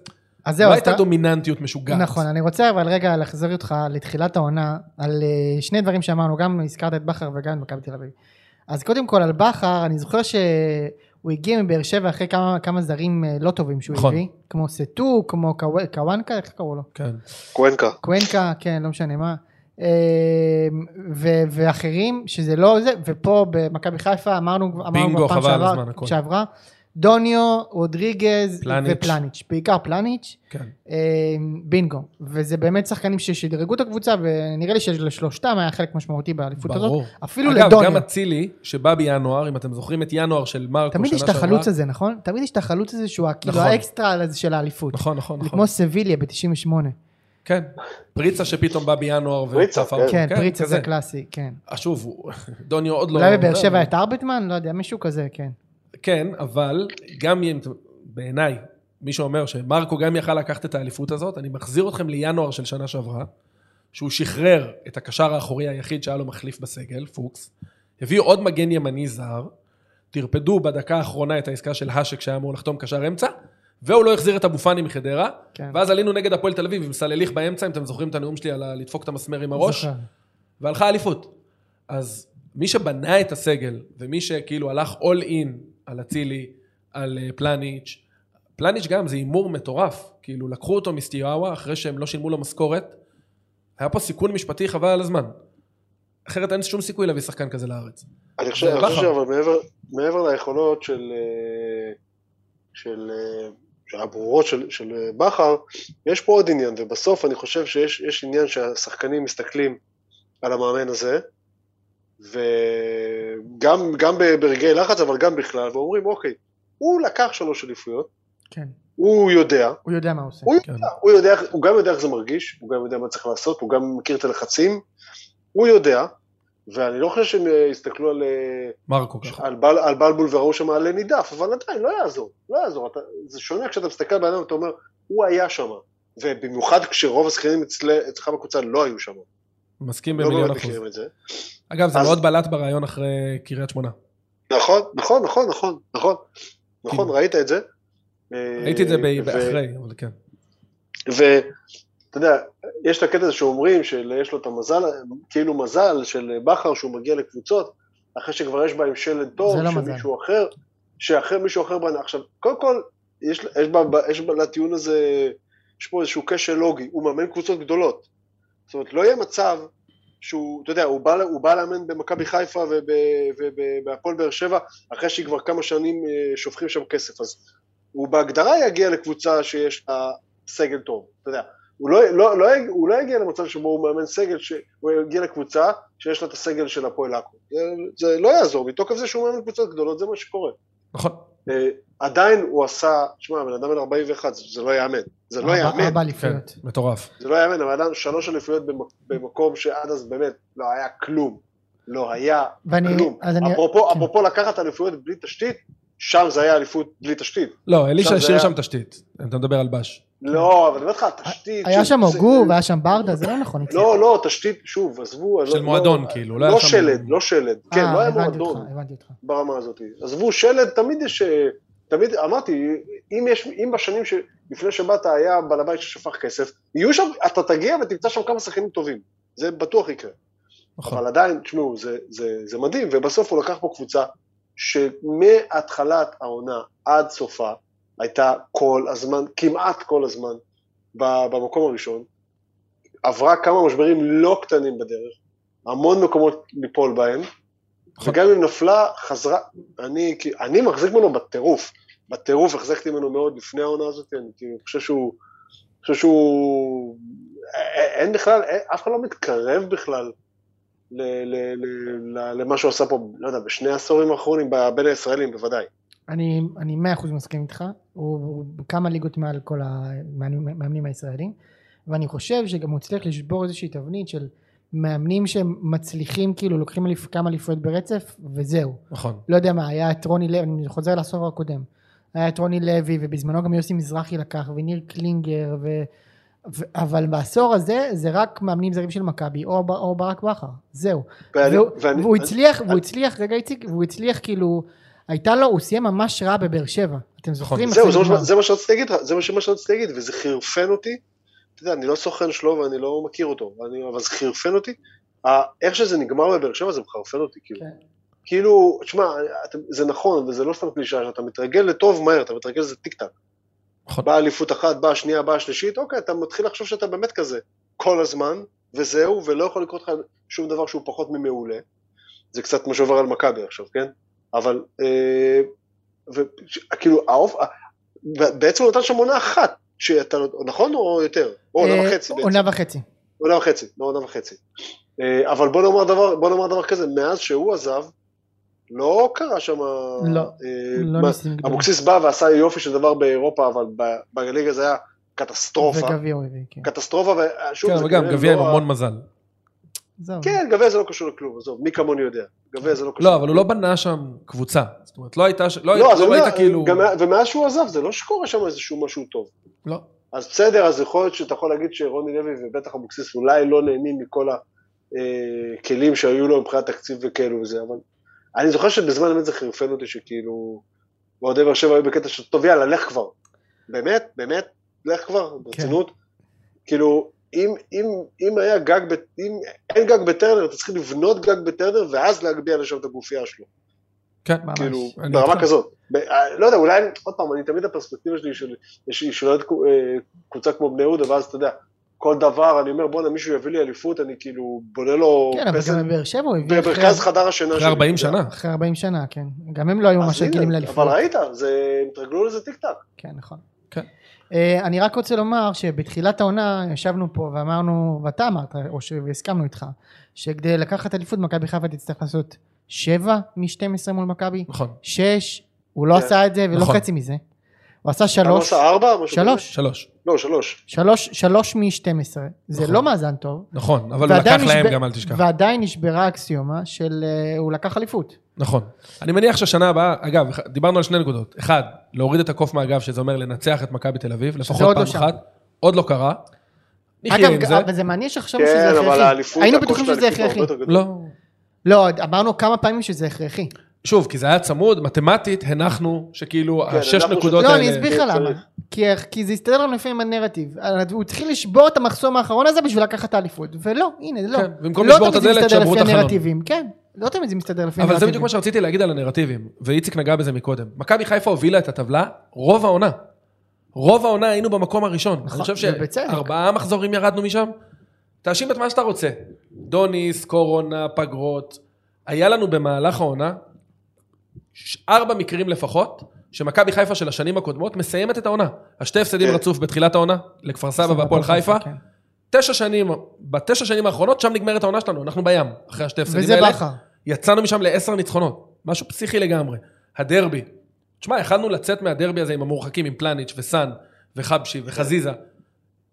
S1: לא
S2: זהו, אז
S1: הייתה
S2: אתה...
S1: דומיננטיות משוגעת.
S2: נכון, אני רוצה אבל רגע לחזור איתך לתחילת העונה, על אה, שני דברים שאמרנו, גם הזכרת את בכר וגם את מכבי תל אביב. אז קודם כל על בכר, אני זוכר שהוא הגיע מבאר שבע אחרי כמה, כמה זרים אה, לא טובים שהוא
S1: נכון.
S2: הביא, כמו סטו, כמו קוו- קוואנקה, איך קראו לו?
S1: כן.
S3: קוונקה.
S2: קוונקה, כן, לא משנה מה. אה, ו- ואחרים, שזה לא זה, ופה במכבי חיפה אמרנו, אמרנו
S1: בינגו,
S2: כבר פעם
S1: חבל על
S2: שעברה,
S1: הזמן, הכל.
S2: שעברה, דוניו, רודריגז
S1: פלניץ'.
S2: ופלניץ', בעיקר פלניץ'.
S1: כן.
S2: אה, בינגו, וזה באמת שחקנים ששדרגו את הקבוצה, ונראה לי שלשלושתם היה חלק משמעותי באליפות הזאת.
S1: ברור.
S2: אפילו
S1: אגב,
S2: לדוניו.
S1: גם אצילי, שבא בינואר, אם אתם זוכרים את ינואר של מרקו,
S2: תמיד יש
S1: שנה
S2: את החלוץ
S1: שעברה-
S2: הזה, נכון? תמיד יש את החלוץ הזה שהוא כאילו
S1: נכון.
S2: האקסטרה הזה של האליפות.
S1: נכון, נכון,
S2: זה
S1: נכון.
S2: כמו סביליה ב-98.
S1: כן. פריצה שפתאום בא בינואר. ו-
S3: פריצה,
S1: צפה-
S3: כן.
S2: כן, פריצה
S1: כזה.
S2: זה קלאסי, כן.
S1: אה, שוב, הוא- דוניו עוד לא...
S2: אולי בבאר שבע את ארבטמן? לא יודע, מישהו כזה, כן.
S1: כן, אבל גם אם, בעיניי, מי שאומר שמרקו גם יכל לקחת את האליפות הזאת, אני מחזיר אתכם לינואר של שנה שעברה, שהוא שחרר את הקשר האחורי היחיד שהיה לו מחליף בסגל, פוקס, הביא עוד מגן ימני זר, טרפדו בדקה האחרונה את העסקה של האשק שהיה אמור לחתום קשר אמצע, והוא לא החזיר את אבו פאני מחדרה,
S2: כן.
S1: ואז עלינו נגד הפועל תל אביב עם סלליך באמצע, אם אתם זוכרים את הנאום שלי על ה- לדפוק את המסמר עם הראש,
S2: זוכר.
S1: והלכה אליפות. אז מי שבנה את הסגל, ומי שכאילו הלך אול אין על אצילי, על אה, פלניץ', פלניץ' גם זה הימור מטורף, כאילו לקחו אותו מסטיואבה אחרי שהם לא שילמו לו משכורת, היה פה סיכון משפטי חבל על הזמן. אחרת אין שום סיכוי להביא שחקן כזה לארץ.
S3: אני חושב
S1: זה
S3: אני חושב
S1: בכר.
S3: אבל מעבר- מעבר ליכולות של... אה, של... אה, הברורות של, של אה, בכר, יש פה עוד עניין, ובסוף אני חושב שיש יש עניין שהשחקנים מסתכלים על המאמן הזה, וגם גם ב- ברגעי לחץ, אבל גם בכלל, ואומרים, אוקיי, הוא לקח שלוש אליפויות,
S2: כן.
S3: הוא יודע,
S2: הוא יודע מה הוא עושה.
S3: הוא
S1: כן.
S3: הוא, יודע, הוא גם יודע איך זה מרגיש, הוא גם יודע מה צריך לעשות, הוא גם מכיר את הלחצים, הוא יודע, ואני לא חושב שהם אה, יסתכלו על, אה,
S1: מרקו ככה.
S3: על, בל, על בלבול וראו שם עלה נידף, אבל עדיין לא יעזור, לא יעזור. אתה, זה שונה כשאתה מסתכל על בן אדם ואתה אומר, הוא היה שם, ובמיוחד כשרוב השכירים אצל- אצלך בקבוצה לא היו שם,
S1: מסכים
S3: לא
S1: במיליון
S3: באמת
S1: אחוז.
S3: מכירים את זה.
S1: אגב, זה
S3: אז-
S1: מאוד בלט בריאיון אחרי קריית שמונה.
S3: נכון, נכון, נכון, נכון, נכון, נכון, ראית את זה? אה,
S1: כן. ראיתי את זה ב-
S3: ו-
S1: אחרי, אבל כן.
S3: ואתה יודע, יש את הקטע הזה שאומרים שיש לו את המזל, כאילו מזל של בכר שהוא מגיע לקבוצות, אחרי שכבר יש בהם שלד טוב,
S2: זה לא מזל.
S3: שמישהו אחר, שאחר מישהו אחר בנה. עכשיו, קודם כל, יש, יש, בה- יש בה- לטיעון הזה, יש פה איזשהו כשל לוגי, הוא מאמן קבוצות גדולות. זאת אומרת, לא יהיה מצב שהוא, אתה יודע, הוא בא, הוא בא לאמן במכבי חיפה ובהפועל באר שבע, אחרי שהיא כבר כמה שנים אה, שופכים שם כסף, אז הוא בהגדרה יגיע לקבוצה שיש לה סגל טוב, אתה יודע. הוא לא, לא, לא, יג- הוא לא יגיע למצב שבו הוא מאמן סגל, ש... הוא יגיע לקבוצה שיש לה את הסגל של הפועל עכו. זה, זה לא יעזור, מתוקף זה שהוא מאמן קבוצות גדולות, זה מה שקורה.
S1: נכון.
S3: אה, עדיין הוא עשה, שמע, הבן אדם בן 41, זה זה לא יאמן. זה לא
S2: ארבע-
S3: יאמן,
S2: ארבע
S1: כן,
S2: אליפויות.
S1: מטורף.
S3: זה לא יאמן, הבן אדם שלוש אליפויות במק- במקום שעד אז באמת לא היה כלום. לא היה
S2: ואני,
S3: כלום.
S2: אז אני,
S3: אפרופו-
S2: כן.
S3: אפרופו לקחת אליפויות בלי תשתית, שם זה היה אליפות בלי תשתית.
S1: לא, אלישע
S3: עכשיו זה
S1: השאיר
S3: היה-
S1: שם תשתית. אתה מדבר על בש.
S3: לא, אבל אני אומר לך, התשתית...
S2: כן. היה
S3: של-
S2: שם
S3: זה-
S2: הוגו והיה שם ברדה, זה לא נכון. איציק.
S3: לא, לא, תשתית, שוב, עזבו. אני
S1: של
S3: לא-
S1: מועדון,
S3: לא-
S1: כאילו, לא היה
S3: לא
S1: שם-
S3: שלד, לא שלד. כן,
S2: אה,
S3: לא היה
S2: הבנתי
S3: מועדון.
S2: אותך, הבנתי אותך.
S3: ברמה הזאת. עזבו, שלד תמיד יש... אה, תמיד, אמרתי, אם יש, אם בשנים שלפני שבאת היה בעל הבית ששפך כסף, יהיו שם, אתה תגיע ותמצא שם כמה שחקנים טובים. זה בטוח יקרה.
S1: נכון.
S3: אבל עדיין, תשמעו, זה, זה, זה מדהים, ובסוף הוא לקח פה קבוצה שמהתחלת העונה עד סופה, הייתה כל הזמן, כמעט כל הזמן, ב- במקום הראשון, עברה כמה משברים לא קטנים בדרך, המון מקומות ליפול בהם,
S1: נכון.
S3: וגם אם נפלה, חזרה, אני, כי- אני מחזיק ממנו בטירוף, בטירוף החזקתי ממנו מאוד לפני העונה הזאת, אני כאילו חושב שהוא, חושב שהוא, א- א- אין בכלל, אין- אף אחד לא מתקרב בכלל ל- ל- ל- ל- למה שהוא עשה פה, לא יודע, בשני העשורים האחרונים, ב- בין הישראלים בוודאי.
S2: אני אני מאה אחוז מסכים איתך, הוא הוא כמה ליגות מעל כל המאמנים הישראלים, ואני חושב שגם הוא הצליח לשבור איזושהי תבנית של מאמנים שהם מצליחים כאילו לוקחים אליפ- כמה אליפויות ברצף וזהו,
S1: נכון.
S2: לא יודע מה, היה את רוני לוי, אני חוזר לעשור הקודם, היה את רוני לוי ובזמנו גם יוסי מזרחי לקח וניר קלינגר ו... ו... אבל בעשור הזה זה רק מאמנים זרים של מכבי או, ב- או ברק בכר, זהו.
S3: ואני-
S2: והוא,
S3: ואני-
S2: והוא
S3: אני-
S2: הצליח, והוא הצליח, רגע איציק, והוא הצליח כאילו, הייתה לו, הוא סיים ממש רע בבאר שבע, אתם זוכרים?
S3: זהו, זה
S2: הסגנון?
S3: מה ש- זה מה שרציתי להגיד לך, זה מה ש- מה שרציתי להגיד, וזה חירפן אותי, אתה יודע, אני לא סוכן שלו ואני לא מכיר אותו, אני- אבל זה חירפן אותי, ה- איך שזה נגמר בבאר שבע זה מחרפן אותי, כאילו.
S2: כן.
S3: כאילו, תשמע, אתה- זה נכון, וזה לא סתם קלישאה, שאתה מתרגל לטוב מהר, אתה מתרגל לזה טיק טק.
S1: נכון.
S3: באה אליפות אחת, באה שנייה, באה שלישית, אוקיי, אתה מתחיל לחשוב שאתה באמת כזה, כל הזמן, וזהו, ולא יכול לקרות לך שום דבר שהוא פחות ממעולה. זה קצת מה שעובר על מכבי עכשיו, כן? אבל, אה, וכאילו, האופ... בעצם הוא נתן שם עונה אחת, שאתה, נכון או יותר? או עונה
S2: אה,
S3: וחצי בעצם.
S2: עונה וחצי.
S3: עונה וחצי, לא עונה וחצי. אה, אבל בוא נאמר דבר, בוא נאמר דבר כזה, מאז שהוא עזב, לא קרה שם...
S2: לא,
S3: אה,
S2: לא
S3: מה-
S2: ניסים גדולים.
S3: אבוקסיס בא ועשה יופי של דבר באירופה, אבל ב- בליגה זה היה קטסטרופה.
S2: וגביע הוא הביא, כן.
S3: קטסטרופה, ושוב,
S1: כן,
S3: זה
S1: אבל גם
S3: כנראה
S1: גביע עם
S3: לא ה-
S1: המון מזל.
S2: זהו.
S3: כן, גביע זה לא קשור לכלום, עזוב, מי כמוני יודע. גביע זה לא קשור.
S1: לא, אבל הוא לא בנה שם קבוצה. זאת אומרת, לא הייתה ש- לא
S3: לא, אז
S1: היית-
S3: אני
S1: לא
S3: אומר,
S1: היית כאילו...
S3: גם- ומאז שהוא עזב, זה לא שקורה שם איזשהו משהו טוב.
S1: לא.
S3: אז בסדר, אז יכול להיות שאתה יכול להגיד שרוני לוי ובטח אבוקסיס אולי לא נהנים מכל הכלים שהיו לו מבחינת תקציב וכאלו וזה, אבל אני זוכר שבזמן אמת זה חרפן אותי שכאילו, אוהדי באר שבע היו בקטע של טוב יאללה, לך כבר. באמת, באמת, לך כבר, ברצינות. כאילו, אם, אם, אם היה גג, ב- אם אין גג בטרנר, אתה צריך לבנות גג בטרנר ואז להגביה לשם את הגופייה שלו.
S1: כן.
S2: ממש.
S3: כאילו,
S1: אני
S3: ברמה
S1: איתך.
S3: כזאת. ב- אה, לא יודע, אולי, עוד פעם, אני תמיד הפרספקטיבה שלי של- יש לי שולחת אה, קבוצה כמו בני יהודה, ואז אתה יודע, כל דבר, אני אומר, בואנה, מישהו יביא לי אליפות, אני כאילו בונה לו
S2: כן, אבל
S3: פסל
S2: גם בבאר שבע הוא הביא
S3: במרכז
S2: אחרי-
S3: חדר השינה
S1: אחרי 40 שנה.
S2: אחרי 40 שנה, כן. גם הם לא היו ממש
S3: אז הנה,
S2: רגילים לאליפות.
S3: אבל ראית, זה- הם התרגלו לזה טיק טק.
S2: כן, נכון.
S1: כן.
S2: אה, אני רק רוצה לומר שבתחילת העונה ישבנו פה ואמרנו, ואתה אמרת, או שהסכמנו איתך, שכדי לקחת אליפות מכבי חיפה תצטרך לעשות 7 מ-12 מול מכבי,
S1: נכון.
S2: 6, הוא לא
S3: כן.
S2: עשה את זה ולא
S1: נכון.
S2: חצי מזה. הוא עשה
S3: כמה
S2: 3,
S3: עשה, לא ארבע? משהו
S2: שלוש.
S1: שלוש.
S3: כזה? לא, שלוש.
S2: 3, 3 מ-12, זה
S1: נכון.
S2: לא מאזן טוב,
S1: נכון, אבל הוא
S2: ועדיין
S1: לקח להם
S2: נשב-
S1: גם, אל תשכח.
S2: ועדיין נשברה האקסיומה של אה, הוא לקח אליפות.
S1: נכון. אני מניח שהשנה הבאה, אגב, אח- דיברנו על שני נקודות. אחד, להוריד את הקוף מהגב, שזה אומר לנצח את מכבי תל אביב,
S2: עוד
S1: לפחות
S2: לא
S1: פעם
S2: שם.
S1: אחת. עוד לא קרה. נחיה עם
S2: אגב,
S1: זה.
S2: אבל זה מעניין שחשבנו שזה
S3: כן, אבל
S2: הכרחי.
S3: האליפות,
S2: היינו
S3: הקושי
S2: בטוחים
S3: של
S2: שזה
S3: האליפות הוא
S2: הכרחי.
S3: הרבה יותר גדול.
S1: לא.
S2: לא, אמרנו כמה פעמים שזה הכרחי.
S1: שוב, כי זה היה צמוד, מתמטית, הנחנו שכאילו
S3: כן,
S1: השש
S3: הנחנו
S1: נקודות
S2: לא,
S1: האלה... אוקיי.
S2: אני אסביר לך
S3: צריך.
S2: למה. כי, כי זה הסתדר לנו לפעמים עם הנרטיב. הוא התחיל לשבור את המחסום האחרון הזה בשביל לקחת את האליפות. ולא, הנה, לא.
S1: כן, במקום
S2: לא
S1: לשבור את
S2: תמיד זה
S1: הדלת,
S2: מסתדר
S1: שברו
S2: לפי
S1: את החלון.
S2: הנרטיבים. כן, לא תמיד זה מסתדר לפי
S1: אבל זה
S2: הנרטיבים.
S1: בדיוק מה שרציתי להגיד על הנרטיבים, ואיציק נגע בזה מקודם. מכבי חיפה הובילה את הטבלה רוב העונה. רוב העונה היינו במקום הראשון.
S2: נכון,
S1: אני חושב
S2: ובצדק.
S1: שארבעה מחזורים ירדנו משם. אתה תאשים את מה שאתה רוצה. דוניס, קורונה, פגרות. היה לנו במהלך העונה ש- ארבע מקרים לפחות, שמכבי חיפה של השנים הקודמות מסיימת את העונה. השתי הפסדים
S3: כן.
S1: רצוף בתחילת העונה, לכפר סבא והפועל חיפה.
S2: כן.
S1: תשע שנים, בתשע שנים האחרונות, שם נגמרת העונה שלנו, אנחנו בים, אחרי השתי הפסדים
S2: וזה
S1: האלה.
S2: בכר.
S1: יצאנו משם לעשר ניצחונות, משהו פסיכי לגמרי. הדרבי. תשמע, יכלנו לצאת מהדרבי הזה עם המורחקים, עם פלניץ' וסאן וחבשי וחזיזה.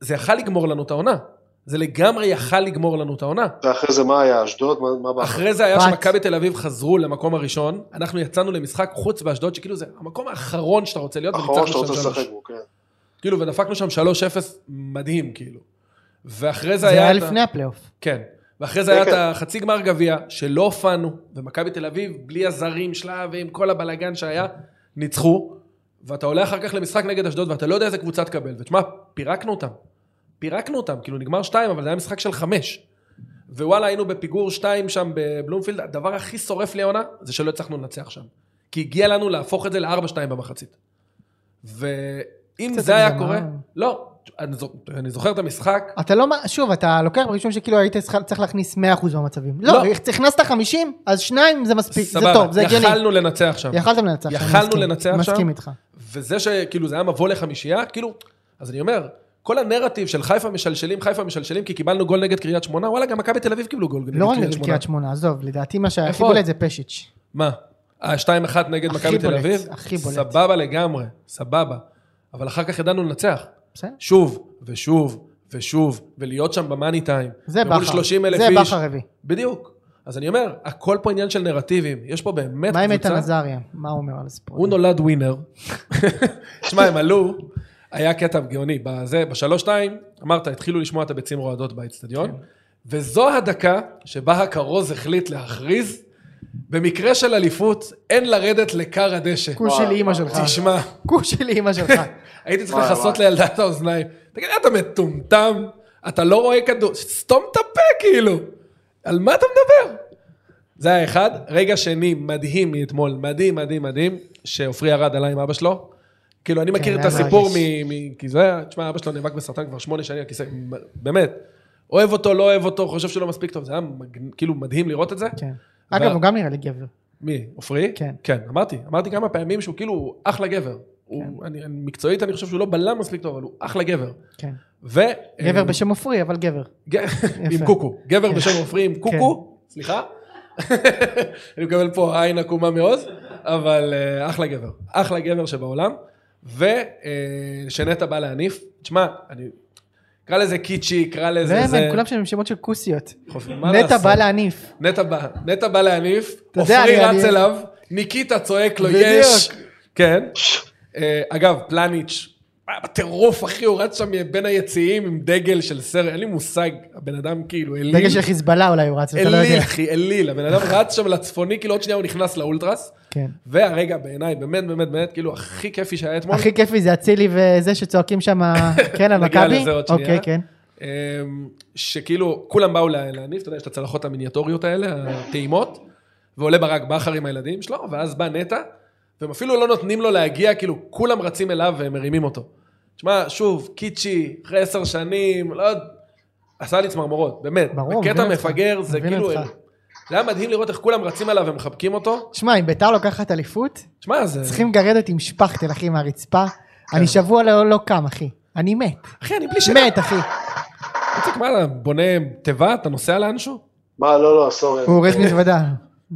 S1: זה יכל לגמור לנו את העונה. זה לגמרי יכל לגמור לנו את העונה.
S3: ואחרי זה מה היה, אשדוד? מה- מה בא?
S1: אחרי זה היה
S2: בת.
S1: שמכבי תל אביב חזרו למקום הראשון, אנחנו יצאנו למשחק חוץ באשדוד, שכאילו זה המקום האחרון שאתה רוצה להיות,
S3: האחרון שאתה
S1: וניצחנו
S3: רוצה
S1: שם שלוש.
S3: לשחק בו, כן.
S1: כאילו, ודפקנו שם 3-0 מדהים, כאילו. ואחרי
S2: זה היה
S1: את ה-
S2: לפני הפלייאוף.
S1: כן. ואחרי זה
S3: כן,
S1: היה את
S3: כן.
S1: החצי גמר גביע, שלא הופענו, ומכבי תל אביב, בלי הזרים שלה ועם כל הבלגן שהיה, ניצחו, ואתה עולה אחר כך למשחק נגד אשדוד, ואתה לא יודע איזה קבוצה תקבל. ותשמע, פירקנו אותם. פירקנו אותם, כאילו נגמר שתיים, אבל זה היה משחק של חמש. ווואלה, היינו בפיגור שתיים שם בבלומפילד, הדבר הכי שורף לי העונה, זה שלא הצלחנו לנצח שם. כי הגיע לנו להפוך את זה לארבע-שתיים במחצית. ואם
S2: קצת
S1: זה היה
S2: הגזמה.
S1: קורה... לא, אני זוכ- אני זוכר את המשחק,
S2: אתה לא, מ- שוב, אתה לוקח בראשון שכאילו היית צריך- צריך להכניס 100% מהמצבים. לא,
S1: לא.
S2: הכנסת 50, אז שניים זה מספיק, זה
S1: סבבה,
S2: טוב, זה הגיוני.
S1: יכלנו לנצח שם.
S2: יכלתם לנצח שם,
S1: יכלנו
S2: מסכים.
S1: לנצח שם.
S2: מסכים איתך.
S1: וזה שכאילו זה היה מבוא לחמישייה, כאילו, אז אני אומר, כל הנרטיב של חיפה משלשלים, חיפה משלשלים, כי קיבלנו גול נגד קריית שמונה, וואלה, גם מכבי תל אביב קיבלו גול נגד
S2: לא רק
S1: קריית
S2: נגד
S1: שמונה.
S2: קריית שמונה, עזוב, לדעתי מה שהיה הכי
S1: איפה?
S2: בולט זה פשיץ'.
S1: מה? ה-2-1 נגד
S2: הכי
S1: מכבי תל
S2: בולט,
S1: אביב?
S2: הכי בולט.
S1: סבבה לגמרי, סבבה. אבל אחר כך ידענו לנצח.
S2: בסדר?
S1: שוב, ושוב, ושוב, ולהיות שם במאני טיים.
S2: זה
S1: ומול
S2: בכר,
S1: 30 אלף
S2: זה
S1: איש.
S2: בכר הביא.
S1: בדיוק. אז אני אומר, הכל פה עניין של נרטיבים. יש פה באמת קבוצה...
S2: מה עם איתן עזריה? מה הוא אומר על הסיפור?
S1: הוא
S2: הזה?
S1: נולד ווינר. שמע, הם עלו, היה קטע גאוני. בזה, בשלוש-שתיים, אמרת, התחילו לשמוע את הביצים רועדות באצטדיון, וזו הדקה שבה הכרוז החליט להכריז, במקרה של אליפות, אין לרדת לכר הדשא.
S2: כוש של
S3: וואי,
S2: אימא
S3: וואי.
S2: שלך.
S1: תשמע,
S2: כוש של אימא שלך.
S1: הייתי צריך
S3: וואי,
S1: לכסות
S3: וואי.
S1: לילדה את האוזניים. תגיד, אתה מטומטם, אתה לא רואה כדור, סתום את הפה כאילו. על מה אתה מדבר? זה היה אחד. רגע שני, מדהים מאתמול, מדהים, מדהים, מדהים, שעופרי ירד עלה עם אבא שלו. כאילו, אני מכיר
S2: זה
S1: את
S2: היה
S1: הסיפור
S2: מרגש.
S1: מ... מ- כי זה היה, תשמע, אבא שלו נאבק בסרטן כבר שמונה שנים על כיסא, באמת. אוהב אותו, לא אוהב אותו, חושב שהוא לא מספיק טוב, זה היה מג- כאילו מדהים לראות את זה.
S2: כן. אגב, הוא גם נראה לי גבר.
S1: מי, עופרי?
S2: כן.
S1: כן, אמרתי, אמרתי כמה פעמים שהוא כאילו אחלה גבר. הוא, אני, אני, מקצועית אני חושב שהוא לא בלם מספיק טוב, אבל הוא אחלה גבר.
S2: כן.
S1: ו...
S2: גבר
S1: אה,
S2: בשם עופרי, אבל גבר.
S1: ג... עם קוקו. גבר
S2: כן.
S1: בשם עופרי עם קוקו, סליחה. אני מקבל פה עין עקומה מעוז, אבל אה, אחלה גבר. אחלה גבר שבעולם. ושנטע בא להניף. תשמע, אני... קרא לזה קיצ'י, קרא לזה
S2: זה,
S1: זה...
S2: הם כולם שם עם שמות של כוסיות.
S1: חופ- מה
S2: נטע
S1: לעשות?
S2: בא להניף.
S1: נטע בא, נטע בא להניף,
S2: אתה יודע,
S1: עופרי
S2: אני-
S1: רץ
S2: אני-
S1: אליו, ניקיטה צועק לו
S2: בדיוק.
S1: יש. כן. אה, אגב, פלניץ', היה בטירוף, אחי, הוא רץ שם בין היציעים עם דגל של סרט, אין לי מושג, הבן אדם כאילו אליל.
S2: דגל של חיזבאללה אולי הוא רץ, אתה לא
S1: אליל,
S2: יודע.
S1: אחי, אליל. הבן אדם רץ שם לצפוני, כאילו עוד שנייה הוא נכנס לאולטרס.
S2: כן.
S1: והרגע בעיניי, באמת, באמת, באמת, כאילו, הכי כיפי שהיה אתמול.
S2: הכי כיפי זה אצילי וזה שצועקים שם, כן, על
S1: נגיע
S2: מכבי?
S1: לזה עוד שנייה.
S2: אוקיי, כן.
S1: אמ, שכאילו כולם באו לה- להניף, אתה יודע, יש את הצלחות המיניאטוריות האלה, הטעימות, ועולה ברק בכר עם הילדים שלו, ואז בא נטע, והם אפילו לא נותנים לו להגיע, כאילו כולם רצים אליו והם מרימים אותו. תשמע, שוב, קיצ'י, אחרי עשר שנים, לא יודע, עשה לי צמרמורות, באמת.
S2: ברור,
S1: בקטע
S2: מבין אותך,
S1: מפגר, זה
S2: מבין
S1: כאילו...
S2: אותך.
S1: זה היה מדהים לראות איך כולם רצים אליו ומחבקים אותו.
S2: שמע, אם ביתר לוקחת אליפות,
S1: שמע, זה...
S2: צריכים לגרד אותי עם שפכטל, אחי, מהרצפה.
S1: כן.
S2: אני שבוע לא לא קם, אחי. אני מת.
S1: אחי, אני בלי שאלה.
S2: מת, אחי.
S1: איציק, מה, אתה בונה תיבה? אתה נוסע לאנשהו?
S3: מה, לא, לא, סורי.
S2: הוא אורז מזוודה.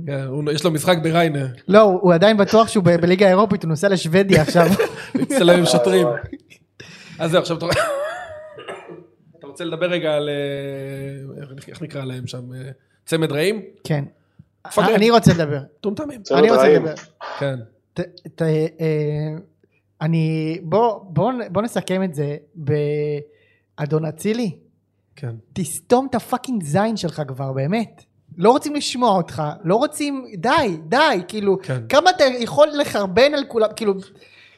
S1: כן, הוא- יש לו משחק בריינה.
S2: לא, הוא הוא עדיין בטוח שהוא ב- בליגה האירופית, הוא נוסע לשוודיה עכשיו.
S1: מצטלם עם שוטרים. אז זהו, עכשיו אתה רואה- אתה רוצה לדבר רגע על... אה, איך- איך נקרא להם שם? אה, צמד רעים?
S2: כן.
S1: פגר.
S2: אני רוצה לדבר.
S1: מטומטמים.
S3: צמד
S2: אני רוצה
S3: רעים.
S2: לדבר.
S1: כן.
S2: ת, ת, אה, אני... בוא, בוא, נ- בוא נסכם את זה באדון אצילי.
S1: כן.
S2: תסתום את הפאקינג זין שלך כבר, באמת. לא רוצים לשמוע אותך, לא רוצים... די, די, כאילו...
S1: כן.
S2: כמה אתה יכול לחרבן על כולם, כאילו...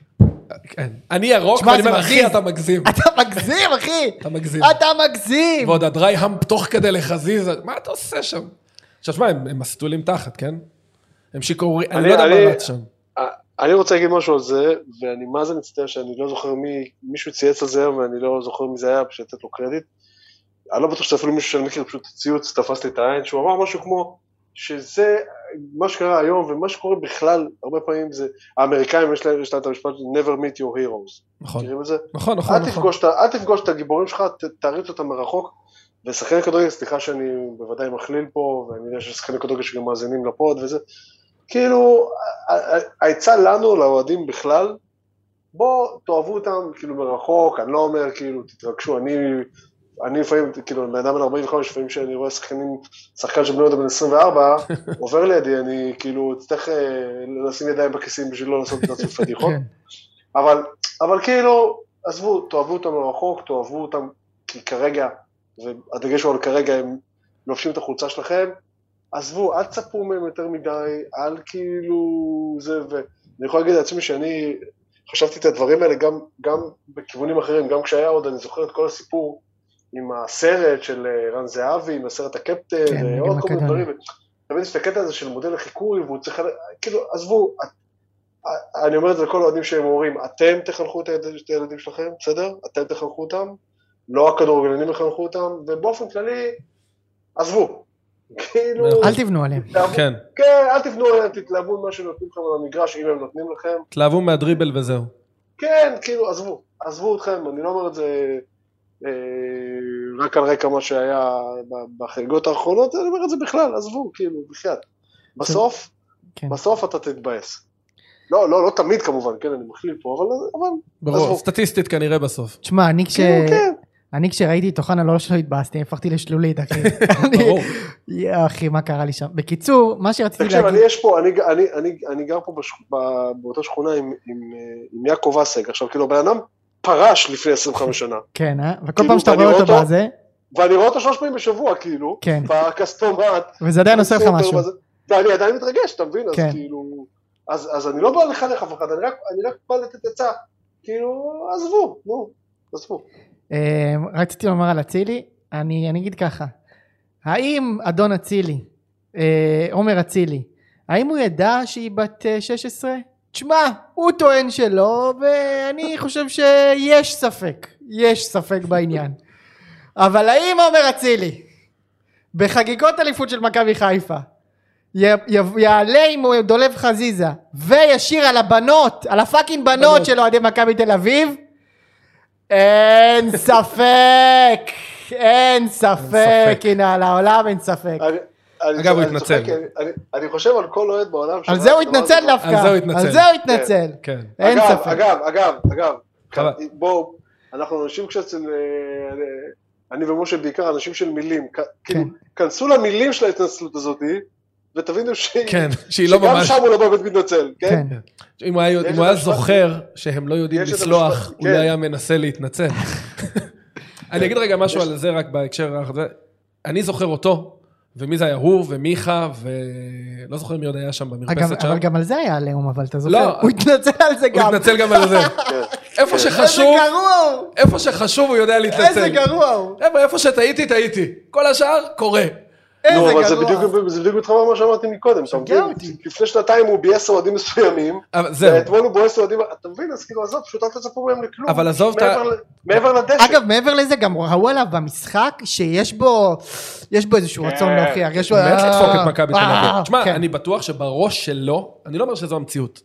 S1: כן. אני ירוק,
S2: תשמע,
S1: ואני
S2: זה
S1: אומר,
S2: מרגיז.
S1: אחי, אתה מגזים.
S2: אתה מגזים, אחי!
S1: אתה מגזים.
S2: אתה מגזים!
S1: כן. ועוד הדרי המפ תוך כדי לחזיז, מה אתה עושה שם? עכשיו, שמע, הם הם מסטולים תחת, כן? הם שיכורים, אני
S3: אני-
S1: לא יודע
S3: אני-
S1: מה רץ שם.
S3: אה, אני רוצה להגיד משהו על זה, ואני מה זה מצטער שאני לא זוכר מי, מישהו צייץ על זה היום ואני לא זוכר מי זה היה, בשביל לתת לו קרדיט. אני לא בטוח שזה אפילו מישהו שאני מכיר, פשוט ציוץ תפס לי את העין, שהוא אמר משהו כמו, שזה מה שקרה היום, ומה שקורה בכלל, הרבה פעמים זה, האמריקאים יש להם, יש להם את המשפט, never meet your heroes,
S1: נכון,
S3: מכירים את זה?
S1: נכון, נכון,
S3: אל
S1: נכון.
S3: תפגוש, את ה- אל תפגוש את הגיבורים שלך, ת- תעריץ אותם מרחוק. ושחקני כדורגל, סליחה שאני בוודאי מכליל פה, ואני יודע שיש שחקני כדורגל שגם מאזינים לפוד וזה, כאילו, ה- ה- העצה לנו, לאוהדים בכלל, בואו תאהבו אותם כאילו מרחוק, אני לא אומר כאילו, תתרגשו, אני, אני לפעמים, כאילו, אני בן אדם בן 45, לפעמים שאני רואה שחקנים, שחקן של בני יהודה בן 24, עובר לידי, אני כאילו, אצטרך אה, לשים ידיים בכיסים בשביל לא לעשות את עצמי פדיחות.
S2: כן.
S3: אבל, אבל כאילו, עזבו, תאהבו אותם מרחוק, תאהבו אותם, כי כרגע, והדגש הוא על כרגע, הם לובשים את החולצה שלכם, עזבו, אל תצפו מהם יותר מדי, אל כאילו זה, ואני יכול להגיד לעצמי שאני חשבתי את הדברים האלה גם, גם בכיוונים אחרים, גם כשהיה עוד, אני זוכר את כל הסיפור עם הסרט של אה, רן זהבי, עם הסרט הקפטן,
S2: כן,
S3: אה,
S2: עם
S3: עוד כל מיני
S2: הקטן.
S3: דברים, תמיד יש את הקטע הזה של מודל לחיקוי, והוא צריך, ל- כאילו, עזבו, אה, אני אומר את זה לכל האוהדים שהם אומרים, אתם תחנכו את הילד- את הילדים שלכם, בסדר? אתם תחנכו אותם, לא הכדורגלנים יחנכו אותם, ובאופן כללי, עזבו. כאילו,
S1: מאה
S2: אל תבנו עליהם.
S3: תתלהבו-
S1: כן,
S3: כן, אל תבנו עליהם, תתלהבו ממה שנותנים לכם על המגרש, אם הם נותנים לכם.
S1: תלהבו מהדריבל וזהו.
S3: כן, כאילו, עזבו, עזבו אתכם, אני לא אומר את זה אה, רק על רקע מה שהיה ב- בחגיגות האחרונות, אני אומר את זה בכלל, עזבו, כאילו, בחייאת. בסוף,
S2: כן.
S3: בסוף אתה תתבאס. לא, לא, לא תמיד כמובן, כן, אני מכליל פה, אבל, אבל,
S1: ברור,
S3: עזבו.
S1: סטטיסטית כנראה בסוף.
S2: תשמע, אני כש...
S3: כאילו, כן.
S2: אני כשראיתי את אוחנה לא שלא התבאסתי, הפכתי לשלולית, אחי. אני-
S1: ברור.
S2: יא, אחי, מה קרה לי שם? בקיצור, מה שרציתי
S3: תקשיב, אני
S2: להגיד...
S3: יש פה, אני, אני, אני, אני גר פה בש, ב, באותה שכונה עם, עם, אה, עם יעקב אסג, עכשיו כאילו הבן אדם פרש לפני 25 שנה,
S2: כן, אה? וכל
S3: כאילו,
S2: פעם שאתה
S3: ואני
S2: רואה
S3: רואה
S2: אותו
S3: אותו-
S2: בזה,
S3: ואני רואה אותו שלוש פעמים בשבוע כאילו,
S2: כן.
S3: בכספומט,
S2: וזה עדיין עושה לך
S3: בסופר,
S2: משהו.
S3: וזה- ואני עדיין מתרגש, אתה מבין? אז
S2: כן.
S3: כאילו, אז, אז אני לא בא לחנך אף אחד, אני רק, אני רק בא לתת עצה, כאילו, עזבו, נו, עזבו.
S2: אה, רציתי לומר על אצילי, אני, אני אגיד ככה, האם אדון אצילי, אה, עומר אצילי, האם הוא ידע שהיא בת אה, 16? תשמע, הוא טוען שלא, ואני חושב שיש ספק, יש ספק בעניין. אבל האם עומר אצילי, בחגיגות אליפות של מכבי חיפה, י, י, יעלה עם דולב חזיזה, וישיר על הבנות, על הפאקינג בנות
S1: בנות.
S2: של אוהדי מכבי תל אביב, אין ספק, אין ספק,
S1: ספק.
S2: הנה על העולם אין ספק.
S3: אני- אני-
S1: אגב, הוא
S3: אני
S1: התנצל.
S3: צוחק, אני- אני- אני חושב על כל אוהד בעולם.
S2: על
S3: שראה
S2: זה הוא
S3: את הדבר
S2: התנצל
S3: הזה.
S2: דווקא,
S1: על זה הוא התנצל.
S2: על זה הוא התנצל,
S1: כן.
S2: אין
S3: אגב,
S2: ספק.
S3: אגב, אגב, אגב,
S1: חבל.
S3: בואו, אנחנו אנשים קצת של... אה, אני ומשה בעיקר אנשים של מילים. כ-
S2: כן.
S3: כאילו, כנסו למילים של ההתנצלות הזאת, ותבינו ש-
S1: כן, שהיא לא
S3: שגם
S1: ממש...
S3: שם הוא לא באמת מתנצל, כן?
S2: כן,
S1: אם הוא היה-
S3: יש
S1: אם הוא היה
S3: את המשפט-
S1: זוכר שהם לא יודעים
S3: יש את
S1: לסלוח,
S3: המשפט-
S1: אולי
S3: כן.
S1: היה מנסה להתנצל. אני אגיד רגע משהו
S3: כן. יש-
S1: על זה רק בהקשר הזה. אני זוכר אותו, ומי זה היה? הוא ומיכה, ולא זוכר מי עוד היה שם
S2: אגב,
S1: במרפסת שם.
S2: אבל גם על זה היה עליהום, אבל אתה
S1: לא.
S2: זוכר, הוא התנצל על זה
S1: הוא
S2: גם.
S1: התנצל גם על זה.
S3: כן.
S1: איפה
S2: איזה
S1: שחשוב,
S2: גרוע הוא,
S1: איפה שחשוב הוא יודע
S2: איזה
S1: להתנצל.
S2: גרוע הוא,
S1: חבר'ה, איפה שטעיתי, טעיתי. כל השאר, קורה.
S2: איזה
S3: נו,
S2: גרוע.
S3: אבל זה בדיוק- זה בדיוק מתחבר מה שאמרתי מקודם, אתה
S2: שגע
S3: מבין?
S2: אותי.
S3: לפני שנתיים הוא ביאס אוהדים מסוימים,
S1: אבל זהו.
S3: ואתמול הוא בועס אוהדים, אתה מבין? אז כאילו, עזוב, פשוט אל תצפו מהם לכלום.
S1: אבל עזוב את ה-
S3: מעבר ל- מעבר לדשא.
S2: אגב, מעבר לזה, גם ראו עליו במשחק שיש בו, יש בו איזשהו
S3: כן.
S2: רצון להוכיח. יש
S1: הוא
S2: לו-
S1: מת לדפוק
S2: אה,
S1: את מכבי תל
S2: אה,
S1: אביב.
S2: כן.
S1: תשמע, אני בטוח שבראש שלו, אני לא אומר שזו המציאות,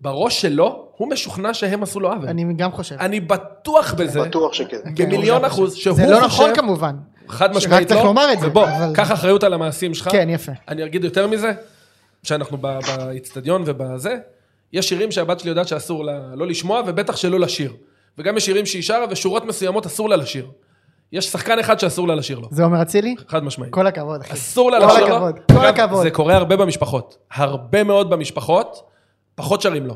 S1: בראש שלו, הוא משוכנע שהם עשו לו עוול.
S2: אני גם חושב.
S1: אני בטוח בזה,
S3: בטוח שכן.
S2: כן,
S1: במיליון
S2: הוא גם
S1: אחוז,
S2: חושב.
S1: שהוא
S2: זה לא
S1: חושב-
S2: נכון כמובן.
S1: חד
S2: רק
S1: משמעית לא.
S2: צריך לומר את זה,
S1: ובוא,
S2: אבל-
S1: קח אחריות על המעשים שלך.
S2: כן, יפה.
S1: אני אגיד יותר מזה, שאנחנו ב- באיצטדיון ובזה, יש שירים שהבת שלי יודעת שאסור לה לא לשמוע, ובטח שלא לשיר. וגם יש שירים שהיא שרה, ושורות מסוימות אסור לה לשיר. יש שחקן אחד שאסור לה לשיר לו,
S2: זה עומר אצילי?
S1: חד משמעית.
S2: כל הכבוד, אחי.
S1: אסור לה
S2: כל
S1: לשיר לו.
S2: הכבוד, כל
S1: אגב,
S2: הכבוד.
S1: זה קורה הרבה במשפחות. הרבה מאוד במשפחות, פחות שרים לו.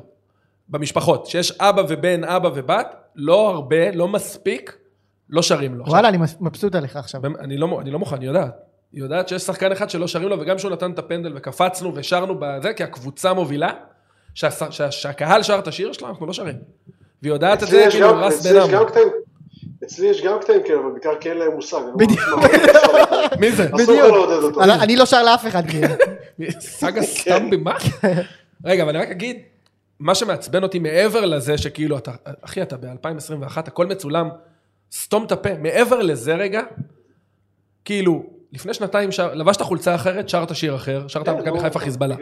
S1: במשפחות, שיש אבא ובן, אבא ובת, לא הרבה, לא מספיק, לא שרים לו. עכשיו,
S2: וואלה, אני מס- מבסוט עליך עכשיו.
S1: באמת, אני לא, אני לא מוכן, היא יודעת. היא יודעת שיש שחקן אחד שלא שרים לו, וגם שהוא נתן את הפנדל וקפצנו ושרנו בזה, כי הקבוצה מובילה, שהש, שה, שהקהל שר את השיר שלה, אנחנו לא שרים. והיא יודעת את
S3: אצלי
S1: זה
S3: יש
S1: כאילו
S3: גם-
S1: רס
S3: אצלי
S1: בן
S3: יש גם
S1: עמו.
S3: קטעים- אצלי יש גם קטעים כאלה, אבל בעיקר כי אין להם מושג. אני לא
S2: בדיוק.
S3: אומר, "שמע,
S1: מי זה?
S3: אסור לך לעודד אותו.
S2: אני- אני לא שר לאף אחד, כאילו.
S1: סאגה סתם במה? רגע, אבל אני רק אגיד, מה שמעצבן אותי מעבר לזה שכאילו אתה, אחי, אתה ב-2021, הכל מצולם, סתום את הפה. מעבר לזה רגע, כאילו, לפני שנתיים שר, לבשת חולצה אחרת, שרת שיר אחר, שרת
S3: כן,
S1: על
S3: לא,
S1: מכבי חיפה חיזבאללה.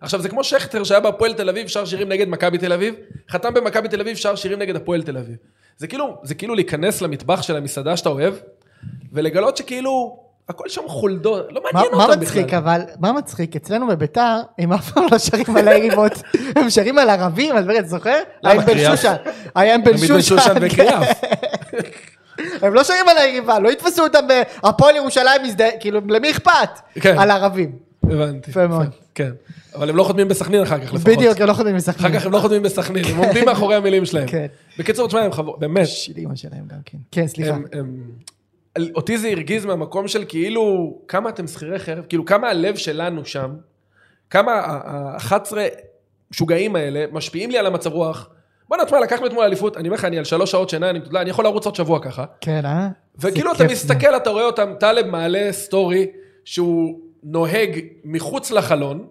S1: עכשיו, זה כמו שכטר שהיה בהפועל תל אביב, שר שירים נגד מכבי תל אביב, חתם במכבי תל אביב, שר שירים נגד הפועל תל אביב. זה כאילו, זה כאילו להיכנס למטבח של המסעדה שאתה אוהב, ולגלות שכאילו, הכל שם חולדות, לא
S2: מה
S1: מעניין אותם
S2: מה
S1: בכלל.
S2: מצחיק אבל, מה מצחיק? אצלנו בביתר, הם אף פעם לא שרים על היריבות, הם שרים על ערבים, על דברים, זוכר? היה עם בן
S1: קריאף?
S2: שושן, היה עם בן
S1: תמיד בן שושן
S2: שושן, כן.
S1: וקריאף.
S2: הם לא שרים על היריבה, לא יתפסו אותם בהפועל ירושלים מזדהה, כאילו, למי אכפת?
S1: כן.
S2: על ערבים.
S1: הבנתי.
S2: יפה מאוד.
S1: כן. אבל הם לא חותמים בסכנין אחר כך לפחות.
S2: בדיוק, הם לא חותמים לשחקנים.
S1: אחר כך הם לא חותמים בסכנין, הם עומדים מאחורי המילים שלהם.
S2: כן.
S1: בקיצור, תשמע, הם חבור... באמת,
S2: של אימא שלהם גם כן. כן, סליחה.
S1: הם, הם... על- אותי זה הרגיז מהמקום של כאילו, כמה אתם שכירי חרב, כאילו כמה הלב שלנו שם, כמה ה-11 משוגעים האלה משפיעים לי על המצב רוח. בוא'נה, תשמע, לקחנו אתמול אליפות, אני אומר לך, אני על שלוש שעות שינה, אני, אתה יודע, אני יכול לרוץ עוד שבוע ככה.
S2: כן, אה?
S1: וכאילו
S2: זה
S1: אתה
S2: כיף
S1: מסתכל, אתה רואה אותם, טלב מעלה סטורי שהוא נוהג מחוץ לחלון,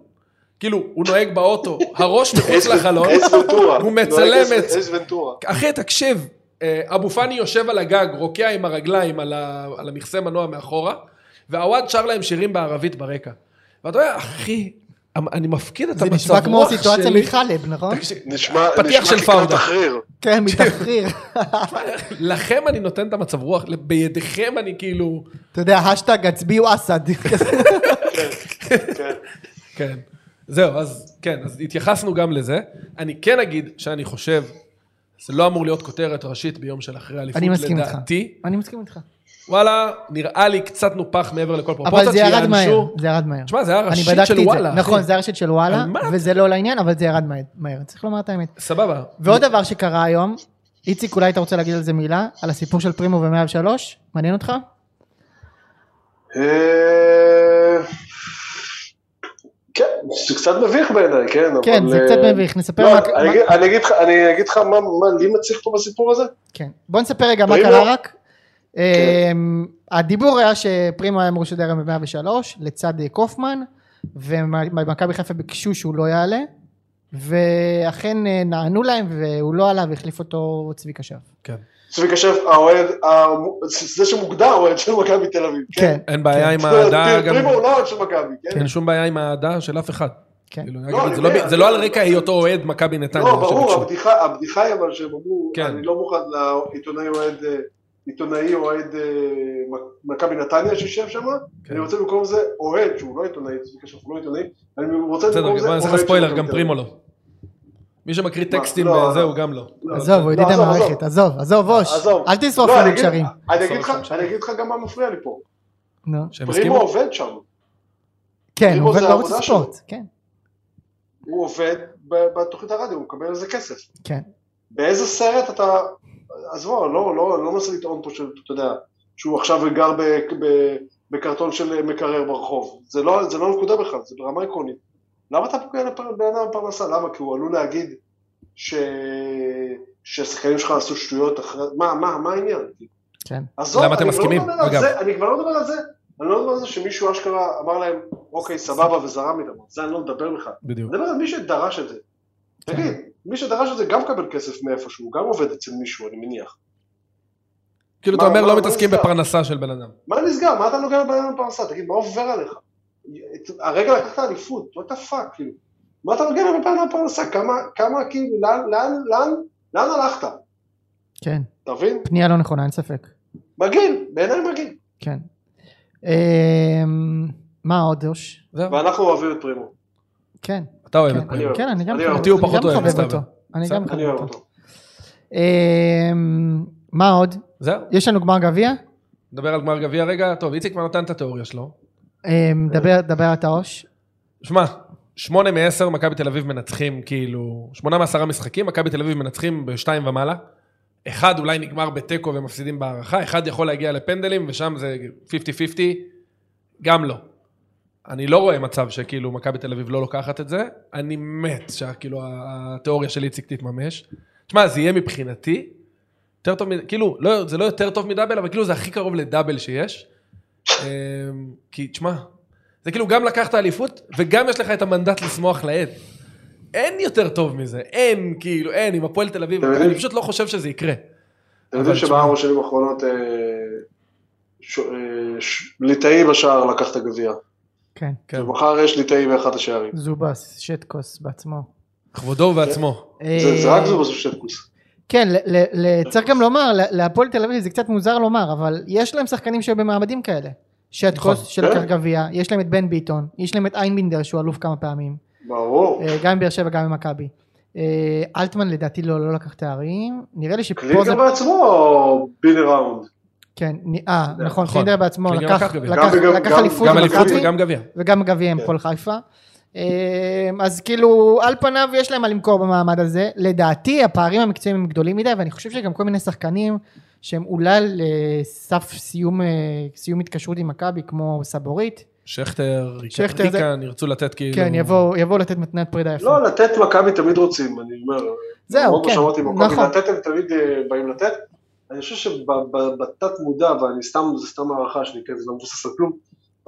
S1: כאילו, הוא נוהג באוטו, הראש מחוץ לחלון,
S3: אס ונטורה.
S1: לא?
S3: לא,
S1: הוא מצלם את...
S3: אס ונטורה.
S1: אחי, תקשיב, אה, אבו פאני יושב על הגג, רוקע עם הרגליים על, ה... על המכסה מנוע מאחורה, והעווד שר להם שירים בערבית ברקע. ואתה אומר, אחי, אמ, אני מפקיד את
S2: זה
S1: המצב רוח שלי.
S2: נשמע כמו סיטואציה מחלב, נכון?
S1: תקשיב,
S3: נשמע
S1: פתיח של
S3: נשמע
S1: פאודה.
S3: כקראת תחריר.
S2: כן, מתחריר.
S1: לכם אני נותן את המצב רוח, בידיכם אני כאילו...
S2: אתה יודע, השטג הצביעו אסד.
S3: כן.
S1: כן. זהו, אז כן, אז התייחסנו גם לזה. אני כן אגיד שאני חושב, זה לא אמור להיות כותרת ראשית ביום של אחרי האליפות,
S2: אני מסכים איתך.
S1: לדעתי.
S2: אני מסכים איתך.
S1: וואלה, נראה לי קצת נופח מעבר לכל פרופורציה,
S2: אבל זה ירד מהר,
S1: שיענשו.
S2: זה ירד מהר.
S1: תשמע, זה היה
S2: אני
S1: ראשית
S2: בדקתי
S1: של
S2: את זה.
S1: וואלה. אחי.
S2: נכון, זה היה ראשית של וואלה,
S1: על מה אתה-
S2: וזה לא לעניין, אבל זה ירד מהר- מהר, צריך לומר את האמת.
S1: סבבה.
S2: ועוד דבר שקרה היום, איציק, אולי אתה רוצה להגיד על זה מילה, על הסיפור של פרימו ו-103? מעניין אותך?
S3: אה, כן, זה קצת מביך בעיניי, כן?
S2: כן,
S3: אבל,
S2: זה קצת
S3: אה,
S2: מביך, נספר
S3: לא,
S2: מה...
S3: אני אגיד- אני אגיד לך- אני אגיד לך מה מה לי מצליח פה בסיפור הזה?
S2: כן. בוא נספר רגע מה
S3: פרימו- כן.
S2: קרה רק. אמ, הדיבור היה שפרימו היה אמור לשדר היום ב-103 לצד אה, קופמן, ומכבי חיפה ביקשו שהוא לא יעלה, ואכן אה, נענו להם והוא לא עלה והחליף אותו צביקה שרף.
S1: כן.
S3: צביקה שף, האוהד, המו- זה שמוגדר האוהד של מכבי תל אביב, כן?
S1: אין בעיה עם
S3: זאת אומרת,
S1: האהדה גם...
S3: פרימו הוא לא אוהד של מכבי, כן?
S1: אין שום בעיה עם האהדה של אף אחד.
S2: כן.
S1: כאילו, אני
S3: לא,
S1: אגיד,
S3: אני
S1: זה לא ב-
S3: יודע.
S1: זה לא על רקע היותו אוהד מכבי נתניה.
S3: לא, ברור,
S1: שביקשו.
S3: הבדיחה, הבדיחה היא אבל שהם אמרו,
S1: כן.
S3: אני לא מוכן לעיתונאי אוהד, אה, עיתונאי אוהד אה, מק- מכבי נתניה שיושב שם,
S1: כן.
S3: אני רוצה במקום זה אוהד, שהוא לא עיתונאי, צביקה שף הוא לא עיתונאי, אני רוצה
S1: בסדר,
S3: במקום זה
S1: בוא
S3: אוהד
S1: נעשה
S3: של
S1: לך ספוילר,
S3: מכבי
S1: גם
S3: תל
S1: פרימו לא. מי שמקריא
S3: מה,
S1: טקסטים
S3: לא,
S1: וזהו,
S3: לא.
S1: גם לא.
S3: לא,
S2: עזוב, הוא ידיד
S3: לא, עזוב,
S2: המערכת, עזוב, עזוב, אוש,
S3: עזוב.
S2: אל תשרוף
S3: לא, אני
S2: לנו
S3: אגיד-
S2: קשרים.
S3: אני אגיד לך-
S1: סוף, סוף.
S3: אני אגיד לך גם מה מפריע לי פה,
S2: נו.
S1: שהם
S3: פרימו
S1: הסכימו?
S3: עובד שם,
S2: כן,
S3: פרימו
S2: הוא עובד
S3: זה
S2: בערוץ
S3: העבודה שלו.
S2: הספורט, כן,
S3: הוא עובד ב- בתוכנית הרדיו, הוא מקבל על זה כסף.
S2: כן.
S3: באיזה סרט אתה... עזבו, לא, לא, אני לא מנסה לטעון פה שאתה יודע, שהוא עכשיו גר ב, ב, בקרטון של מקרר ברחוב. זה לא, זה לא נקודה בכלל, זה ברמה עקרונית. למה אתה פוגע לפר- לבן אדם בפרנסה? למה? כי הוא עלול להגיד ש... שהשחקנים שלך עשו שטויות אחרי... מה, מה, מה העניין?
S2: כן.
S3: עזוב,
S1: למה אתם
S3: אני כבר לא
S1: מסכימים,
S3: מדבר על
S1: אגב?
S3: זה, אני כבר לא מדבר על זה. אני לא מדבר על זה שמישהו אשכרה אמר להם, אוקיי, סבבה, וזרם איתם. על זה אני לא מדבר בכלל.
S1: בדיוק.
S3: אני מדבר על מי שדרש את זה. תגיד, מי שדרש את זה גם מקבל כסף מאיפשהו, גם עובד אצל מישהו, אני מניח.
S1: כאילו, אתה
S3: מה-
S1: אומר,
S3: מה-
S1: לא
S3: מה
S1: מתעסקים
S3: נסגר?
S1: בפרנסה של בן אדם.
S3: מה נסגר? מה אתה נוגע בבן אדם בפרנסה? תגיד, מה עובר עליך? הרגע לקחת אליפות, what the fuck, כאילו. מה אתה נוגע בבן אדם בפרנסה? כמה, כמה, כאילו, לאן, לאן, לאן, לאן הלכת?
S2: כן,
S3: אתה מבין?
S2: פנייה לא נכונה, אין ספק.
S3: מגעיל, בעיניי מגעיל.
S2: כן. אמ, מה עוד, אוש?
S1: זהו.
S3: ואנחנו אוהבים את פרימו.
S2: כן,
S1: אתה אוהב את
S2: כן.
S1: פרימו.
S3: אוהב.
S2: כן, אני גם
S3: אני
S2: מחבב-
S3: אותי הוא
S2: אני גם
S1: פחות אוהב,
S2: מחבב
S1: סתם.
S2: אותו. אני גם
S1: בסדר,
S3: אני
S2: מחבב
S3: אוהב
S2: אותו.
S3: אותו.
S2: אמ, מה עוד?
S1: זהו.
S2: יש לנו גמר גביע?
S1: נדבר על גמר גביע רגע. טוב, איציק כבר נתן את התיאוריה שלו.
S2: אמ,
S3: אה.
S2: דבר, דבר אתה אוש.
S1: שמע, שמונה מעשר מכבי תל אביב מנצחים, כאילו, שמונה מעשרה משחקים, מכבי תל אביב מנצחים בשתיים ומעלה. אחד אולי נגמר בתיקו ומפסידים בהערכה, אחד יכול להגיע לפנדלים ושם זה 50-50, גם לא. אני לא רואה מצב שכאילו מכבי תל אביב לא לוקחת את זה, אני מת שכאילו התיאוריה של איציק תתממש. תשמע, זה יהיה מבחינתי, יותר טוב, מ- כאילו, לא, זה לא יותר טוב מדאבל, אבל כאילו זה הכי קרוב לדאבל שיש. אמ, כי תשמע, זה כאילו גם לקחת אליפות, וגם יש לך את המנדט לשמוח לעד. אין יותר טוב מזה, אין, כאילו, אין, עם הפועל תל אביב,
S3: אתם
S1: אני
S3: יודעים-
S1: פשוט לא חושב שזה יקרה.
S3: אתם יודעים
S1: אבל
S3: שבארבע שנים האחרונות אה, ש- אה, ש- ליטאי בשער לקח את הגביע.
S2: כן.
S1: כן.
S3: ומחר יש ליטאי באחד השערים.
S2: זובס, שטקוס בעצמו.
S1: כבודו ובעצמו.
S3: זה זה רק
S2: אה,
S3: זה בסוף שטקוס.
S2: כן, ל- ל- ל- צריך גם לומר, ל- להפועל תל אביב זה קצת מוזר לומר, אבל יש להם שחקנים שהיו במעמדים כאלה.
S1: נכון.
S2: שטקוס
S3: כן.
S2: שלקח גביע, יש להם את בן ביטון, יש להם את איינבינדר שהוא אלוף כמה פעמים,
S3: ברור.
S2: אה, גם עם באר שבע, גם עם מכבי. אה, אלטמן לדעתי לא, לא לקח תארים, נראה לי שפה זה...
S3: קלינגר בעצמו ביל ראונד.
S2: כן, נ- אה, נכון,
S1: נכון.
S2: קלינדר בעצמו
S1: קלינגר
S2: לקח
S1: לקח גביע.
S2: לקח-
S3: גם-
S2: לקח
S3: גם-
S2: אליפות
S1: גם
S3: גם
S1: אליפות
S2: במכבי,
S1: וגם גביע.
S2: וגם גביע עם
S3: כן.
S2: פועל חיפה. אה, אז כאילו על פניו יש להם מה למכור במעמד הזה. לדעתי הפערים המקצועיים הם גדולים מדי ואני חושב שגם כל מיני שחקנים שהם אולי לסף סיום, אה, סיום התקשרות עם מכבי כמו סבורית.
S1: שכטר,
S2: שכטר זה-
S1: ריקן, ירצו לתת כאילו...
S2: כן, יבואו יבוא לתת מתנת פרידה יפה.
S3: לא, לתת מכבי תמיד רוצים, אני אומר.
S2: זהו,
S3: למרות מה
S2: כן,
S3: שאמרתי במכבי,
S2: נכון.
S3: לתת הם תמיד אה, באים לתת. אני חושב שבתת מודע, ואני סתם, זה סתם הערכה שלי, כן, זה לא מבוסס על כלום,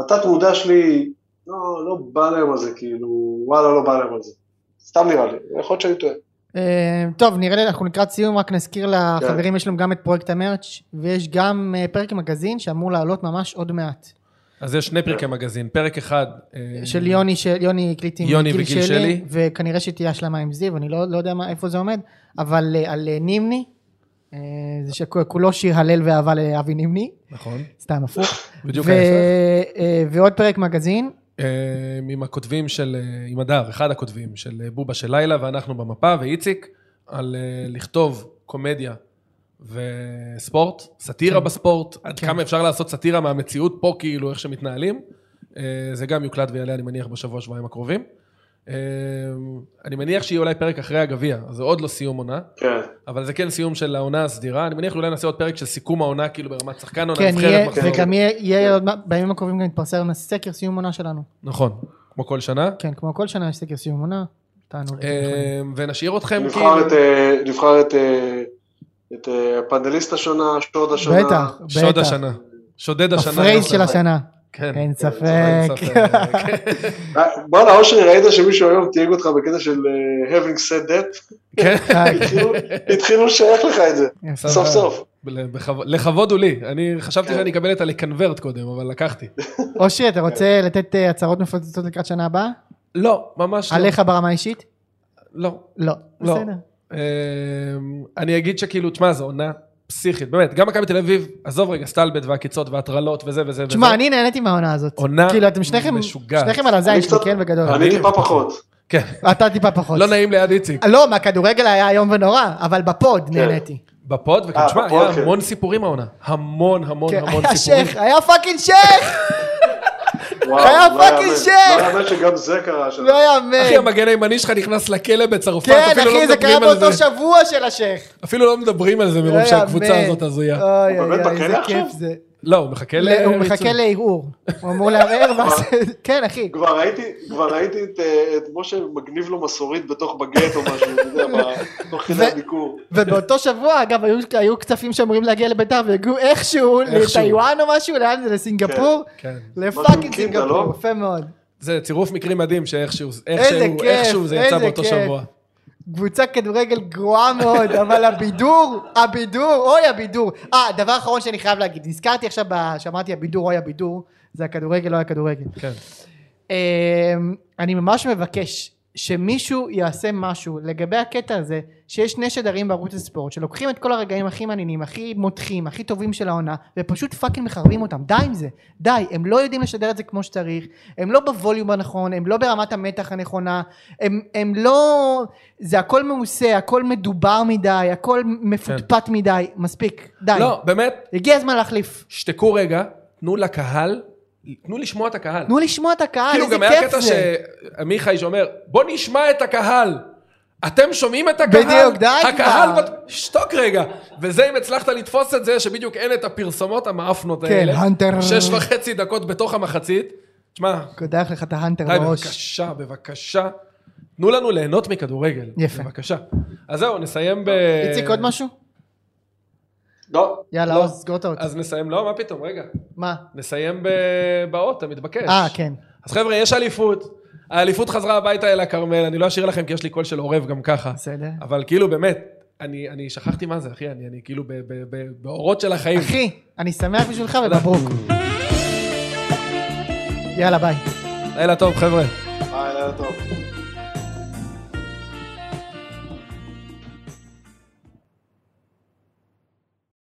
S3: בתת מודע שלי, לא, לא בא להם על זה, כאילו, וואלה, לא בא להם על זה. סתם נראה לי, יכול להיות שאני טועה.
S2: אה, טוב, נראה לי אנחנו לקראת סיום, רק נזכיר
S3: כן.
S2: לחברים, יש לנו גם את פרויקט המרץ' ויש גם אה, פרק מגזין שאמור לעלות ממש עוד מעט.
S1: אז יש שני פרקי מגזין, פרק אחד... אה,
S2: אה, של יוני, של יוני הקליט עם
S1: יוני
S2: גיל
S1: וגיל שלי.
S2: וכנראה שתהיה השלמה עם זיו, אני לא, לא יודע מה, איפה זה עומד, אבל אה, על אה, נימני, אה, זה שכולו שיר הלל ואהבה לאבי נימני,
S1: נכון,
S2: סתם הפוך,
S1: בדיוק
S2: ו-
S1: ההפך.
S2: אה, ועוד פרק מגזין,
S1: אה, עם הכותבים של, אה, עם הדר, אחד הכותבים של אה, בובה של לילה ואנחנו במפה ואיציק, על אה, לכתוב קומדיה וספורט, סאטירה
S2: כן.
S1: בספורט, עד
S2: כן.
S1: כמה אפשר לעשות סאטירה מהמציאות פה כאילו איך שמתנהלים, אה, זה גם יוקלט ויעלה אני מניח בשבוע שבועיים הקרובים. אה, אני מניח שיהיה אולי פרק אחרי הגביע, אז זה עוד לא סיום עונה,
S3: כן.
S1: אבל זה כן סיום של העונה הסדירה, אני מניח שאולי נעשה עוד פרק של סיכום העונה כאילו ברמת שחקן עונה,
S2: כן, יהיה,
S1: נבחרת, מחזור.
S2: וגם יהיה, יהיה עוד, מה- בימים הקרובים גם יתפרסם הסקר סיום עונה שלנו,
S1: נכון, כמו כל שנה.
S2: כן, כמו כל שנה יש סקר סיום עונה, תענוג.
S1: אה, ונשאיר אתכם כאילו,
S3: נבחר
S2: כאילו-
S3: את, אה, נבחר את, אה, את אה, הפאנליסט השנה, שוד השנה.
S2: בטח,
S1: שוד
S2: בטח,
S1: השנה. שודד השנה.
S2: הפרייז של השנה,
S1: כן.
S2: אין
S1: אין
S2: ספק,
S1: ספק.
S3: אה, בואנה, אושרי, ראית שמישהו היום תייג אותך בקטע של אה, having said that?
S1: כן.
S2: אוקיי.
S3: התחילו- התחילו לשייך לך את זה, סוף סוף.
S1: בכבוד- לכבוד הוא לי. אני חשבתי
S3: כן.
S1: שאני אקבל את הלקנברט קודם, אבל לקחתי.
S2: אושרי, אתה רוצה לתת אה, הצהרות מפוצצות לקראת שנה הבאה?
S1: לא, ממש לא.
S2: עליך ברמה האישית?
S1: לא.
S2: לא.
S1: לא.
S2: בסדר.
S1: אמ, אני אגיד שכאילו, תשמע, זו עונה פסיכית. באמת, גם מכבי תל אביב, עזוב רגע, סטלבט והקיצות והטרלות וזה וזה וזה.
S2: תשמע, אני נהניתי מהעונה הזאת.
S1: עונה
S2: כאילו, אתם שניכם,
S1: משוגעת.
S2: שניכם על הזין
S3: אני
S2: שלי,
S3: קצת-
S2: כן, בגדול.
S1: אני
S3: אני טיפה
S1: לפחות.
S3: פחות.
S1: כן.
S2: אתה טיפה פחות.
S1: לא נעים ליד איציק.
S2: לא, מהכדורגל היה איום ונורא, אבל בפוד
S3: כן.
S2: נהניתי.
S1: בפוד, וכן,
S3: אה,
S1: תשמע,
S3: בפוד,
S1: היה
S3: כן.
S1: המון סיפורים העונה. המון המון
S2: כן,
S1: המון
S2: היה
S1: סיפורים.
S2: שייח, היה פאקינג שייח!
S3: וואו,
S2: היה
S3: לא
S2: פאקינג
S3: יאמן.
S2: שייח!
S3: לא יאמן שגם זה קרה שם.
S2: לא
S1: אחי,
S2: יאמן.
S1: המגן הימני שלך נכנס לכלא בצרפת,
S2: כן,
S1: אפילו לא
S2: אחי, זה קרה
S1: מדברים על
S2: באותו
S1: זה.
S2: שבוע של השייח.
S1: אפילו לא מדברים על זה
S2: לא
S1: מרוב
S2: יאמן.
S1: שהקבוצה הזאת הזויה.
S2: אוי
S3: הוא
S2: אוי
S3: באמת
S2: אוי, איזה
S3: בכלא
S2: כיף
S3: עכשיו?
S2: זה.
S1: לא, הוא מחכה ל...
S2: הוא מחכה לערעור. הוא אמור לערער, ואז... כן, אחי.
S3: כבר ראיתי, כבר ראיתי את, אה, את משה מגניב לו מסורית בתוך בגט או משהו, אתה יודע, ב- תוך
S2: זה-
S3: כדי הביקור.
S2: ובאותו שבוע, אגב, היו, היו כספים שאמורים להגיע לביתר והגיעו איכשהו
S1: איכשהו.
S2: לטיוואן או משהו, לאן זה? לסינגפור?
S1: כן.
S3: משהו עם
S2: לפאקינג
S3: קינדה,
S2: סינגפור,
S3: לא?
S2: יפה מאוד.
S1: זה צירוף מקרים מדהים שאיכשהו,
S2: איזה
S1: איכשהו,
S2: כיף,
S1: איכשהו זה יצא
S2: איזה
S1: באותו
S2: כיף.
S1: שבוע.
S2: קבוצה כדורגל גרועה מאוד, אבל הבידור, הבידור, אוי הבידור. אה, דבר אחרון שאני חייב להגיד, נזכרתי עכשיו, ב- שאמרתי הבידור, אוי הבידור, זה הכדורגל, אוי הכדורגל.
S1: כן.
S2: אמ, אני ממש מבקש שמישהו יעשה משהו לגבי הקטע הזה שיש שני שדרים בערוץ הספורט שלוקחים את כל הרגעים הכי מעניינים, הכי מותחים, הכי טובים של העונה ופשוט פאקינג מחרבים אותם. די עם זה. די. הם לא יודעים לשדר את זה כמו שצריך, הם לא בווליום הנכון, הם לא ברמת המתח הנכונה, הם, הם לא... זה הכל מעושה, הכל מדובר מדי, הכל מפוטפט מדי. מספיק. די.
S1: כן. לא, באמת,
S2: הגיע הזמן להחליף.
S1: שתקו רגע, תנו לקהל, תנו לשמוע את הקהל.
S2: תנו לשמוע את הקהל,
S1: כאילו
S2: איזה
S1: גם היה
S2: כיף זה.
S1: קטע שעמיחי שאומר, בוא נשמע את הקהל. אתם שומעים את הקהל?
S2: בדיוק, די כבר.
S1: הקהל, בת- שתוק רגע. וזה אם הצלחת לתפוס את זה, שבדיוק אין את הפרסומות המאפנות
S2: כן,
S1: האלה.
S2: הנטר.
S1: שש וחצי דקות בתוך המחצית. תשמע,
S2: קודח לך את ההנטר
S1: די,
S2: בראש.
S1: בבקשה, בבקשה. תנו לנו ליהנות מכדורגל.
S2: יפה.
S1: בבקשה. אז זהו, נסיים ב...
S2: איציק עוד משהו?
S3: לא,
S2: יאללה
S1: לא.
S2: עוז, סגור את האות.
S1: אז נסיים, לא, מה פתאום, רגע.
S2: מה?
S1: נסיים ב... באות, המתבקש.
S2: אה, כן.
S1: אז חבר'ה, יש אליפות. האליפות חזרה הביתה אל הכרמל, אני לא אשאיר לכם כי יש לי קול של עורב גם ככה.
S2: בסדר.
S1: אבל כאילו, באמת, אני, אני שכחתי מה זה, אחי, אני, אני כאילו ב- ב- ב- באורות של החיים.
S2: אחי, אני שמח בשבילך וברוק. יאללה, ביי.
S1: לילה טוב, חבר'ה.
S3: ביי, אה, לילה טוב.